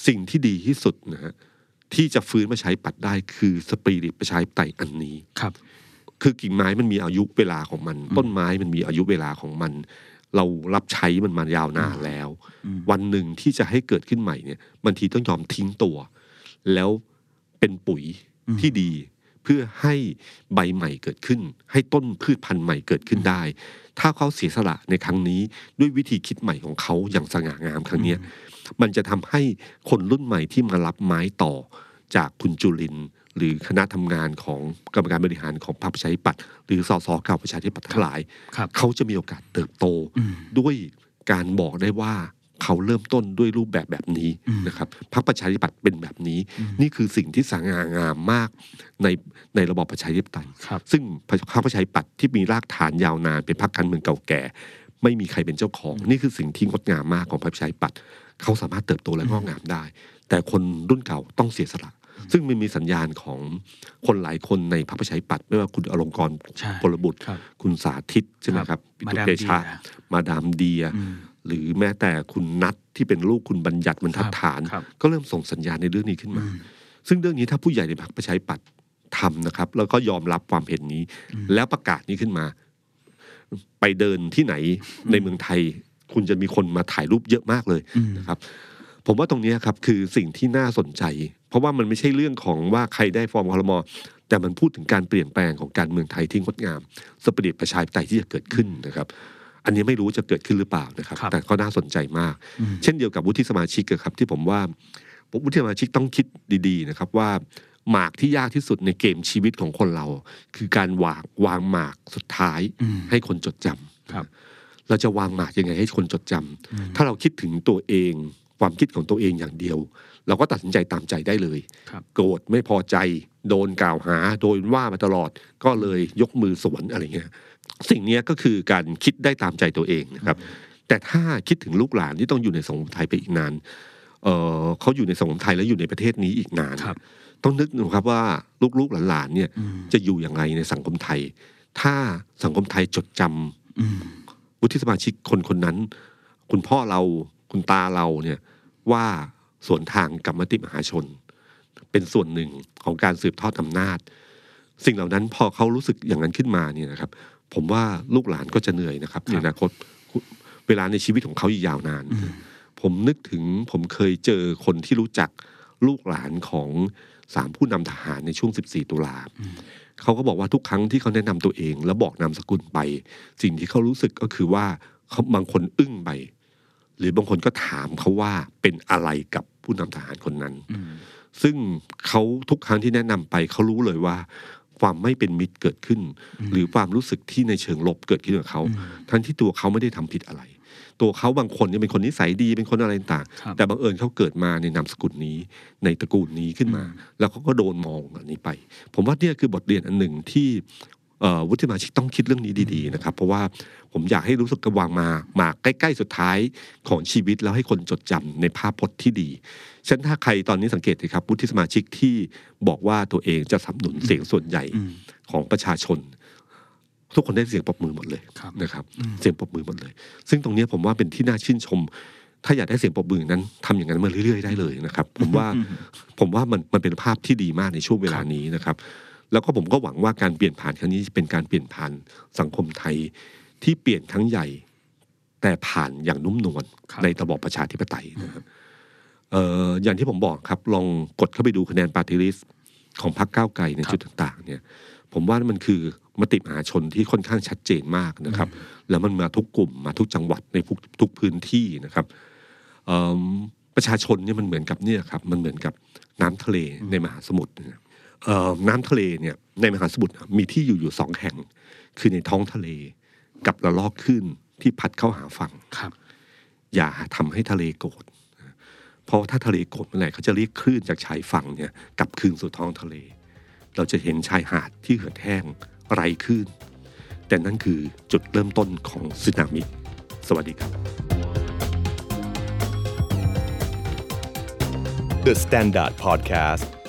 [SPEAKER 2] สิ่งที่ดีที่สุดนะฮะที่จะฟื้นมาใช้ปัดได้คือสปิริตประชาธิปไตยอันนี้
[SPEAKER 3] ครับ
[SPEAKER 2] คือกิ่งไม้มันมีอายุเวลาของมัน ต้นไม้มันมีอายุเวลาของมัน เรารับใช้มันมายาวนานแล้ว
[SPEAKER 3] อืม
[SPEAKER 2] วันหนึ่งที่จะให้เกิดขึ้นใหม่เนี่ยบางทีต้องยอมทิ้งตัว แล้วเป็นปุ๋ยที่ดี เพื่อให้ใบใหม่เกิดขึ้น ให้ต้นพืชพันธุ์ใหม่เกิดขึ้นได้ ถ้าเขาเสียสละในครั้งนี้ด้วยวิธีคิดใหม่ของเขาอย่างสง่างามครั้งเนี้ยมันจะทำให้คนรุ่นใหม่ที่มารับไม้ต่อ จากคุณจุลินทร์หรือคณะทำงานของกรรมการบริหารของพรรคประชาธิปัตย์หรือสสเก่าประชาธิปัตย์ทั้งหลาย
[SPEAKER 3] ครับ
[SPEAKER 2] เขาจะมีโอกาสเติบโต
[SPEAKER 3] อืม
[SPEAKER 2] ด้วยการบอกได้ว่าเขาเริ่มต้นด้วยรูปแบบแบบนี้
[SPEAKER 3] อืม
[SPEAKER 2] นะครับพรรคประชาธิปัตย์เป็นแบบนี้ นี่คือสิ่งที่สง่างามมากในในระบอบประชาธิปไตย
[SPEAKER 3] ครับ
[SPEAKER 2] ซึ่งพรรคประชาธิปัตย์ที่มีรากฐานยาวนานเป็นพรรคการเมืองเก่าแก่ ไม่มีใครเป็นเจ้าของ นี่คือสิ่งที่งดงามมากของพรรคประชาธิปัตย์เขาสามารถเติบโตและงอกงามได้ แต่คนรุ่นเก่าต้องเสียสละ ซึ่งมันมีสัญญาณของคนหลายคนในพรรคประชาธิปัตย์ไม่ว่าคุณอลงกรณ์
[SPEAKER 3] ใช่
[SPEAKER 2] พลบุตร
[SPEAKER 3] ครับ
[SPEAKER 2] คุณสาธิตใช่ไหม
[SPEAKER 3] ครับ
[SPEAKER 2] ครับพี่
[SPEAKER 3] มา
[SPEAKER 2] ตุ๊ก
[SPEAKER 3] ดาม
[SPEAKER 2] เต
[SPEAKER 3] เดี
[SPEAKER 2] ชะ
[SPEAKER 3] ย
[SPEAKER 2] มาดามเดีย
[SPEAKER 3] อืม
[SPEAKER 2] หรือแม้แต่คุณนัทที่เป็นลูกคุณบัญญัติบรรทัดฐาน
[SPEAKER 3] ครับ
[SPEAKER 2] ก็เริ่มส่งสัญญาณในเรื่องนี้ขึ้นมา
[SPEAKER 3] อืม
[SPEAKER 2] ซึ่งเรื่องนี้ถ้าผู้ใหญ่ในพรรคประชาธิปัตย์ทำนะครับ แล้วก็ยอมรับความเห็นนี้ แล้วประกาศนี้ขึ้นมา ไปเดินที่ไหนในเมืองไทย คุณจะมีคนมาถ่ายรูปเยอะมากเลย
[SPEAKER 3] อืม
[SPEAKER 2] นะครับ ผมว่าตรงเนี้ยครับคือสิ่งที่น่าสนใจ เพราะว่ามันไม่ใช่เรื่องของว่าใครได้ฟอร์มคอรมอแต่มันพูดถึงการเปลี่ยนแปลงของการเมืองไทยที่งดงาม สปิริตประชาธิปไตยที่จะเกิดขึ้นนะครับ อันนี้ไม่รู้จะเกิดขึ้นหรือเปล่านะครับ
[SPEAKER 3] ครับ
[SPEAKER 2] แต่ก็น่าสนใจมาก
[SPEAKER 3] อืม
[SPEAKER 2] เช่นเดียวกับวุฒิสมาชิกอะครับที่ผมว่าวุฒิสมาชิกต้องคิดดีๆนะครับว่าหมากที่ยากที่สุดในเกมชีวิตของคนเรา คือการวางวางหมากสุดท้าย
[SPEAKER 3] อืม
[SPEAKER 2] ให้คนจดจำ
[SPEAKER 3] ครับ
[SPEAKER 2] เราจะวางหมากยังไงให้คนจดจำถ้าเราคิดถึงตัวเอง ความคิดของตัวเองอย่างเดียว เราก็ตัดสินใจตามใจได้เลย
[SPEAKER 3] ครับ
[SPEAKER 2] โกรธไม่พอใจโดนกล่าวหา โดนว่ามาตลอดก็เลยยกมือสวนอะไรเงี้ยสิ่งเนี้ยก็คือการคิดได้ตามใจตัวเองนะครับ แต่ถ้าคิดถึงลูกหลานที่ต้องอยู่ในสังคมไทยไปอีกนานเออเขาอยู่ในสังคมไทยและอยู่ในประเทศนี้อีกนาน
[SPEAKER 3] ครับ
[SPEAKER 2] ต้องนึกนะครับว่าลูกๆหลานๆเนี่ย
[SPEAKER 3] อืม
[SPEAKER 2] จะอยู่อย่างไรในสังคมไทย ถ้าสังคมไทยจดจำ
[SPEAKER 3] อืม
[SPEAKER 2] วุฒิสมาชิกคนคนนั้น คุณพ่อเราคุณตาเราเนี่ยว่าสวนทางกับมติมหาชน เป็นส่วนหนึ่งของการสืบทอดอำนาจ สิ่งเหล่านั้นพอเขารู้สึกอย่างนั้นขึ้นมาเนี่ยนะครับ ผมว่าลูกหลานก็จะเหนื่อยนะครับในอนาคตเวลาในชีวิตของเขาอีกยาวนาน ผมนึกถึงผมเคยเจอคนที่รู้จักลูกหลานของสามผู้นำทหารในช่วง 14 ตุลาเขาก็บอกว่าทุกครั้งที่เขาแนะนำตัวเอง แล้วบอกนามสกุลไป สิ่งที่เขารู้สึกก็คือว่าเขาบางคนอึ้งไป หรือบางคนก็ถามเขาว่าเป็นอะไรกับผู้นำทหารคนนั้น
[SPEAKER 3] อืม
[SPEAKER 2] ซึ่งเขาทุกครั้งที่แนะนำไปเขารู้เลยว่า ความไม่เป็นมิตรเกิดขึ้น หรือความรู้สึกที่ในเชิงลบเกิดขึ้นกับเขา ทั้งที่ตัวเขาไม่ได้ทำผิดอะไร ตัวเขาบางคนเนี่ยเป็นคนนิสัยดีเป็นคนอะไรต่าง
[SPEAKER 3] ครับ
[SPEAKER 2] แต่บังเอิญเขาเกิดมาในนามสกุลนี้ ในตระกูลนี้ขึ้นมา แล้วเขาก็โดนมองแบบนี้ไป ผมว่าเนี่ยคือบทเรียนอันหนึ่งที่เอ่อวุฒิสมาชิกต้องคิดเรื่องนี้ดีๆนะครับ เพราะว่าผมอยากให้รู้สึกกระวางมามาใกล้ๆสุดท้ายของชีวิตแล้วให้คนจดจำในภาพพจน์ที่ดี ฉะนันถ้าใครตอนนี้สังเกตสิครับวุฒิสมาชิกที่บอกว่าตัวเองจะสนับสนุนเสียงส่วนใหญ่
[SPEAKER 3] อืม
[SPEAKER 2] ของประชาชน ทุกคนได้เสียงปรบมือหมดเลย
[SPEAKER 3] ครับ
[SPEAKER 2] นะครับ เสียงปรบมือหมดเลย ซึ่งตรงเนี้ยผมว่าเป็นที่น่าชื่นชม ถ้าอยากได้เสียงปรบมือนั้นทำอย่างนั้นมาเรื่อยๆได้เลยนะครับ ผมว่าผมว่ามันมันเป็นภาพที่ดีมากในช่วงเวลานี้นะครับ แล้วก็ผมก็หวังว่าการเปลี่ยนผ่านครั้งนี้จะเป็นการเปลี่ยนผ่านสังคมไทยที่เปลี่ยนครั้งใหญ่ แต่ผ่านอย่างนุ่มนวล
[SPEAKER 3] ครับ
[SPEAKER 2] ในระบอบประชาธิปไตยนะครับเอ่ออย่างที่ผมบอกครับ ลองกดเข้าไปดูคะแนนปาร์ติลิสของพรรคก้าวไกลในจุดต่างๆ เนี่ย ผมว่ามันคือมติมหาชนที่ค่อนข้างชัดเจนมากนะครับ แล้วมันมาทุกกลุ่มมาทุกจังหวัดในทุกทุกพื้นที่นะครับเอิ่มประชาชนเนี่ยมันเหมือนกับเนี่ยครับมันเหมือนกับน้ำทะเลในมหาสมุทรเนี่ยเอ่อน้ำทะเลเนี่ยในมหาสมุทรมีที่อยู่อยู่สองแห่ง คือในท้องทะเลกับระลอกขึ้นที่พัดเข้าหาฝั่ง
[SPEAKER 3] ครับ
[SPEAKER 2] อย่าทำให้ทะเลโกรธนะเพราะถ้าทะเลโกรธเมื่อไหร่เขาจะเรียกคลื่นจากชายฝั่งเนี่ยกลับคืนสู่ท้องทะเล เราจะเห็นชายหาดที่เหือดแห้งไร้คลื่น แต่นั่นคือจุดเริ่มต้นของสึนามิ สวัสดีครับ
[SPEAKER 1] The Standard Podcast